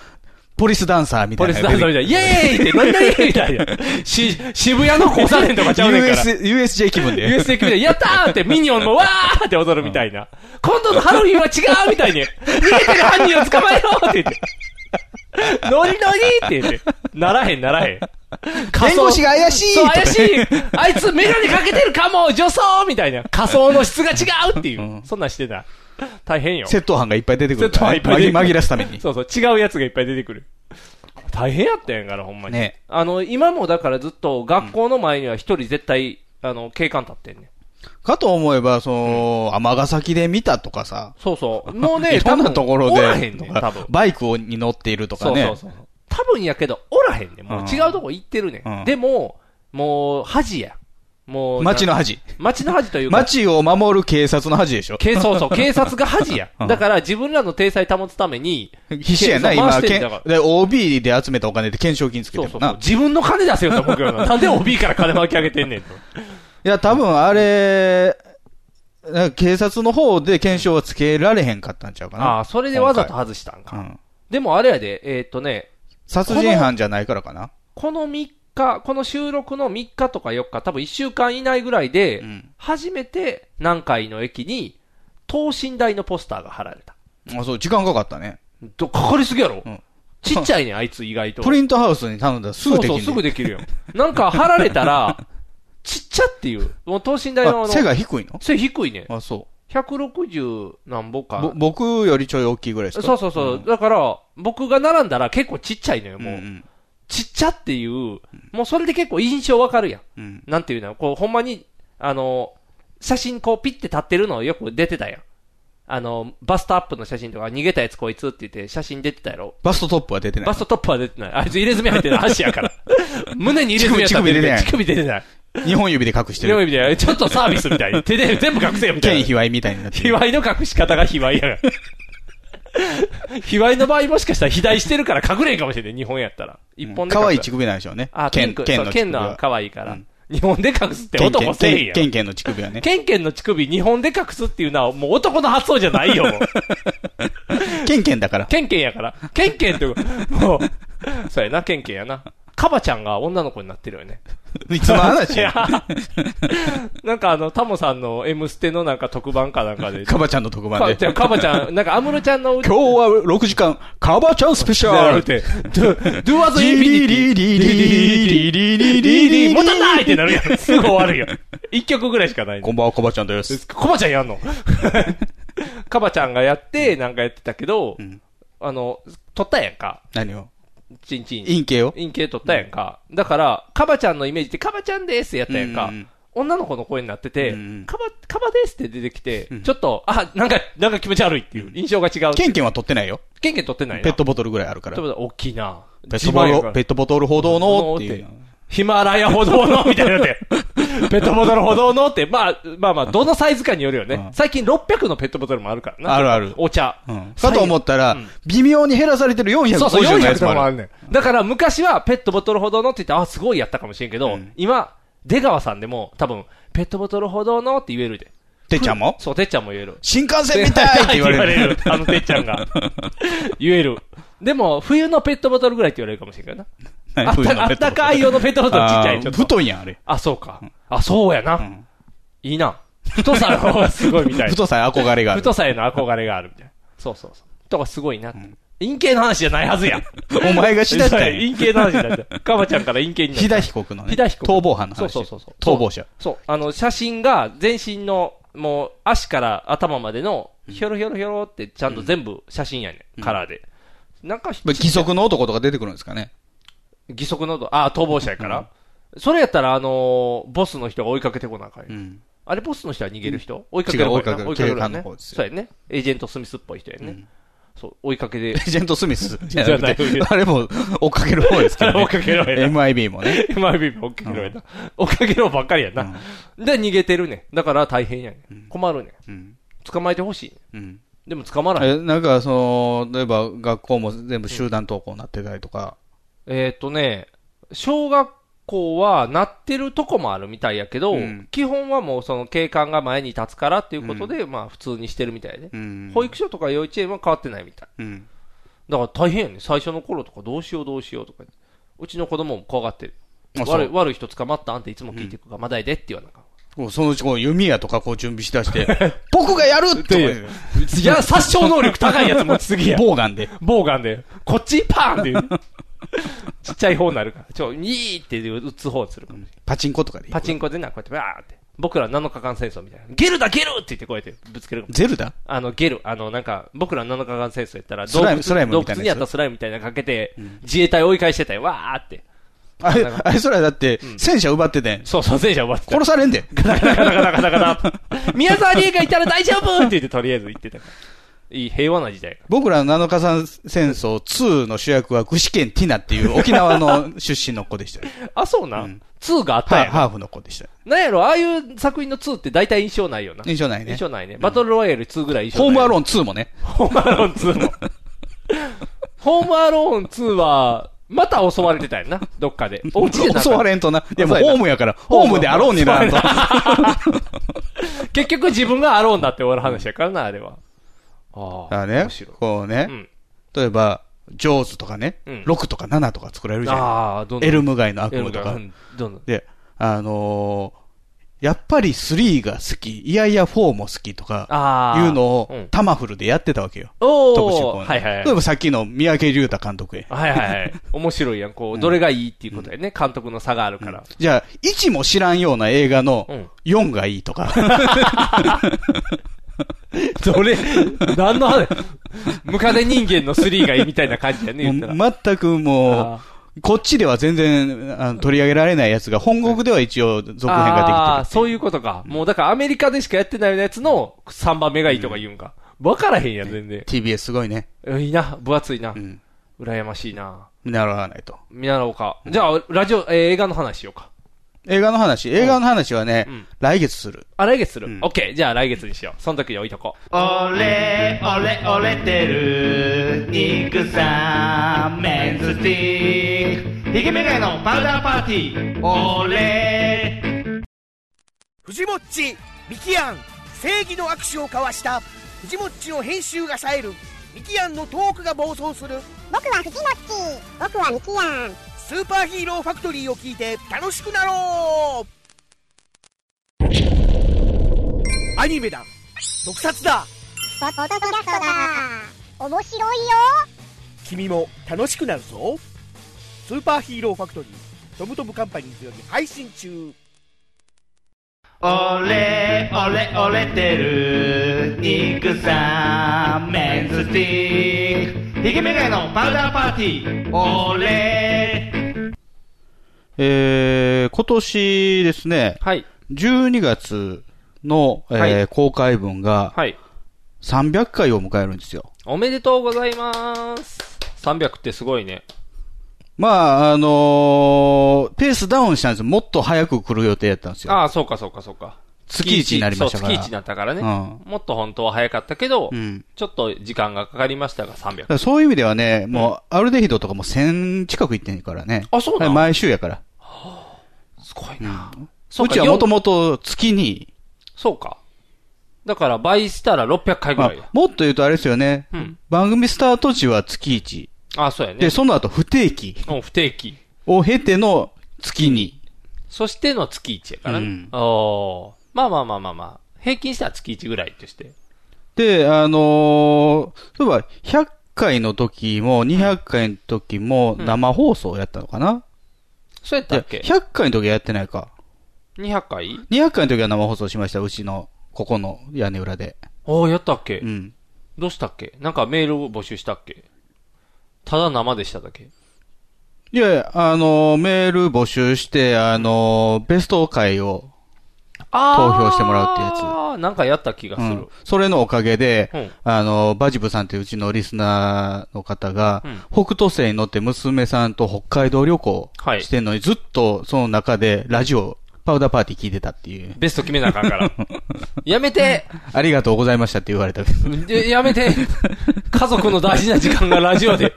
S3: ポリスダンサーみた
S2: ポ
S3: いな
S2: リ
S3: の
S2: スダ
S3: が出
S2: ン
S3: て
S2: サーみたい [laughs] な、イエーイ
S3: くる。
S2: ってなんだイエーイみたいな。 [laughs] し、渋谷の交差点とかちゃうねんから。
S3: USJ 気分で。
S2: USJ みたいやったーってミニオンもわーって踊るみたいな。今度のハロウィンは違うみたいに、逃げてる犯人を捕まえろって言って。ノリノリって言って。ならへんならへん。仮想
S3: 弁護士が怪しい
S2: そう、
S3: とか
S2: 怪しいあいつメガネかけてるかも女装みたいな。仮想の質が違うっていう。そんなんしてた。大変よ。
S3: 窃盗犯がいっぱい出てくるから、
S2: 窃盗犯いっぱい出てくる
S3: 紛紛らすために。
S2: そうそう、違うやつがいっぱい出てくる。大変やったんやから、ほんまに。
S3: ね
S2: あの、今もだからずっと学校の前には一人絶対、あの、警官立ってんねん。
S3: かと思えば、その、尼崎で見たとかさ。
S2: そうそう。 [laughs] もうね、
S3: いろんなところ
S2: 多分おらへ
S3: で
S2: んねん、多分。、
S3: [laughs] バイクに乗っているとか
S2: そう
S3: ね。
S2: そうそう。多分やけど、おらへんねん。もう違うとこ行ってるねん。
S3: うん
S2: でも、もう、恥や。もう、
S3: 街の恥。
S2: 街の恥というか、
S3: 街を守る警察の恥でしょ。
S2: 警そうそう、警察が恥や
S3: [laughs] う。ん
S2: だから自分らの体裁保つために、
S3: 必死やな、
S2: 警察
S3: 今、
S2: 回して
S3: け
S2: んだから
S3: んで OB で集めたお金で懸賞金つけてるもんな。
S2: 自分の金出せよと思うけどな。なんで OB から金巻き上げてんねんと。
S3: いや、多分あれ、なんか警察の方で検証はつけられへんかったんちゃうかな。
S2: ああ、それでわざと外したんか。
S3: 今回。うん。
S2: でもあれやで、えーっとね、
S3: 殺人犯じゃないからかな。
S2: この3日、この収録の3日とか4日、多分1週間以内ぐらいで、初めて南海の駅に、等身大のポスターが貼られた。
S3: あ、そう、時間かかったね。
S2: どかかりすぎやろ、 [laughs] ちっちゃいねん、あいつ意外と。
S3: プリントハウスに頼んだらすぐできる、
S2: そうそう、すぐできるよ。なんか貼られた [laughs] ら、ちっちゃっていう。もう等身大のあの。
S3: あ背が低いの
S2: 背低いね。
S3: あ、そ
S2: 160何ぼ
S3: う。ぼ
S2: か。
S3: 僕よりちょい大きいぐらいですか
S2: そうそうそう。だから、僕が並んだら結構ちっちゃいのよ、もう。ちっちゃっていう、もうそれで結構印象わかるやん。
S3: うん。
S2: なんていうのこう、ほんまに、あの、写真こうピッて立ってるのよく出てたやん。あの、バストアップの写真とか、逃げたやつこいつって言って写真出てたやろ。
S3: バストトップは出てない。
S2: バストトップは出てない。あいつ入れ墨入ってる足や [laughs] から。胸に入れ墨やった
S3: 乳首出てない
S2: 乳首出てない。
S3: 日本指で隠して
S2: 日
S3: る。
S2: 本指でちょっとサービスみたいに手で全部隠せよみたいな
S3: 剣卑猥みたいになって
S2: 卑
S3: る。
S2: 猥の隠し方が卑猥やから。 [laughs] 卑猥の場合もしかしたら肥大してるから隠れんかもしれない。日本やったら。一本で隠す。
S3: 可愛い乳首なんでしょうね。
S2: あ、ピン
S3: 剣
S2: ク。
S3: 剣
S2: そ
S3: の
S2: う
S3: 乳
S2: 剣
S3: 首
S2: のは
S3: は。
S2: 可愛いから。日本で隠すって男せえへんやん。
S3: 剣剣の乳首はね。
S2: ケンケンの乳首日本で隠すっていうのはもう男の発想じゃないよ。もう
S3: ケンケンだから。
S2: ケンケンやから。ケンケンって、もう、そうやな、ケンケンやな。カバちゃんが女の子になってるよね。
S3: いつの話
S2: いやなんかあの、タモさんの M ステのなんか特番かなんかで。
S3: カバちゃんの特番
S2: カバ
S3: で。
S2: ちゃんカバちゃん、なんかアムロちゃんの歌
S3: 今日は6時間、カバちゃんスペシャル
S2: って。ドゥ、ドゥアズインフィニティ。
S3: リリリリリリリ
S2: リリ
S3: リ
S2: 持たないってなるやん。すぐ終わるやん。一曲ぐらいしかないの
S3: こんばんは、カバちゃんです。
S2: カバちゃんやん
S3: [laughs]
S2: のカバちゃんがやって、なんかやってたけど、あの、撮ったやんか。
S3: 何を
S2: チンチン。
S3: 陰形を
S2: 陰形撮ったやんか。だから、カバちゃんのイメージって、カバちゃんですやったやんか。女の子の声になってて、カバ、カバですって出てきて、ちょっと、あ、なんか、なんか気持ち悪いっていう、印象が違う。
S3: ケンケンは取ってないよ。
S2: ケンケン撮ってないな。
S3: ペットボトルぐらいあるから
S2: ちょ。っと大きいな。
S3: ペットボ
S2: 自慢や
S3: ト
S2: から
S3: ル、ペットボトル歩道のっていう。
S2: ヒマラヤ歩道のみたいになっ
S3: [laughs]
S2: て。ペットボトル歩道のって、まあ、まあまあ、どのサイズかによるよね。最近600のペットボトルもあるからな。
S3: あるある
S2: お茶。
S3: かと思ったら、微妙に減らされてる450
S2: そうそう、
S3: のやつ
S2: 400
S3: も
S2: も
S3: あ
S2: あ
S3: る。
S2: るねん。だから昔はペットボトル歩道のって言って、あ、すごいやったかもしれんけど、今、出川さんでも多分、ペットボトル歩道のって言えるで。
S3: てっちゃ
S2: [laughs]
S3: んも
S2: そう、てっちゃんも言える。
S3: 新幹線みたいって言われる。
S2: [laughs] あのてっちゃん
S3: [laughs]
S2: が。言える。でも、冬のペットボトルぐらいって言われるかもしれんけどな。
S3: 何
S2: あ
S3: [laughs] 冬の
S2: った
S3: ペ
S2: あ
S3: ッ
S2: っ
S3: トボトル
S2: たかい用のペットボトルちっちゃい。ちょっと
S3: 太いやん、あれ。
S2: あ、そうか。あ、そうやな。いいな。太さの方がすごいみたいな。
S3: 太さに憧れがある。
S2: 太さへの憧れがあるみたいな。そうそうそう。とかすごいなって。陰形の話じゃないはずや。
S3: [laughs] お前がしだしたんや
S2: そう陰形の話になった。かばちゃんから陰形にな
S3: 飛
S2: った。
S3: 田被告のね。
S2: 飛騨被告
S3: 逃亡犯の話。
S2: そうそうそうそう
S3: 逃亡者。
S2: そう。あの、写真が全身の、もう足から頭までの、ひょろひょろひょろってちゃんと全部写真やね、ん。カラーで。なんか、
S3: 義足の男とか出てくるんですかね。
S2: 義足のど、あ、逃亡者やから。それやったら、あのーボスの人が追いかけてこなあかんよ。あれ、ボスの人は逃げる人追いかける方やな
S3: 違う
S2: 追い
S3: 追い
S2: か
S3: か
S2: け
S3: け
S2: る
S3: る
S2: 方やね
S3: 警官の方ですよ
S2: そうやね。エージェント・スミスっぽい人やね。そう、追いかけで [laughs]
S3: レ。ジェント・スミス [laughs] じゃ
S2: じゃな
S3: なく
S2: い
S3: て、あれも [laughs] 追っかける方ですけど、ね。
S2: 追っかける方や
S3: MIB もね。
S2: MIB も追っかけろやな。追っかけろばっかりやな。で、逃げてるね。だから大変やね。困るね。捕まえてほしいね。
S3: うん
S2: でも捕まらへん。
S3: えなんか、その、例えば学校も全部集団登校になってたりとか、
S2: えっとね、小学校はなってるとこもあるみたいやけど
S3: うん、
S2: 基本はもうその警官が前に立つからっていうことで、まあ普通にしてるみたいで。保育所とか幼稚園は変わってないみたい。
S3: うん
S2: だから大変やね。最初の頃とかどうしようどうしようとか言って。うちの子供も怖がってる。
S3: あそう
S2: 悪い、悪い人捕まったんっていつも聞いてくから、まだやでって言わなあかん。
S3: こうそのうちこう弓矢とかこう準備しだ [laughs] して、僕がやるって
S2: いや、殺傷能力高いやつ持ちす [laughs] ぎや。
S3: ボウガンで。
S2: ボウガンで、こっちパーンって
S3: [laughs]
S2: いう。ちっちゃい方になるから。ちょ、にーって打つ方にするかもしれない。
S3: パチンコとかでいい
S2: パチンコでな、こうやってバーって。僕ら7日間戦争みたいな。ゲルだゲルって言ってこうやってぶつけるかもしれない
S3: ゼルダ
S2: あの、ゲル、あの、なんか、僕ら7日間戦争やったら、
S3: スライ
S2: 洞
S3: ム
S2: 窟
S3: スライムみたいな
S2: 洞窟にあ
S3: やつ
S2: ったスライムみたいなのかけて、自衛隊追い返してたよ、わーって。
S3: あれ、あれそれはだって、戦車奪ってて、
S2: そう [laughs] そう、戦車奪ってた。
S3: 殺されんで。
S2: [laughs] ガタガタガタガタガタ。宮沢りえがいたら大丈夫って言って、とりあえず言ってたから。いい平和な時代。
S3: 僕らの7日間戦争2の主役は具志堅ティナっていう沖縄の出身の子でしたよ。
S2: あ、そうな。2があったん
S3: は
S2: や
S3: い、ハーフの子でしたよ。
S2: なんやろ、ああいう作品の2って大体印象ないよな。
S3: 印象ないね
S2: 印象ないね。バトルロワイヤル2ぐらい印象ない。
S3: ホームアロー
S2: ン。
S3: ン2もね。
S2: ホームアローン2も。 [laughs] ホームアローン2は、また襲われてたやんな、どっか [laughs] で。お家でなんか
S3: 襲われんとな。いや、もう
S2: そうや
S3: ホ
S2: な
S3: ームやから、ホームであろうにならんと。
S2: 結局自分がアローンだって終わる話やからな、あれは。ああ。
S3: だからね、こうね、
S2: うん
S3: 例えば、ジョーズとかね、
S2: うん
S3: 6とか7とか作られるじゃん。
S2: あーどんどん
S3: エルム街の悪夢と
S2: エ
S3: か
S2: ル。ム街うんどんどん
S3: で、あのーやっぱり3が好き、いやいや4も好きと
S2: あ
S3: か、
S2: ー
S3: いうのを、
S2: うん
S3: タマフルでやってたわけよ。
S2: おー
S3: 特殊コーナー
S2: はいはいはい
S3: 例えばさっきの三宅龍太監督へ。
S2: はいはいはい。面白いやん。こう、どれがいいっていうことやね。監督の差があるから。
S3: じゃあ、1も知らんような映画の
S2: うん
S3: 4がいいとか。
S2: どれ、何の話、ムカデ人間の3がいいみたいな感じやね、言ったら。
S3: もう全くも
S2: あ
S3: う、こっちでは全然あの取り上げられないやつが、本国では一応続編
S2: あ
S3: が
S2: あー、そういうことか。もうだからアメリカでしかやってないようなやつの3番目がいいとか言うんか。わからへんやん、全然
S3: で。きてる。TBS すごいね。
S2: いいな、分厚いな。羨ましいな。
S3: 習わないと。
S2: 見習おうか。じゃあ、ラジオ、えー映画の話しようか。
S3: 映画の話、映画の話はね、来月する。
S2: あ、来月する。オッケー。じゃあ来月にしよう。その時に置いとこう。
S12: 俺、俺、俺てる、肉さ、メンズティック、ヒゲメガネのパウダーパーティー、俺、
S13: フジモッチミキアン正義の握手を交わしたフジモッチの編集が冴えるミキアンのトークが暴走する僕はフジモッチ僕はミキアンスーパーヒーローファクトリーを聞いて楽しくなろうアニメだ特撮だ
S14: ポポッドキャストだ面白いよ
S13: 君も楽しくなるぞスーパーヒーローファクトリートムトムカンパニーズより配信中
S12: 俺、俺、俺てる、肉さ、メンズティック、ヒゲメガネのパウダーパーティー、俺、
S3: えー、今年ですね、12月の、えー
S2: はい
S3: 公開分が、
S2: はい
S3: 300回を迎えるんですよ。
S2: おめでとうございます。300ってすごいね。
S3: まあ、あのーペースダウンしたんですよ。もっと早く来る予定やったんですよ。
S2: ああ、そうかそうかそうか。
S3: 月一になりましたから
S2: そう月1になったからね。
S3: う
S2: もっと本当は早かったけど、
S3: うん
S2: ちょっと時間がかかりましたが、
S3: だから
S2: 300。
S3: そういう意味ではね、もう、アルデヒドとかも1000近く行ってんからね。あ、そうな毎週やから。
S2: すごいな、う
S3: うちはもともと月に、
S2: そうか。だから倍したら600回ぐ
S3: ま
S2: らいだ。
S3: あ、もっと言うとあれですよね、
S2: うん
S3: 番組スタート時は月1。
S2: ああ、そうやね。
S3: で、その後不定期
S2: うん不定期。
S3: を経ての月に。
S2: そしての月1やからね。
S3: うん
S2: おーまあまあまあまあまあ。平均したら月1ぐらいとして。
S3: で、あのー例えば100回の時も200回の時も生放送やったのかな、
S2: そうやったっけ
S3: いや100回の時はやってないか。
S2: ?200 回
S3: 200回の時は生放送しました、うちの、ここの屋根裏で。。
S2: ああ、やったっけうんどうしたっけなんかメールを募集したっけただ生でしただけ。
S3: いやいや、あのーメール募集して、あのーベスト回を投票してもらうっていうやつ。
S2: ああ、なんかやった気がす
S3: う
S2: る。
S3: ん、それのおかげで、
S2: うん
S3: あの、バジブさんっていううちのリスナーの方が、
S2: うん
S3: 北斗星に乗って娘さんと北海道旅行
S2: はい
S3: してんのに、ずっとその中でラジオ、パウダーパーティー聞いてたっていう。
S2: ベスト決めなあかん
S3: [laughs]
S2: から。やめて
S3: ありがとうございましたって言われたけど。
S2: [laughs] ややめて家族の大事な時間がラジオ
S3: [laughs]
S2: で。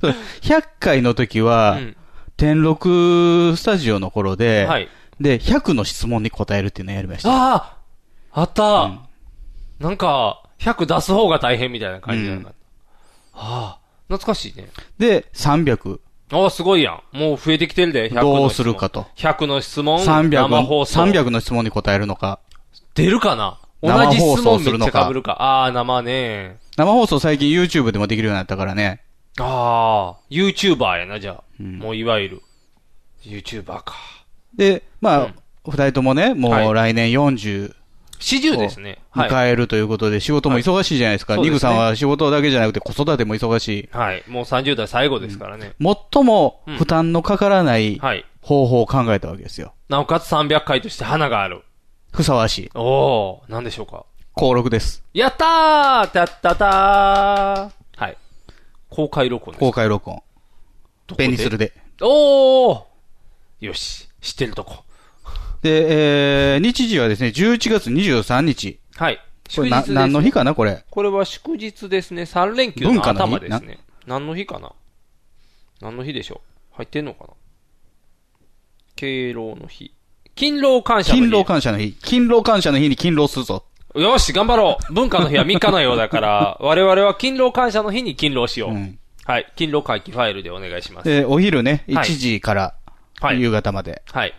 S3: そう100回の時は、天禄スタジオの頃で、
S2: はい
S3: で、100の質問に答えるっていうのをやりました。
S2: あああった、なんか、100出す方が大変みたいな感じだな、ああ、懐かしいね。
S3: で、300、
S2: ああ、すごいやん。もう増えてきてるで、100の質問。
S3: どうするかと。
S2: 100の質問、
S3: 300
S2: 生
S3: の
S2: 放送。
S3: 300の質問に答えるのか。
S2: 出るかな同
S3: 生
S2: じ
S3: 放
S2: 質
S3: 送
S2: 問
S3: する
S2: めっ
S3: の
S2: ちゃ
S3: か
S2: かぶるか。ああ、生ね。
S3: 生放送最近 YouTube でもできるようになったからね。
S2: ああ、YouTuber やな、じゃあ。もういわゆる。YouTuber か。
S3: で、まあ、二、人ともね、もう来年40、
S2: 40ですね。はい。
S3: 迎えるということで、仕事も忙しいじゃないですか。
S2: はい
S3: ニ、
S2: そう
S3: グ、
S2: です
S3: さ
S2: ね
S3: んは仕事だけじゃなくて子育ても忙しい。
S2: はい。もう30代最後ですからね。
S3: 最も負担のかからない
S2: はい。
S3: 方法を考えたわけですよ。
S2: なおかつ300回として花がある。
S3: ふさわしい。
S2: おお、なんでしょうか。
S3: 登録です。
S2: やったーたったたーはい。公開録音です。
S3: 公開録音。ペニスルで。
S2: おーよし、知ってるとこ。
S3: で、えー、日時はですね、11月23日。
S2: はい。
S3: これな、
S2: 祝日ですね
S3: 何の日かなこれ。
S2: これは祝日ですね。3連休の
S3: 文化の日
S2: 頭ですね。何の日かな何の日でしょう入ってんのかな敬老の日。勤労感謝の日。
S3: 勤労感謝の日。勤労感謝の日に勤労するぞ。
S2: よし、頑張ろう文化
S3: [laughs]
S2: の日は3日のようだから、我々は勤労感謝の日に勤労しよう。はい。勤労回帰ファイルでお願いします。
S3: で、お昼ね、
S2: はい
S3: 1時から、夕方まで。
S2: はい。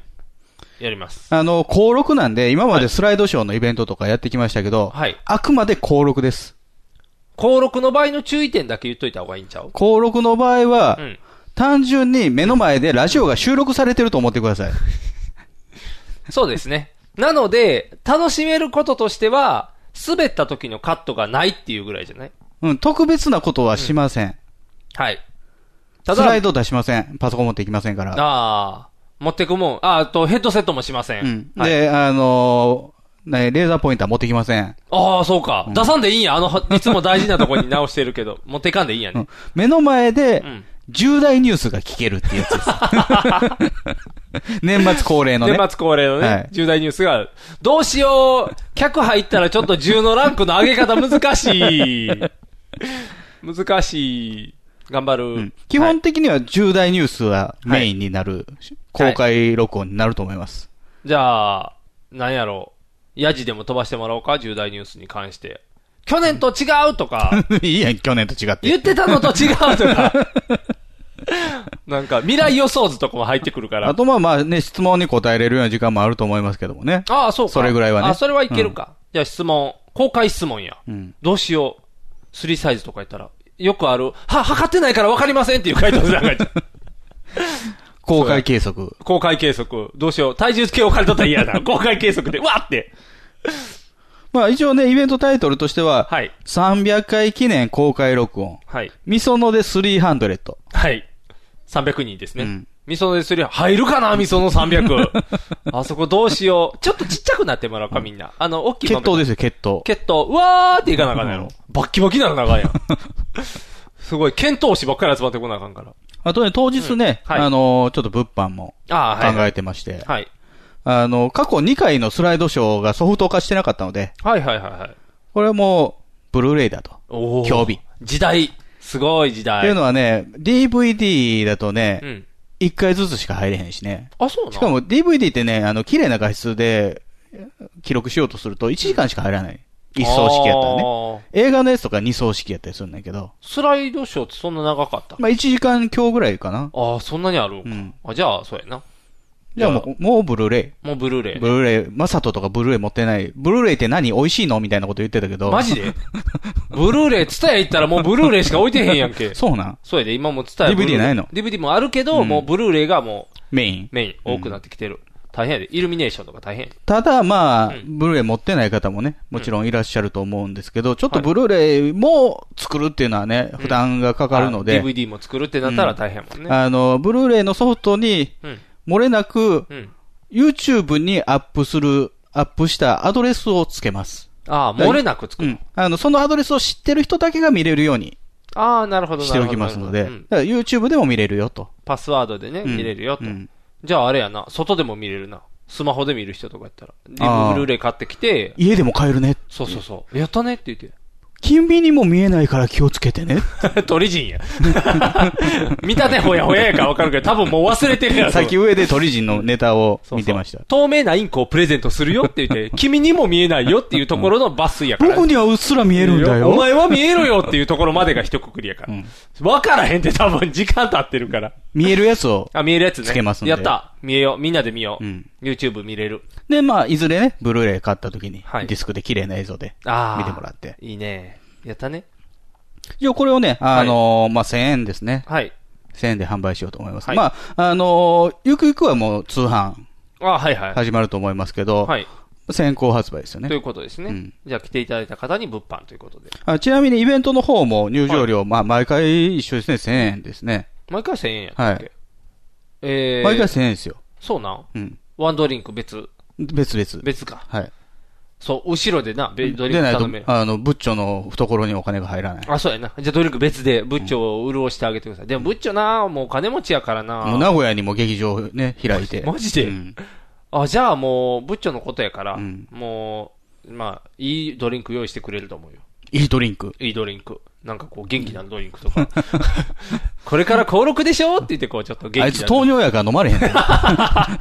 S2: やります。
S3: あの、登録なんで、今までスライドショーのイベントとかやってきましたけど、
S2: はい
S3: あくまで登録です。
S2: 登録の場合の注意点だけ言っといた方がいいんちゃう
S3: 登録の場合は、
S2: うん
S3: 単純に目の前でラジオが収録されてると思ってください。
S2: そうですね。なので、楽しめることとしては、滑った時のカットがないっていうぐらいじゃない
S3: うん、特別なことはしません。
S2: はい。た
S3: ス
S2: だ、
S3: ライド出しません。パソコン持っていきませんから。
S2: ああ、持ってくもん。ああと、ヘッドセットもしません。
S3: うんで、あのーね、レーザーポインター持ってきません。
S2: ああ、そうか。出さんでいいんや。あの、いつも大事なとこに [laughs] 直してるけど、持っていかんでいいんやね。
S3: 目の前で、重大ニュースが聞けるっていうやつです。
S2: [laughs]
S3: 年末恒例のね。
S2: 年末恒例のね、
S3: はい
S2: 重大ニュースが、どうしよう、客入ったらちょっと10のランクの上げ方難しい。
S3: [laughs]
S2: 難しい。頑張る。
S3: 基本的には重大ニュースはメインになる、公開録音になると思います。
S2: じゃあ、なんやろう。ヤジでも飛ばしてもらおうか、重大ニュースに関して。去年と違うとか、
S3: [laughs] い、いやん、去年と違って。
S2: 言ってたのと違うとか。 [laughs] なんか、未来予想図とかも入ってくるから。
S3: あとまあまあね、質問に答えれるような時間もあると思いますけどもね。
S2: ああ、そうか。
S3: それぐらいはね
S2: あ、それはいけるか。じゃあ質問。公開質問や。
S3: ん
S2: どうしよう。スリーサイズとか言ったら、よくある、は、測ってないから分かりませんっていう回答じゃ [laughs] ない。
S3: 公開計測。
S2: 公開計測。どうしよう。体重計を借りとったら嫌 [laughs] だ。公開計測で、わって。
S3: まあ一応ね、イベントタイトルとしては、300回記念公開録音。
S2: はい。
S3: みそので300。
S2: はい。300人ですね。みそのですり入るかなみその300。あ [laughs] そこどうしよう。ちょっとちっちゃくなってもらおうか、みんな。あの、大きい
S3: 決
S2: 豆
S3: 闘ですよ、決闘。
S2: 決闘、うわーっていかなあかんのやろ。バッキバキならなあかんやん。 [laughs] すごい、剣闘士ばっかり集まってこなあかんから。
S3: あとね、当日ね、
S2: うんはい
S3: あのーちょっと物販も
S2: あーはい
S3: 考えてまして、
S2: はい。
S3: あの、過去2回のスライドショーがソフト化してなかったので、
S2: はいはいはいはい。
S3: これはもう、ブルーレイだと。
S2: おー
S3: 興味。
S2: 時代。すごい時代。
S3: っていうのはね、DVD だとね、
S2: うん
S3: 1回ずつしか入れへんしね。
S2: あ、そうな
S3: しかも DVD ってね、あの、綺麗な画質で記録しようとすると1時間しか入らない。1層式やったら
S2: あ
S3: ね
S2: ー。
S3: 映画のやつとか2層式やったりするんだけど、
S2: スライドショーってそんな長かった。
S3: まあ1時間強ぐらいかな。
S2: ああ、そんなにあるんか。あ、じゃあ、そうやな。
S3: じゃあもう、もうブルーレイ。
S2: もうブルーレイ。
S3: ブルーレイ、マサトとかブルーレイ持ってない。ブルーレイって何美味しいのみたいなこと言ってたけど。
S2: マジ [laughs] でブルーレイ、ツタヤ行ったらもうブルーレイしか置いてへんやん [laughs] け。
S3: そうなん
S2: そうやで、今もうツタヤ。
S3: DVD
S2: ブルーレイ
S3: ないの
S2: ?DVD もあるけど、
S3: うん
S2: もうブルーレイがもう
S3: メイン。
S2: メイン多くなってきてる。大変やで。イルミネーションとか大変。
S3: ただまあ、ブルーレイ持ってない方もね、もちろんいらっしゃると思うんですけど、ちょっとブルーレイも作るっていうのはね、負担がかかるので、
S2: あ DVD も作るってなったら大変やもんね。
S3: あの、ブルーレイのソフトに
S2: うん、
S3: 漏れなく、
S2: うん。
S3: YouTube にアップする、アップしたアドレスをつけます。
S2: ああ、漏れなく作る。
S3: うんあの、そのアドレスを知ってる人だけが見れるように
S2: ああ、なるほど、
S3: し
S2: な
S3: て
S2: る
S3: お
S2: ほど。
S3: きますの
S2: な
S3: で、
S2: る
S3: だ
S2: ほどうん
S3: から YouTube でも見れるよと。
S2: パスワードでね、
S3: うん
S2: 見れるよと
S3: うん。
S2: じゃああれやな、外でも見れるな。スマホで見る人とかやったら。で
S3: あー
S2: ブルーレイ買ってきて、
S3: 家でも買えるね。
S2: そうそうそう。やったねって言 [laughs] って。
S3: 金瓶にも見えないから気をつけて
S2: [laughs]
S3: ね。
S2: 鳥人や。 [laughs] 見たてほやほややからわかるけど、多分もう忘れてるやろ。
S3: さっき上で鳥人のネタを見てました。
S2: 透明なインクをプレゼントするよって言って、君にも見えないよっていうところの抜粋やから。
S3: 僕にはうっすら見えるんだよ。
S2: お前は見えろよっていうところまでが一括りやから。わからへんって多分時間経ってるから。
S3: 見えるやつを。
S2: あ、見えるやつね。
S3: つけますんで
S2: やった。見えよう。みんなで見よう。YouTube 見れる。
S3: で、まあ、いずれね、ブルーレイ買った時に、ディスクで綺麗な映像で
S2: ああ。
S3: 見てもらって。
S2: いいね。やったね。
S3: 一応これをね、あのーまあ、1000円ですね。
S2: はい。
S3: 1000円で販売しようと思います。
S2: はい
S3: まあ、あのーゆくゆくはもう通販
S2: あ、はいはい。
S3: 始まると思いますけど、
S2: はい
S3: 先行発売ですよね
S2: という。ことですね。じゃあ来ていただいた方に物販ということで。
S3: あちなみにイベントの方も入場料、まあ、毎回一緒ですね、1000円ですね。
S2: 毎回1000円やった。
S3: はい。
S2: えー、
S3: 毎回1000円ですよ。
S2: そうなん
S3: うん。
S2: ワンドリンク別。
S3: 別々。
S2: 別か。
S3: はい。
S2: そう、後ろでな、べドリン
S3: で
S2: ク
S3: ない
S2: 頼
S3: と
S2: める、。
S3: あの、ブッチョの懐にお金が入らない。
S2: あ、そうやな。じゃあドリンク別で、ブッチョを潤してあげてください。でも、ブッチョな、もう金持ちやからな。
S3: もう名古屋にも劇場ね、開いて。
S2: マジで、あ、じゃあもう、ブッチョのことやから、もう、まあ、いいドリンク用意してくれると思うよ。
S3: いいドリンク。
S2: いいドリンク。なんかこう、元気なドリンクと
S3: [laughs]
S2: か。これから登録でしょって言ってこう、ちょっと元気な。
S3: あいつ糖尿やから飲まれへん
S2: [laughs]
S3: ねん。
S2: あ、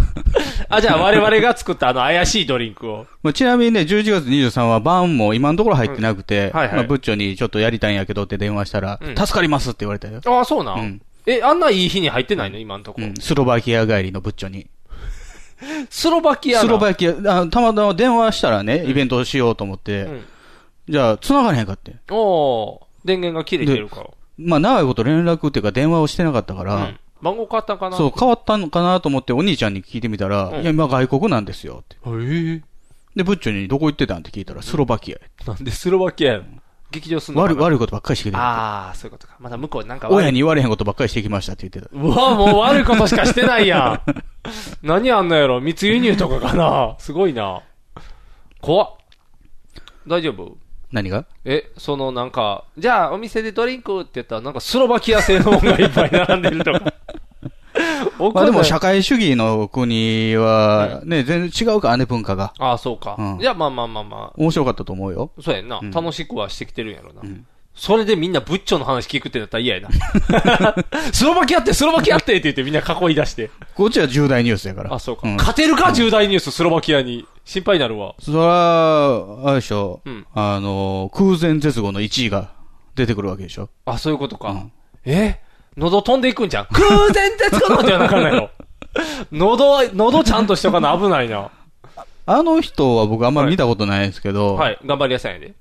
S2: じゃあ我々が作ったあの怪しいドリンクを。
S3: まあちなみにね、11月23は晩も今のところ入ってなくて、
S2: うんはいはい
S3: まあ、ブッチョにちょっとやりたいんやけどって電話したら、
S2: うん
S3: 助かりますって言われたよ。
S2: ああ、そうなん、
S3: うん
S2: え、あんないい日に入ってないの今のとこ。
S3: うん、スロバキア帰りのブッチョに。
S2: スロバキアな
S3: スロバキア、あたまたま電話したらね、イベントをしようと思って、
S2: うん
S3: じゃあ、繋がれへんかって。
S2: おおー電源が切れてるから。
S3: まあ、長いこと連絡っていうか電話をしてなかったから、
S2: 番号変わったんかな
S3: そう、変わったのかなと思ってお兄ちゃんに聞いてみたら、
S2: うん
S3: いや、今外国なんですよって。
S2: え
S3: で、ブッチョにどこ行ってたんって聞いたら、スロバキアやって
S2: なんでスロバキアやの劇場すんのか
S3: 悪い
S2: な
S3: 悪いことばっかりしてきてる。
S2: ああ、そういうことか。まだ向こうなんか悪い
S3: 親に言われへんことばっかりしてきましたって言ってた。
S2: うわ、もう悪いことしかしてないやん。
S3: [laughs]
S2: 何あんのやろ密輸入とかかなすごいな。怖っ。大丈夫
S3: 何が
S2: え、そのなんか、じゃあお店でドリンクって言ったらなんかスロバキア製のものがいっぱい並んでると
S3: [laughs]
S2: か。
S3: まあでも社
S2: 会。
S3: 会主義の国は、ね、全然違うからね、文化が。
S2: ああ、そうか。
S3: うん
S2: じゃあまあまあまあま
S3: 面白かったと思うよ。
S2: あ。そうやんな、
S3: うん
S2: 楽しくはしてきてるんやろな。それでみんなブッチョの話聞くってなったら
S3: [laughs]
S2: 嫌やな。スロバキアって、スロバキアってって言ってみんな囲い出して。
S3: こっちは重大ニュースやから。
S2: あ、そうか。
S3: ん
S2: 勝てるか重大ニュース、スロバキアに。心配になるわ。
S3: そら、あれでしょ、
S2: うん
S3: あの、空前絶後の1位が出てくるわけでしょ。
S2: あ、そういうことか。え喉飛んでいくんじゃん。空前絶後のってはなかないの。 [laughs] 喉は、喉ちゃんとしとかな危ないな。
S3: あの人は僕あんまり見たことないですけど、
S2: はい、頑張り屋さんやで。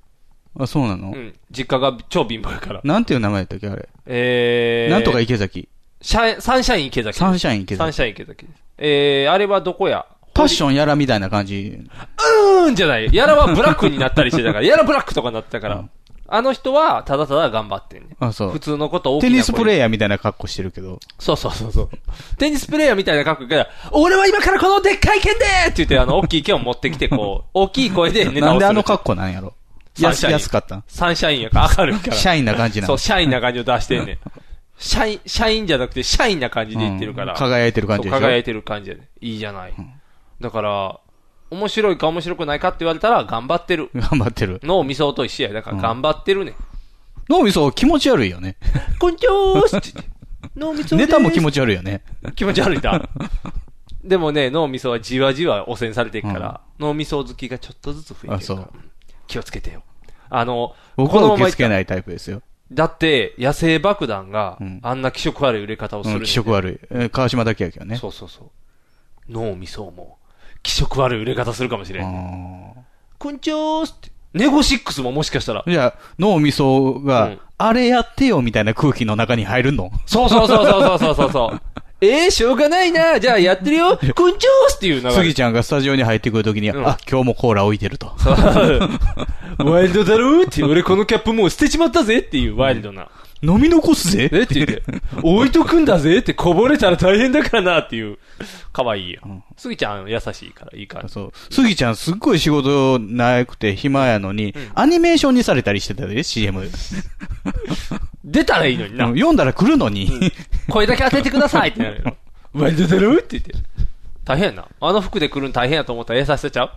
S3: あ、そうなの、
S2: うん。実家が超貧乏やから。
S3: なんていう名前だったっけあれ。
S2: えー。
S3: なんとか池崎。
S2: シャイサンシャイン池崎です。
S3: サンシャイン池崎
S2: サンシャイン池崎です。えー、あれはどこや
S3: パッションやらみたいな感じ。
S2: うーんじゃない。やらはブラックになったりしてたから、やらブラックとかなってたから。あの人は、ただただ頑張ってんね。
S3: あ、そう。
S2: 普通のことを大きな
S3: テ
S2: 声で
S3: ニスプレイヤーみたいな格好してるけど。
S2: そうそうそうそう。テニスプレイヤーみたいな格好から、俺は今からこのでっかい剣でって言って、あの、大きい剣を持ってきて、
S3: [laughs]
S2: こう、大きい声でネタをする。
S3: なんであの格好なんやろ
S2: サン
S3: 安
S2: シャイン
S3: 安かったん
S2: サンシャインやから、明るいから。
S3: シャインな感じなの
S2: そう、シャインな感じを出してんねん。シャイン、シャインじゃなくて、シャインな感じで言ってるから。
S3: うん輝いてる感じでし
S2: そ
S3: ょ
S2: う輝いてる感じやね。いいじゃない。だから、面白いか面白くないかって言われたら、頑張ってる。
S3: 頑張ってる。
S2: 脳みそと一緒や。だから、頑張ってるね。
S3: 脳みそ気持ち悪いよね。
S2: こんちょーすって言って脳みそ
S3: ネタも気
S2: ち
S3: 持ち悪いよね。
S2: 気持ち悪い [laughs] だ。でもね、脳みそはじわじわ汚染されていくから、脳みそ好きがちょっとずつ増え
S3: あ、
S2: て
S3: そ
S2: るから
S3: う。
S2: 気をつけてよ。あの、
S3: 僕は受け付け
S2: い。
S3: ないタイプですよ。
S2: だって、野生爆弾があんな気色悪い売れ方をす
S3: う
S2: る、
S3: ん、気色悪い。えー川島だけやけどね。
S2: そうそうそう。脳みそも気色悪い売れ方するかもしれ
S3: ん。
S2: こんちょーすって。ネゴシックスももしかしたら。
S3: じゃあ、脳みそが、あれやってよみたいな空気の中に入るの
S2: そうそうそうそうそうそうそう。 [laughs] えー、しょうがないな。じゃあやってるよ。こんちょーすっていう流れ。
S3: 杉ちゃんがスタジオに入ってくるときに、あ、今日もコーラ置いてると。
S2: [laughs] ワイルドだろーって、俺このキャップもう捨てちまったぜっていうワイルドな。
S3: 飲み残すぜ
S2: えって言って、置いとくんだぜってこぼれたら大変だからなっていう。可愛いやん。スギちゃん優しいからいいから。
S3: そう。杉ちゃんすっごい仕事なくて暇やのに、アニメーションにされたりしてたで、CM。
S2: 出たらいいのにな
S3: うん読んだら来るのに。
S2: 声だけ当ててくださいってなるよ。 [laughs] ワイルドだろーって言って。大変やな。あの服で来るの大変やと思ったら優しさちゃう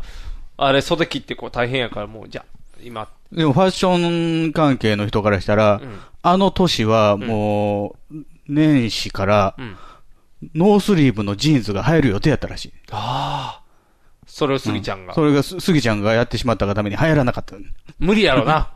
S2: あれ袖切ってこう大変やからもう、じゃあ、今。
S3: [laughs] でもファッション関係の人からしたら、あの年はもう、年始から、ノースリーブのジーンズが入る予定やったらしい。
S2: ああ。それをスギちゃんが。
S3: それがす、杉ちゃんがやってしまったがために流行らなかった。
S2: 無理やろ [laughs] な。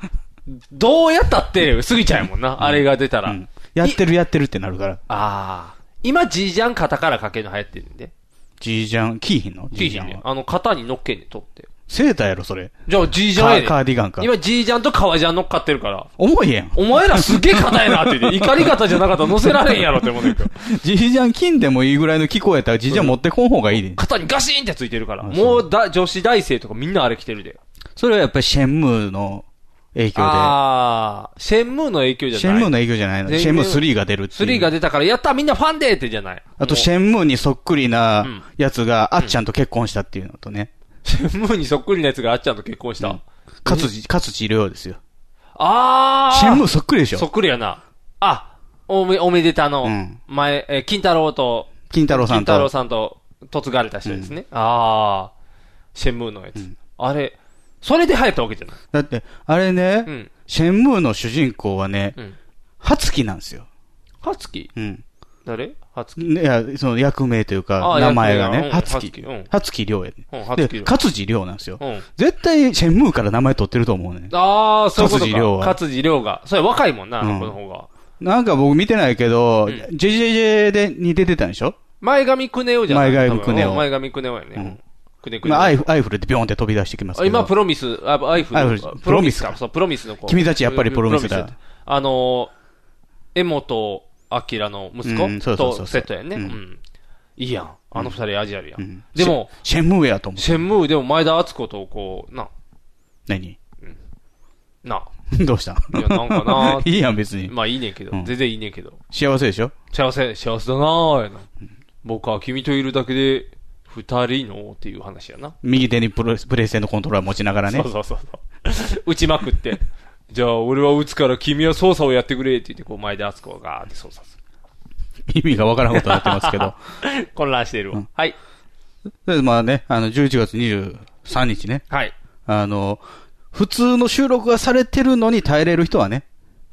S2: どうやったって、スギちゃんやもんな。あれが出たら。
S3: やってるやってるってなるから。
S2: ああ。今、ジージャン肩からかけるの流行ってるんで。
S3: ジージャン、キーヒンの
S2: ジージャン。あの、肩に乗っけんで、取って。
S3: セーターやろ、それ。
S2: じゃあ、ジージャンやで
S3: カカーディガンか
S2: 今、ジージャンと革ジャン乗っかってるから。
S3: 重いやん。
S2: お前らすげえ肩やなって言
S3: [laughs]
S2: って、怒り方じゃなかったら乗せられんやろって思うねんけど。
S3: ジージャン金でもいいぐらいの気候やったら、ジージャン持ってこん方がいいで。
S2: 肩にガシーンってついてるから。もうだ、女子大生とかみんなあれ着てるで。
S3: それはやっぱりシェンムーの影響
S2: ああ、シェンムーの影響じ
S3: で。
S2: ゃない。
S3: シェンムーの影響じゃないの。
S2: 全然
S3: シェンムー3が出るっていう
S2: 3が出たから、やったみんなファンでってじゃない。
S3: あと、シェンムーにそっくりなやつが、あっちゃんと結婚したっていうのとね。
S2: ムーにそっくりなやつがあっちゃんと結婚した。
S3: 勝地、勝地良ですよ。
S2: あー。
S3: 新聞そっくりでしょ
S2: そっくりやな。あ、おめ、おめでたの、前、えー金太郎と、
S3: 金太郎さんと
S2: 金太郎さんと、嫁がれた人ですね。あー。シェンムーのやつ。あれ、それで流行ったわけじゃない。
S3: だって、あれね、シェンムーの主人公はね、
S2: うん
S3: 初期なんですよ。
S2: 初月
S3: うん。
S2: 誰初月
S3: ねいや、その役名というか
S2: あ、
S3: 名前が
S2: 役名
S3: ね、
S2: がうん
S3: 初
S2: 初樹
S3: 期
S2: うん。
S3: 初期亮やね
S2: うん。初樹
S3: で
S2: 亮、
S3: 勝地亮なんですよ
S2: うん。
S3: 絶対、シェンムーから名前取ってると思うね。
S2: あー、そういうこと
S3: 勝地涼
S2: か。
S3: は
S2: 勝地涼が。それ若いもんな、
S3: うん
S2: この方が。
S3: なんか僕見てないけど、
S2: うん
S3: ジェジェジェで、に出てたんでしょ
S2: 前髪くねおじゃない
S3: 前髪くねお
S2: 多分前髪くねおやね。くねくね
S3: まあ、アイフアイフルでビョンって飛び出してきます
S2: あ
S3: け
S2: 今、
S3: ど。
S2: プロミス、あアイフ
S3: アイフル
S2: あ
S3: プロミスか
S2: そう、プロミスの子。
S3: 君たちやっぱりプロミスだ
S2: プあのー、江本明の息
S3: うん
S2: 子
S3: そうそうそうそ
S2: と
S3: う
S2: セットやんね。う
S3: うん
S2: ん。いいやん。あの二人アジアルや
S3: うんん。
S2: でも、
S3: シェシェンムーやと思う。
S2: シェンムーでも前田敦子とこう、な、
S3: 何 [laughs]
S2: な。
S3: どうした
S2: いや、なんかな
S3: [laughs] いいやん、別に。
S2: まあいいねんけど
S3: う、ん
S2: 全然いいねんけど。
S3: 幸せでしょ
S2: 幸せ、幸せだなぁ、やな。僕は君といるだけで、二人のっていう話やな。
S3: 右手にプロプレイステのコントローラー持ちながらね。
S2: そうそうそうそう。打ちまくって。 [laughs] じゃあ、俺は打つから君は操作をやってくれって言って、こう、前田敦子がガーって操作する。
S3: 意味がわからんことになってますけど。。
S2: 混乱してるわ。はい。
S3: でまあね、あの、11月23日ね。
S2: はい。
S3: あの、普通の収録がされてるのに耐えれる人はね。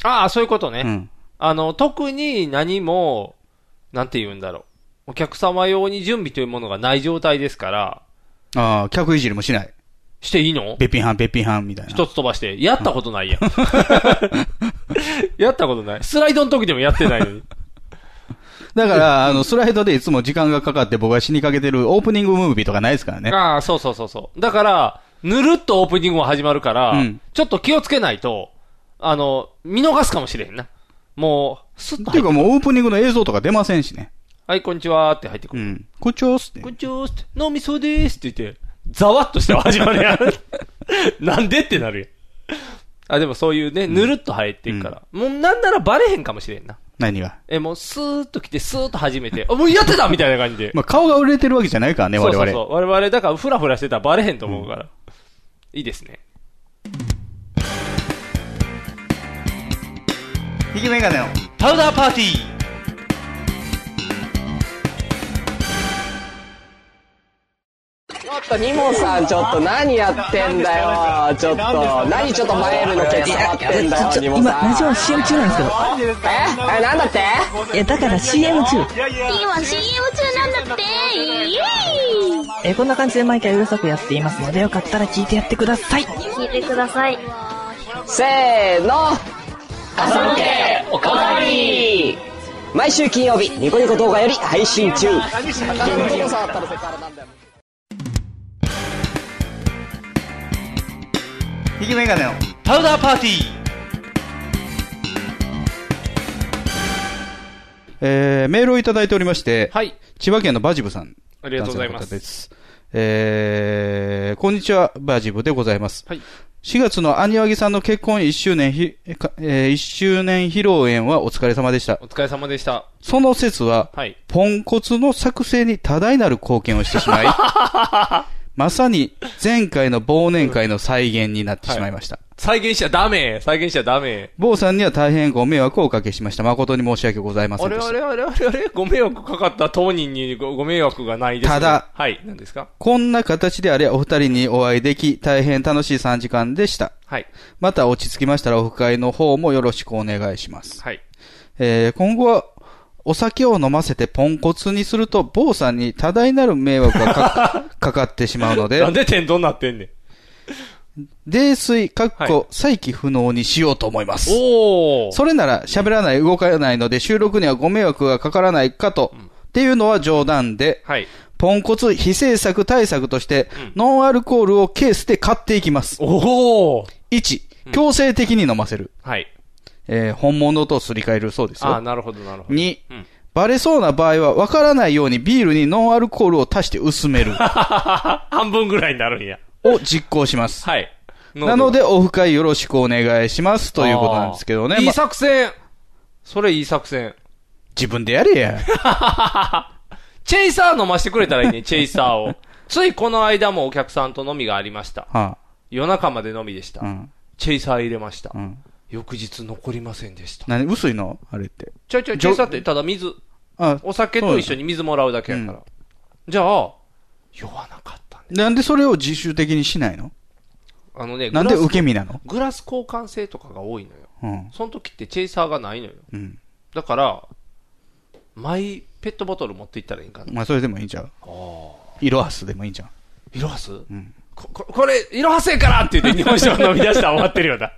S2: ああ、そういうことね。
S3: うん
S2: あの、特に何も、なんて言うんだろう。お客様用に準備というものがない状態ですから、
S3: ああ、客いじりもしない。
S2: していいの
S3: べっぴんはん、べっぴんはんみたいな。
S2: 一つ飛ばして、やったことないやん。 [laughs] やったことない。スライドの時でもやってないのに。
S3: だから、あの、スライドでいつも時間がかかって僕が死にかけてるオープニングムービーとかないですから [laughs] ね。
S2: ああ、そうそうそうそう。だから、ぬるっとオープニングも始まるから、
S3: うん
S2: ちょっと気をつけないと、あの、見逃すかもしれへんな。もう、すっ
S3: っていうかもうオープニングの映像とか出ませんしね。
S2: はい、こんにちはーって入ってくる。
S3: うん。こっちょーすって。
S2: こんにちはーって、脳みそでーすって言って、ざわっとして始まるや [laughs] ん。なんでってなるやん。あ、でもそういうね、ぬるっと入っていくから。もうなんならバレへんかもしれんな。
S3: 何が。
S2: え、もうスーッと来て、スーッと始 [laughs] めて、あ、もうやってたみたいな感じで。
S3: まあ、顔が売れてるわけじゃないからね、我々。
S2: そうそうそう。我々、だから、ふらふらしてたらバレへんと思うから。いいですね。
S3: ひげメガネの
S1: パウダーパーティー
S15: ちょっとニモさんちょっと何やってんだよちょっと何ちょっと前よりのケツ触ってんだよニモ
S16: 今
S15: さん
S16: ラジオ CM 中なんですけど
S15: ええなんだって
S16: えだから CM 中
S14: 今 CM 中なんだってイエーイ
S16: えこんな感じで毎回うるさくやっていますのでよかったら聞いてやってください
S14: 聞いてください
S15: せーの朝向けおかわり毎週金曜日ニコニコ動画より配信中
S3: ひげメガネの
S1: パウダーパーティ
S3: えーメールをいただいておりまして、
S2: はい、
S3: 千葉県のバジブさん。
S2: ありがとうございます
S3: 男性の方です。えーこんにちは、バジブでございます。
S2: はい
S3: 4月のアニワギさんの結婚1周年ひ、えかえー1周年披露宴はお疲れ様でした
S2: お。疲れ様でした。
S3: その説は、
S2: はい
S3: ポンコツの作成に多大なる貢献をして
S2: [laughs]
S3: しまい、まさに前回の忘年会の再現になってしまいました。
S2: 再現しちゃダメ再現しちゃダメ
S3: 坊さんには大変ご迷惑をおかけしました。誠に申し訳ございません
S2: あれ
S3: でした
S2: あ。れあれあれあれご迷惑かかった当人にごご迷惑がないですね
S3: ただ
S2: はい、何ですか
S3: こんな形であれ、お二人にお会いでき、大変楽しい3時間でした。
S2: はい。
S3: また落ち着きましたら、オフ会の方もよろしくお願いします。
S2: はい。
S3: えー、今後は、お酒を飲ませてポンコツにすると、坊さんに多大なる迷惑がかかかってしまうので
S2: な、んで天丼なってんねん。
S3: 泥酔、かっこ、再起不能にしようと思います。
S2: お
S3: それなら喋らない、動かないので収録にはご迷惑がかからないかと、っていうのは冗談で、ポンコツ非政策対策として、ノンアルコールをケースで買っていきます。
S2: お
S3: 1、強制的に飲ませる。
S2: はい。
S3: えー本物とすり替えるそうです
S2: あ
S3: よ。
S2: あ、なるほどなるほど。
S3: 2、
S2: うん
S3: バレそうな場合は、わからないようにビールにノンアルコールを足して
S2: [laughs]
S3: 薄める。
S2: 半分ぐらいになるんや。
S3: を実行します。
S2: はい。
S3: なので、オフ会よろしくお願いします。ということなんですけどね。
S2: い
S3: ま
S2: い
S3: あ
S2: 作戦それいい作戦。
S3: 自分でやれや。 [laughs]
S2: チェイサー飲ましてくれたらいいね、チェイサーを。ついこの間もお客さんと飲みがありました。
S3: は
S2: 夜中まで飲みでした。
S3: あ、うん。
S2: チェイサー入れました。
S3: うん。
S2: 翌日残りませんでした。
S3: 何薄いのあれって。
S2: ちょいちょい、チェイサーってただ水。
S3: あ、
S2: お酒と一緒に水もらうだけやから。じゃあ、酔わなかっ
S3: なんでそれを自主的にしないの
S2: た。あのね、
S3: なんで
S2: グラス
S3: 受け身なの
S2: グラス交換性とかが多いのよ。
S3: うん。
S2: その時ってチェイサーがないのよ。
S3: うん。
S2: だから、マイペットボトル持っていったらいいんかな。
S3: まあ、それでもいいんちゃう色はすでもいいんちゃう
S2: イロハス
S3: うん。
S2: こここれ、イロハスやからって言って日本酒を飲み出したら終わってるよ
S3: [laughs]
S2: な。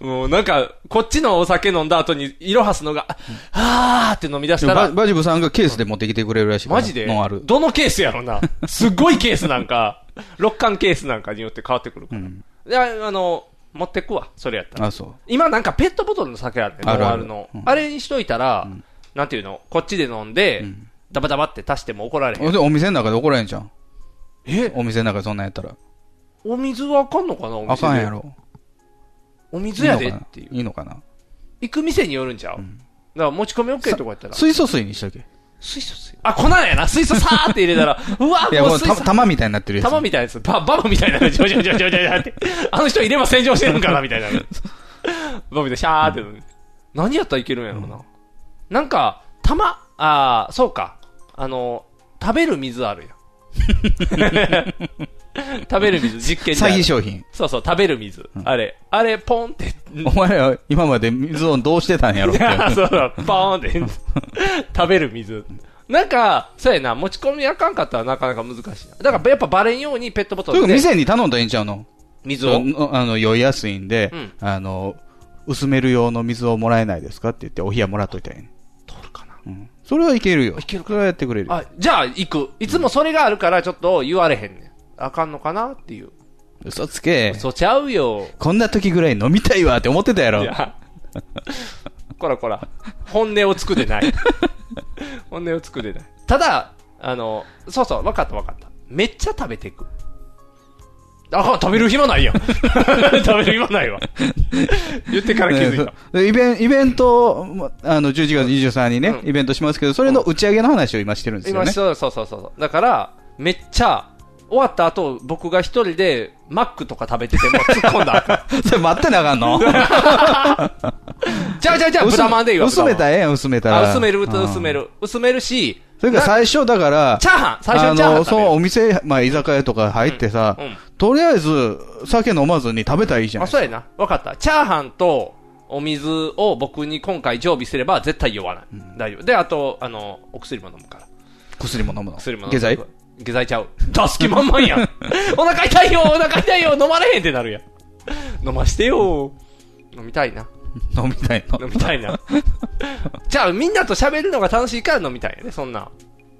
S2: もうなんか、こっちのお酒飲んだ後に、イロハスのが、はーって飲み出し
S3: で
S2: た
S3: も
S2: ら
S3: バ、バジブさんがケースで持ってきてくれるらしいから。
S2: マジで
S3: ノンアル。
S2: どのケースやろな。すごいケースなんか、六缶ケースなんかによって変わってくるか
S3: う
S2: ら。
S3: ん。
S2: いや、あの、持ってくわ、それやったら。
S3: あ、そう。
S2: 今なんかペットボトルの酒あるね、ノ
S3: ある
S2: ンア
S3: ある
S2: ルの。
S3: うん
S2: あれにしといたら、なんていうの、こっちで飲んで、ダバダバって足しても怒られへん。
S3: でお店の中で怒られんじゃん。
S2: え
S3: お店の中でそんなんやったら。
S2: お水はあかんのかなお店で
S3: あかんやろ。
S2: お水やでって
S3: ていう。いいのかな
S2: 行く店によるんちゃう、だから持ち込み OK とかやったら。
S3: 水素水にしとけ。
S2: 水素水。あ、粉やな。水素さーって入れたら、うわ
S3: いや、
S2: も
S3: も
S2: う
S3: う
S2: 水
S3: た
S2: 素。
S3: 玉みたいになってるやつ。
S2: 玉みたいなやつ。バ、バブみたいなの。ジョジョジョジョジョジョって。あの人入れば洗浄してるんかなみたいなの。バブみたいな、シャーっての。何やったらいけるんやろうな。なんか、玉、あー、そうか。あの、食べる水あるやん。食べる水、実験である
S3: 詐欺商品。
S2: そうそう、食べる水。あれ、あれ、ポンって
S3: お前ら今まで水をどうしてたんやろって。
S2: [laughs] そうだ、パーンって。食べる水。なんか、そうやな、持ち込みあかんかったらなかなか難しいな。だからやっぱバレんようにペットボト
S3: とい
S2: ル
S3: うか
S2: で。
S3: 店に頼んだらいいんちゃうの
S2: 水を
S3: のあの、酔いやすいんで、
S2: うん
S3: あの、薄める用の水をもらえないですかって言って、お冷やもらっといたらいいね。通るかなうん。それはいけるよ。いけるそれはやってくれるよ。
S2: あ、じゃあ行く。いつもそれがあるからちょっと言われへんねん。あかんのかなっていう。
S3: 嘘つけ。
S2: 嘘ちゃうよ。
S3: こんな時ぐらい飲みたいわって思ってたやろ
S2: い。や。 [laughs] こらこら。本音をつくで [laughs] ない。本音をつくでない。ただ、あの、そうそう、わかったわかった。めっちゃ食べていく。あ、食べる暇ないやん。 [laughs] 食べる暇ないわ。言ってから [laughs] 気づいた。
S3: でイベンイベント、まあの、11月23日にね、
S2: うん
S3: イベントしますけど、それの打ち上げの話を今してるんですよ
S2: 今
S3: ね。
S2: そうそうそうそう。だから、めっちゃ、終わった後、僕が一人で、マックとか食べてても突っ込んだらあかん。
S3: [laughs] それ待ってなあか
S2: [laughs]
S3: んの
S2: じゃあじゃあじゃあ、豚まんでいいわ。
S3: 薄めた
S2: ら
S3: らええやん、薄めた
S2: あ
S3: ら。
S2: 薄める、
S3: うん
S2: 薄める。薄めるし、
S3: それから最初だから、
S2: チャーハン最初にチャーハン
S3: あの、
S2: 食べ
S3: そ
S2: る
S3: のお店、まあ、居酒屋とか入ってさ、
S2: うんうん
S3: とりあえず、酒飲まずに食べたらいいじゃん
S2: あ、。そうやな。わかった。チャーハンとお水を僕に今回常備すれば絶対酔わない。大丈夫。で、あと、あの、お薬も飲むから。
S3: 薬も飲むの。
S2: 薬も飲む
S3: 下剤
S2: 下剤ちゃう。助け満々
S3: [laughs]
S2: やん。お腹痛いよ、お腹痛いよ、飲まれへんってなるやん。飲ましてよ。飲みた
S3: [laughs]
S2: いな。
S3: 飲みたいの。
S2: 飲みたいな。じゃあ、みんなと喋るのが楽しいから飲みたいよね、そんな。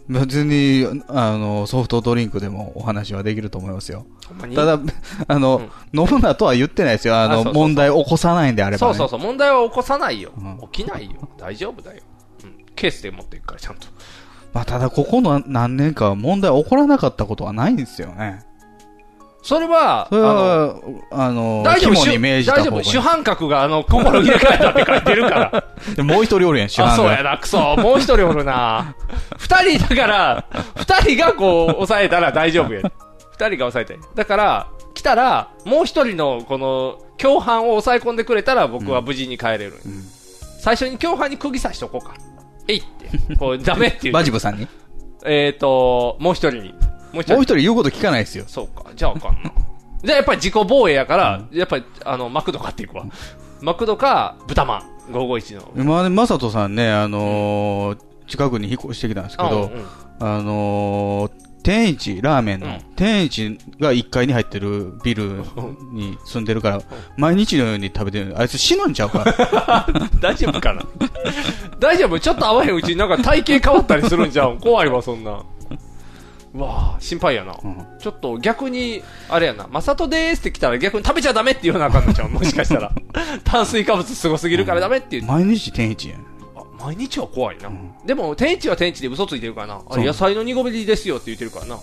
S3: 別に、あの、ソフトドリンクでもお話はできると思いますよ。
S2: ほんまに
S3: ただ、 [laughs] あの、飲むなとは言ってないですよ。あの、
S2: あそうそうそう
S3: 問題起こさないんであれば、
S2: そ
S3: ね。
S2: うそうそう、問題は起こさないよ。起きないよ。大丈夫だよ。うん。ケースで持っていくから、ちゃんと。
S3: まあ、ただ、ここの何年かは問題起こらなかったことはないんですよね。
S2: それは、
S3: それは、あの、
S2: 大丈夫、
S3: 肝に
S2: 主
S3: 銘
S2: 大
S3: じ
S2: 丈
S3: た方がい
S2: 夫、
S3: い
S2: 主犯格があの、心開かれたって書いてるから。
S3: でもう一人おるやん、 [laughs] 主犯が
S2: あ、そうやな、くそ、もう一人おる
S3: [laughs]
S2: な。二人だから、二人がこう、抑えたら大丈夫や。二人が抑えたい。だから、来たら、もう一人の、この、共犯を抑え込んでくれたら、僕は無事に帰れる。最初に共犯に釘刺しとこうか。えいって。こう、ダメっていう。
S3: バジブさんに。
S2: えっ、ー、と、もう一人に。もう一
S3: もう一人言うこと聞かないですよ。
S2: そうか。じゃああか
S3: [laughs]
S2: んな。じゃあやっぱり自己防衛やから、やっぱり、あの、マクド買っていくわ。マクドか、豚まん。551の。
S3: 今ね、まさとさんね、あのー近くに引っ越してきたんですけど、
S2: うんうん
S3: あのー天一、ラーメンの、天一が1階に入ってるビルに住んでるから、毎日のように食べてる。あいつ死ぬんちゃ
S2: [laughs]
S3: うか
S2: 大丈夫かな [laughs] 大丈夫ちょっと合わへんうちになんか体型変わったりするんじゃん。怖いわ、そんな。うわあ心配やな。ちょっと逆に、あれやな、マサトでーすって来たら逆に食べちゃダメって言わなあかんのちゃう。もしかした
S3: [laughs]
S2: ら。炭水化物すごすぎるからダメって言う。
S3: 毎日天一やん。
S2: 毎日は怖いな。でも、天一は天一で嘘ついてるからな。あれ、野菜の煮込みですよって言ってるからな。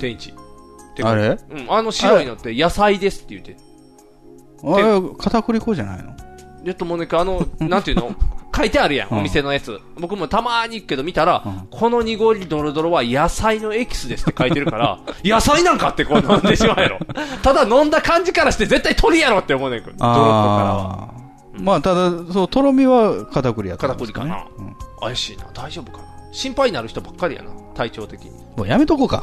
S2: 天一。てか
S3: あれ
S2: うん、あの白いのって野菜ですって言ってる。
S3: あれ、片栗粉じゃないの [laughs]
S2: でともね、あの、なんていうの、書いてあるやん、
S3: うん
S2: お店のやつ。僕もたまーに行くけど見たら、この濁りドロドロは野菜のエキスですって書いてるから、 [laughs] 野菜なんかってこう飲んでしまうや
S3: [laughs]
S2: ろ。ただ飲んだ感じからして絶対鳥やろって思うねんけど。
S3: あーまあ、ただ、そう、とろみは片栗やったんですかね。
S2: 片栗怪しいな、大丈夫かな。心配になる人ばっかりやな、体調的に。
S3: もうやめとこうか。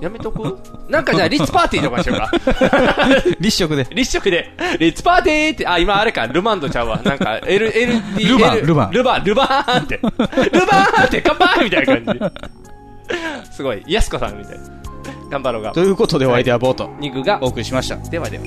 S2: やめとくなんかじゃあ、リッツパーティーとかにしようか。
S3: [laughs] 立食で。
S2: 立食で。リッツパーティーって、あ、今あれか、ルマンドちゃうわ。なんか、L、L、D、
S3: ルバン
S2: L
S3: ルバン
S2: ルバン、ルバーンって。ルバーンって、乾杯みたいな感
S3: [laughs]
S2: じ。すごい、やすこさんみたいな。頑張ろうが
S3: と。いうことで、お相手はボート。
S2: 肉が。
S3: お送りしました。
S2: ではでは。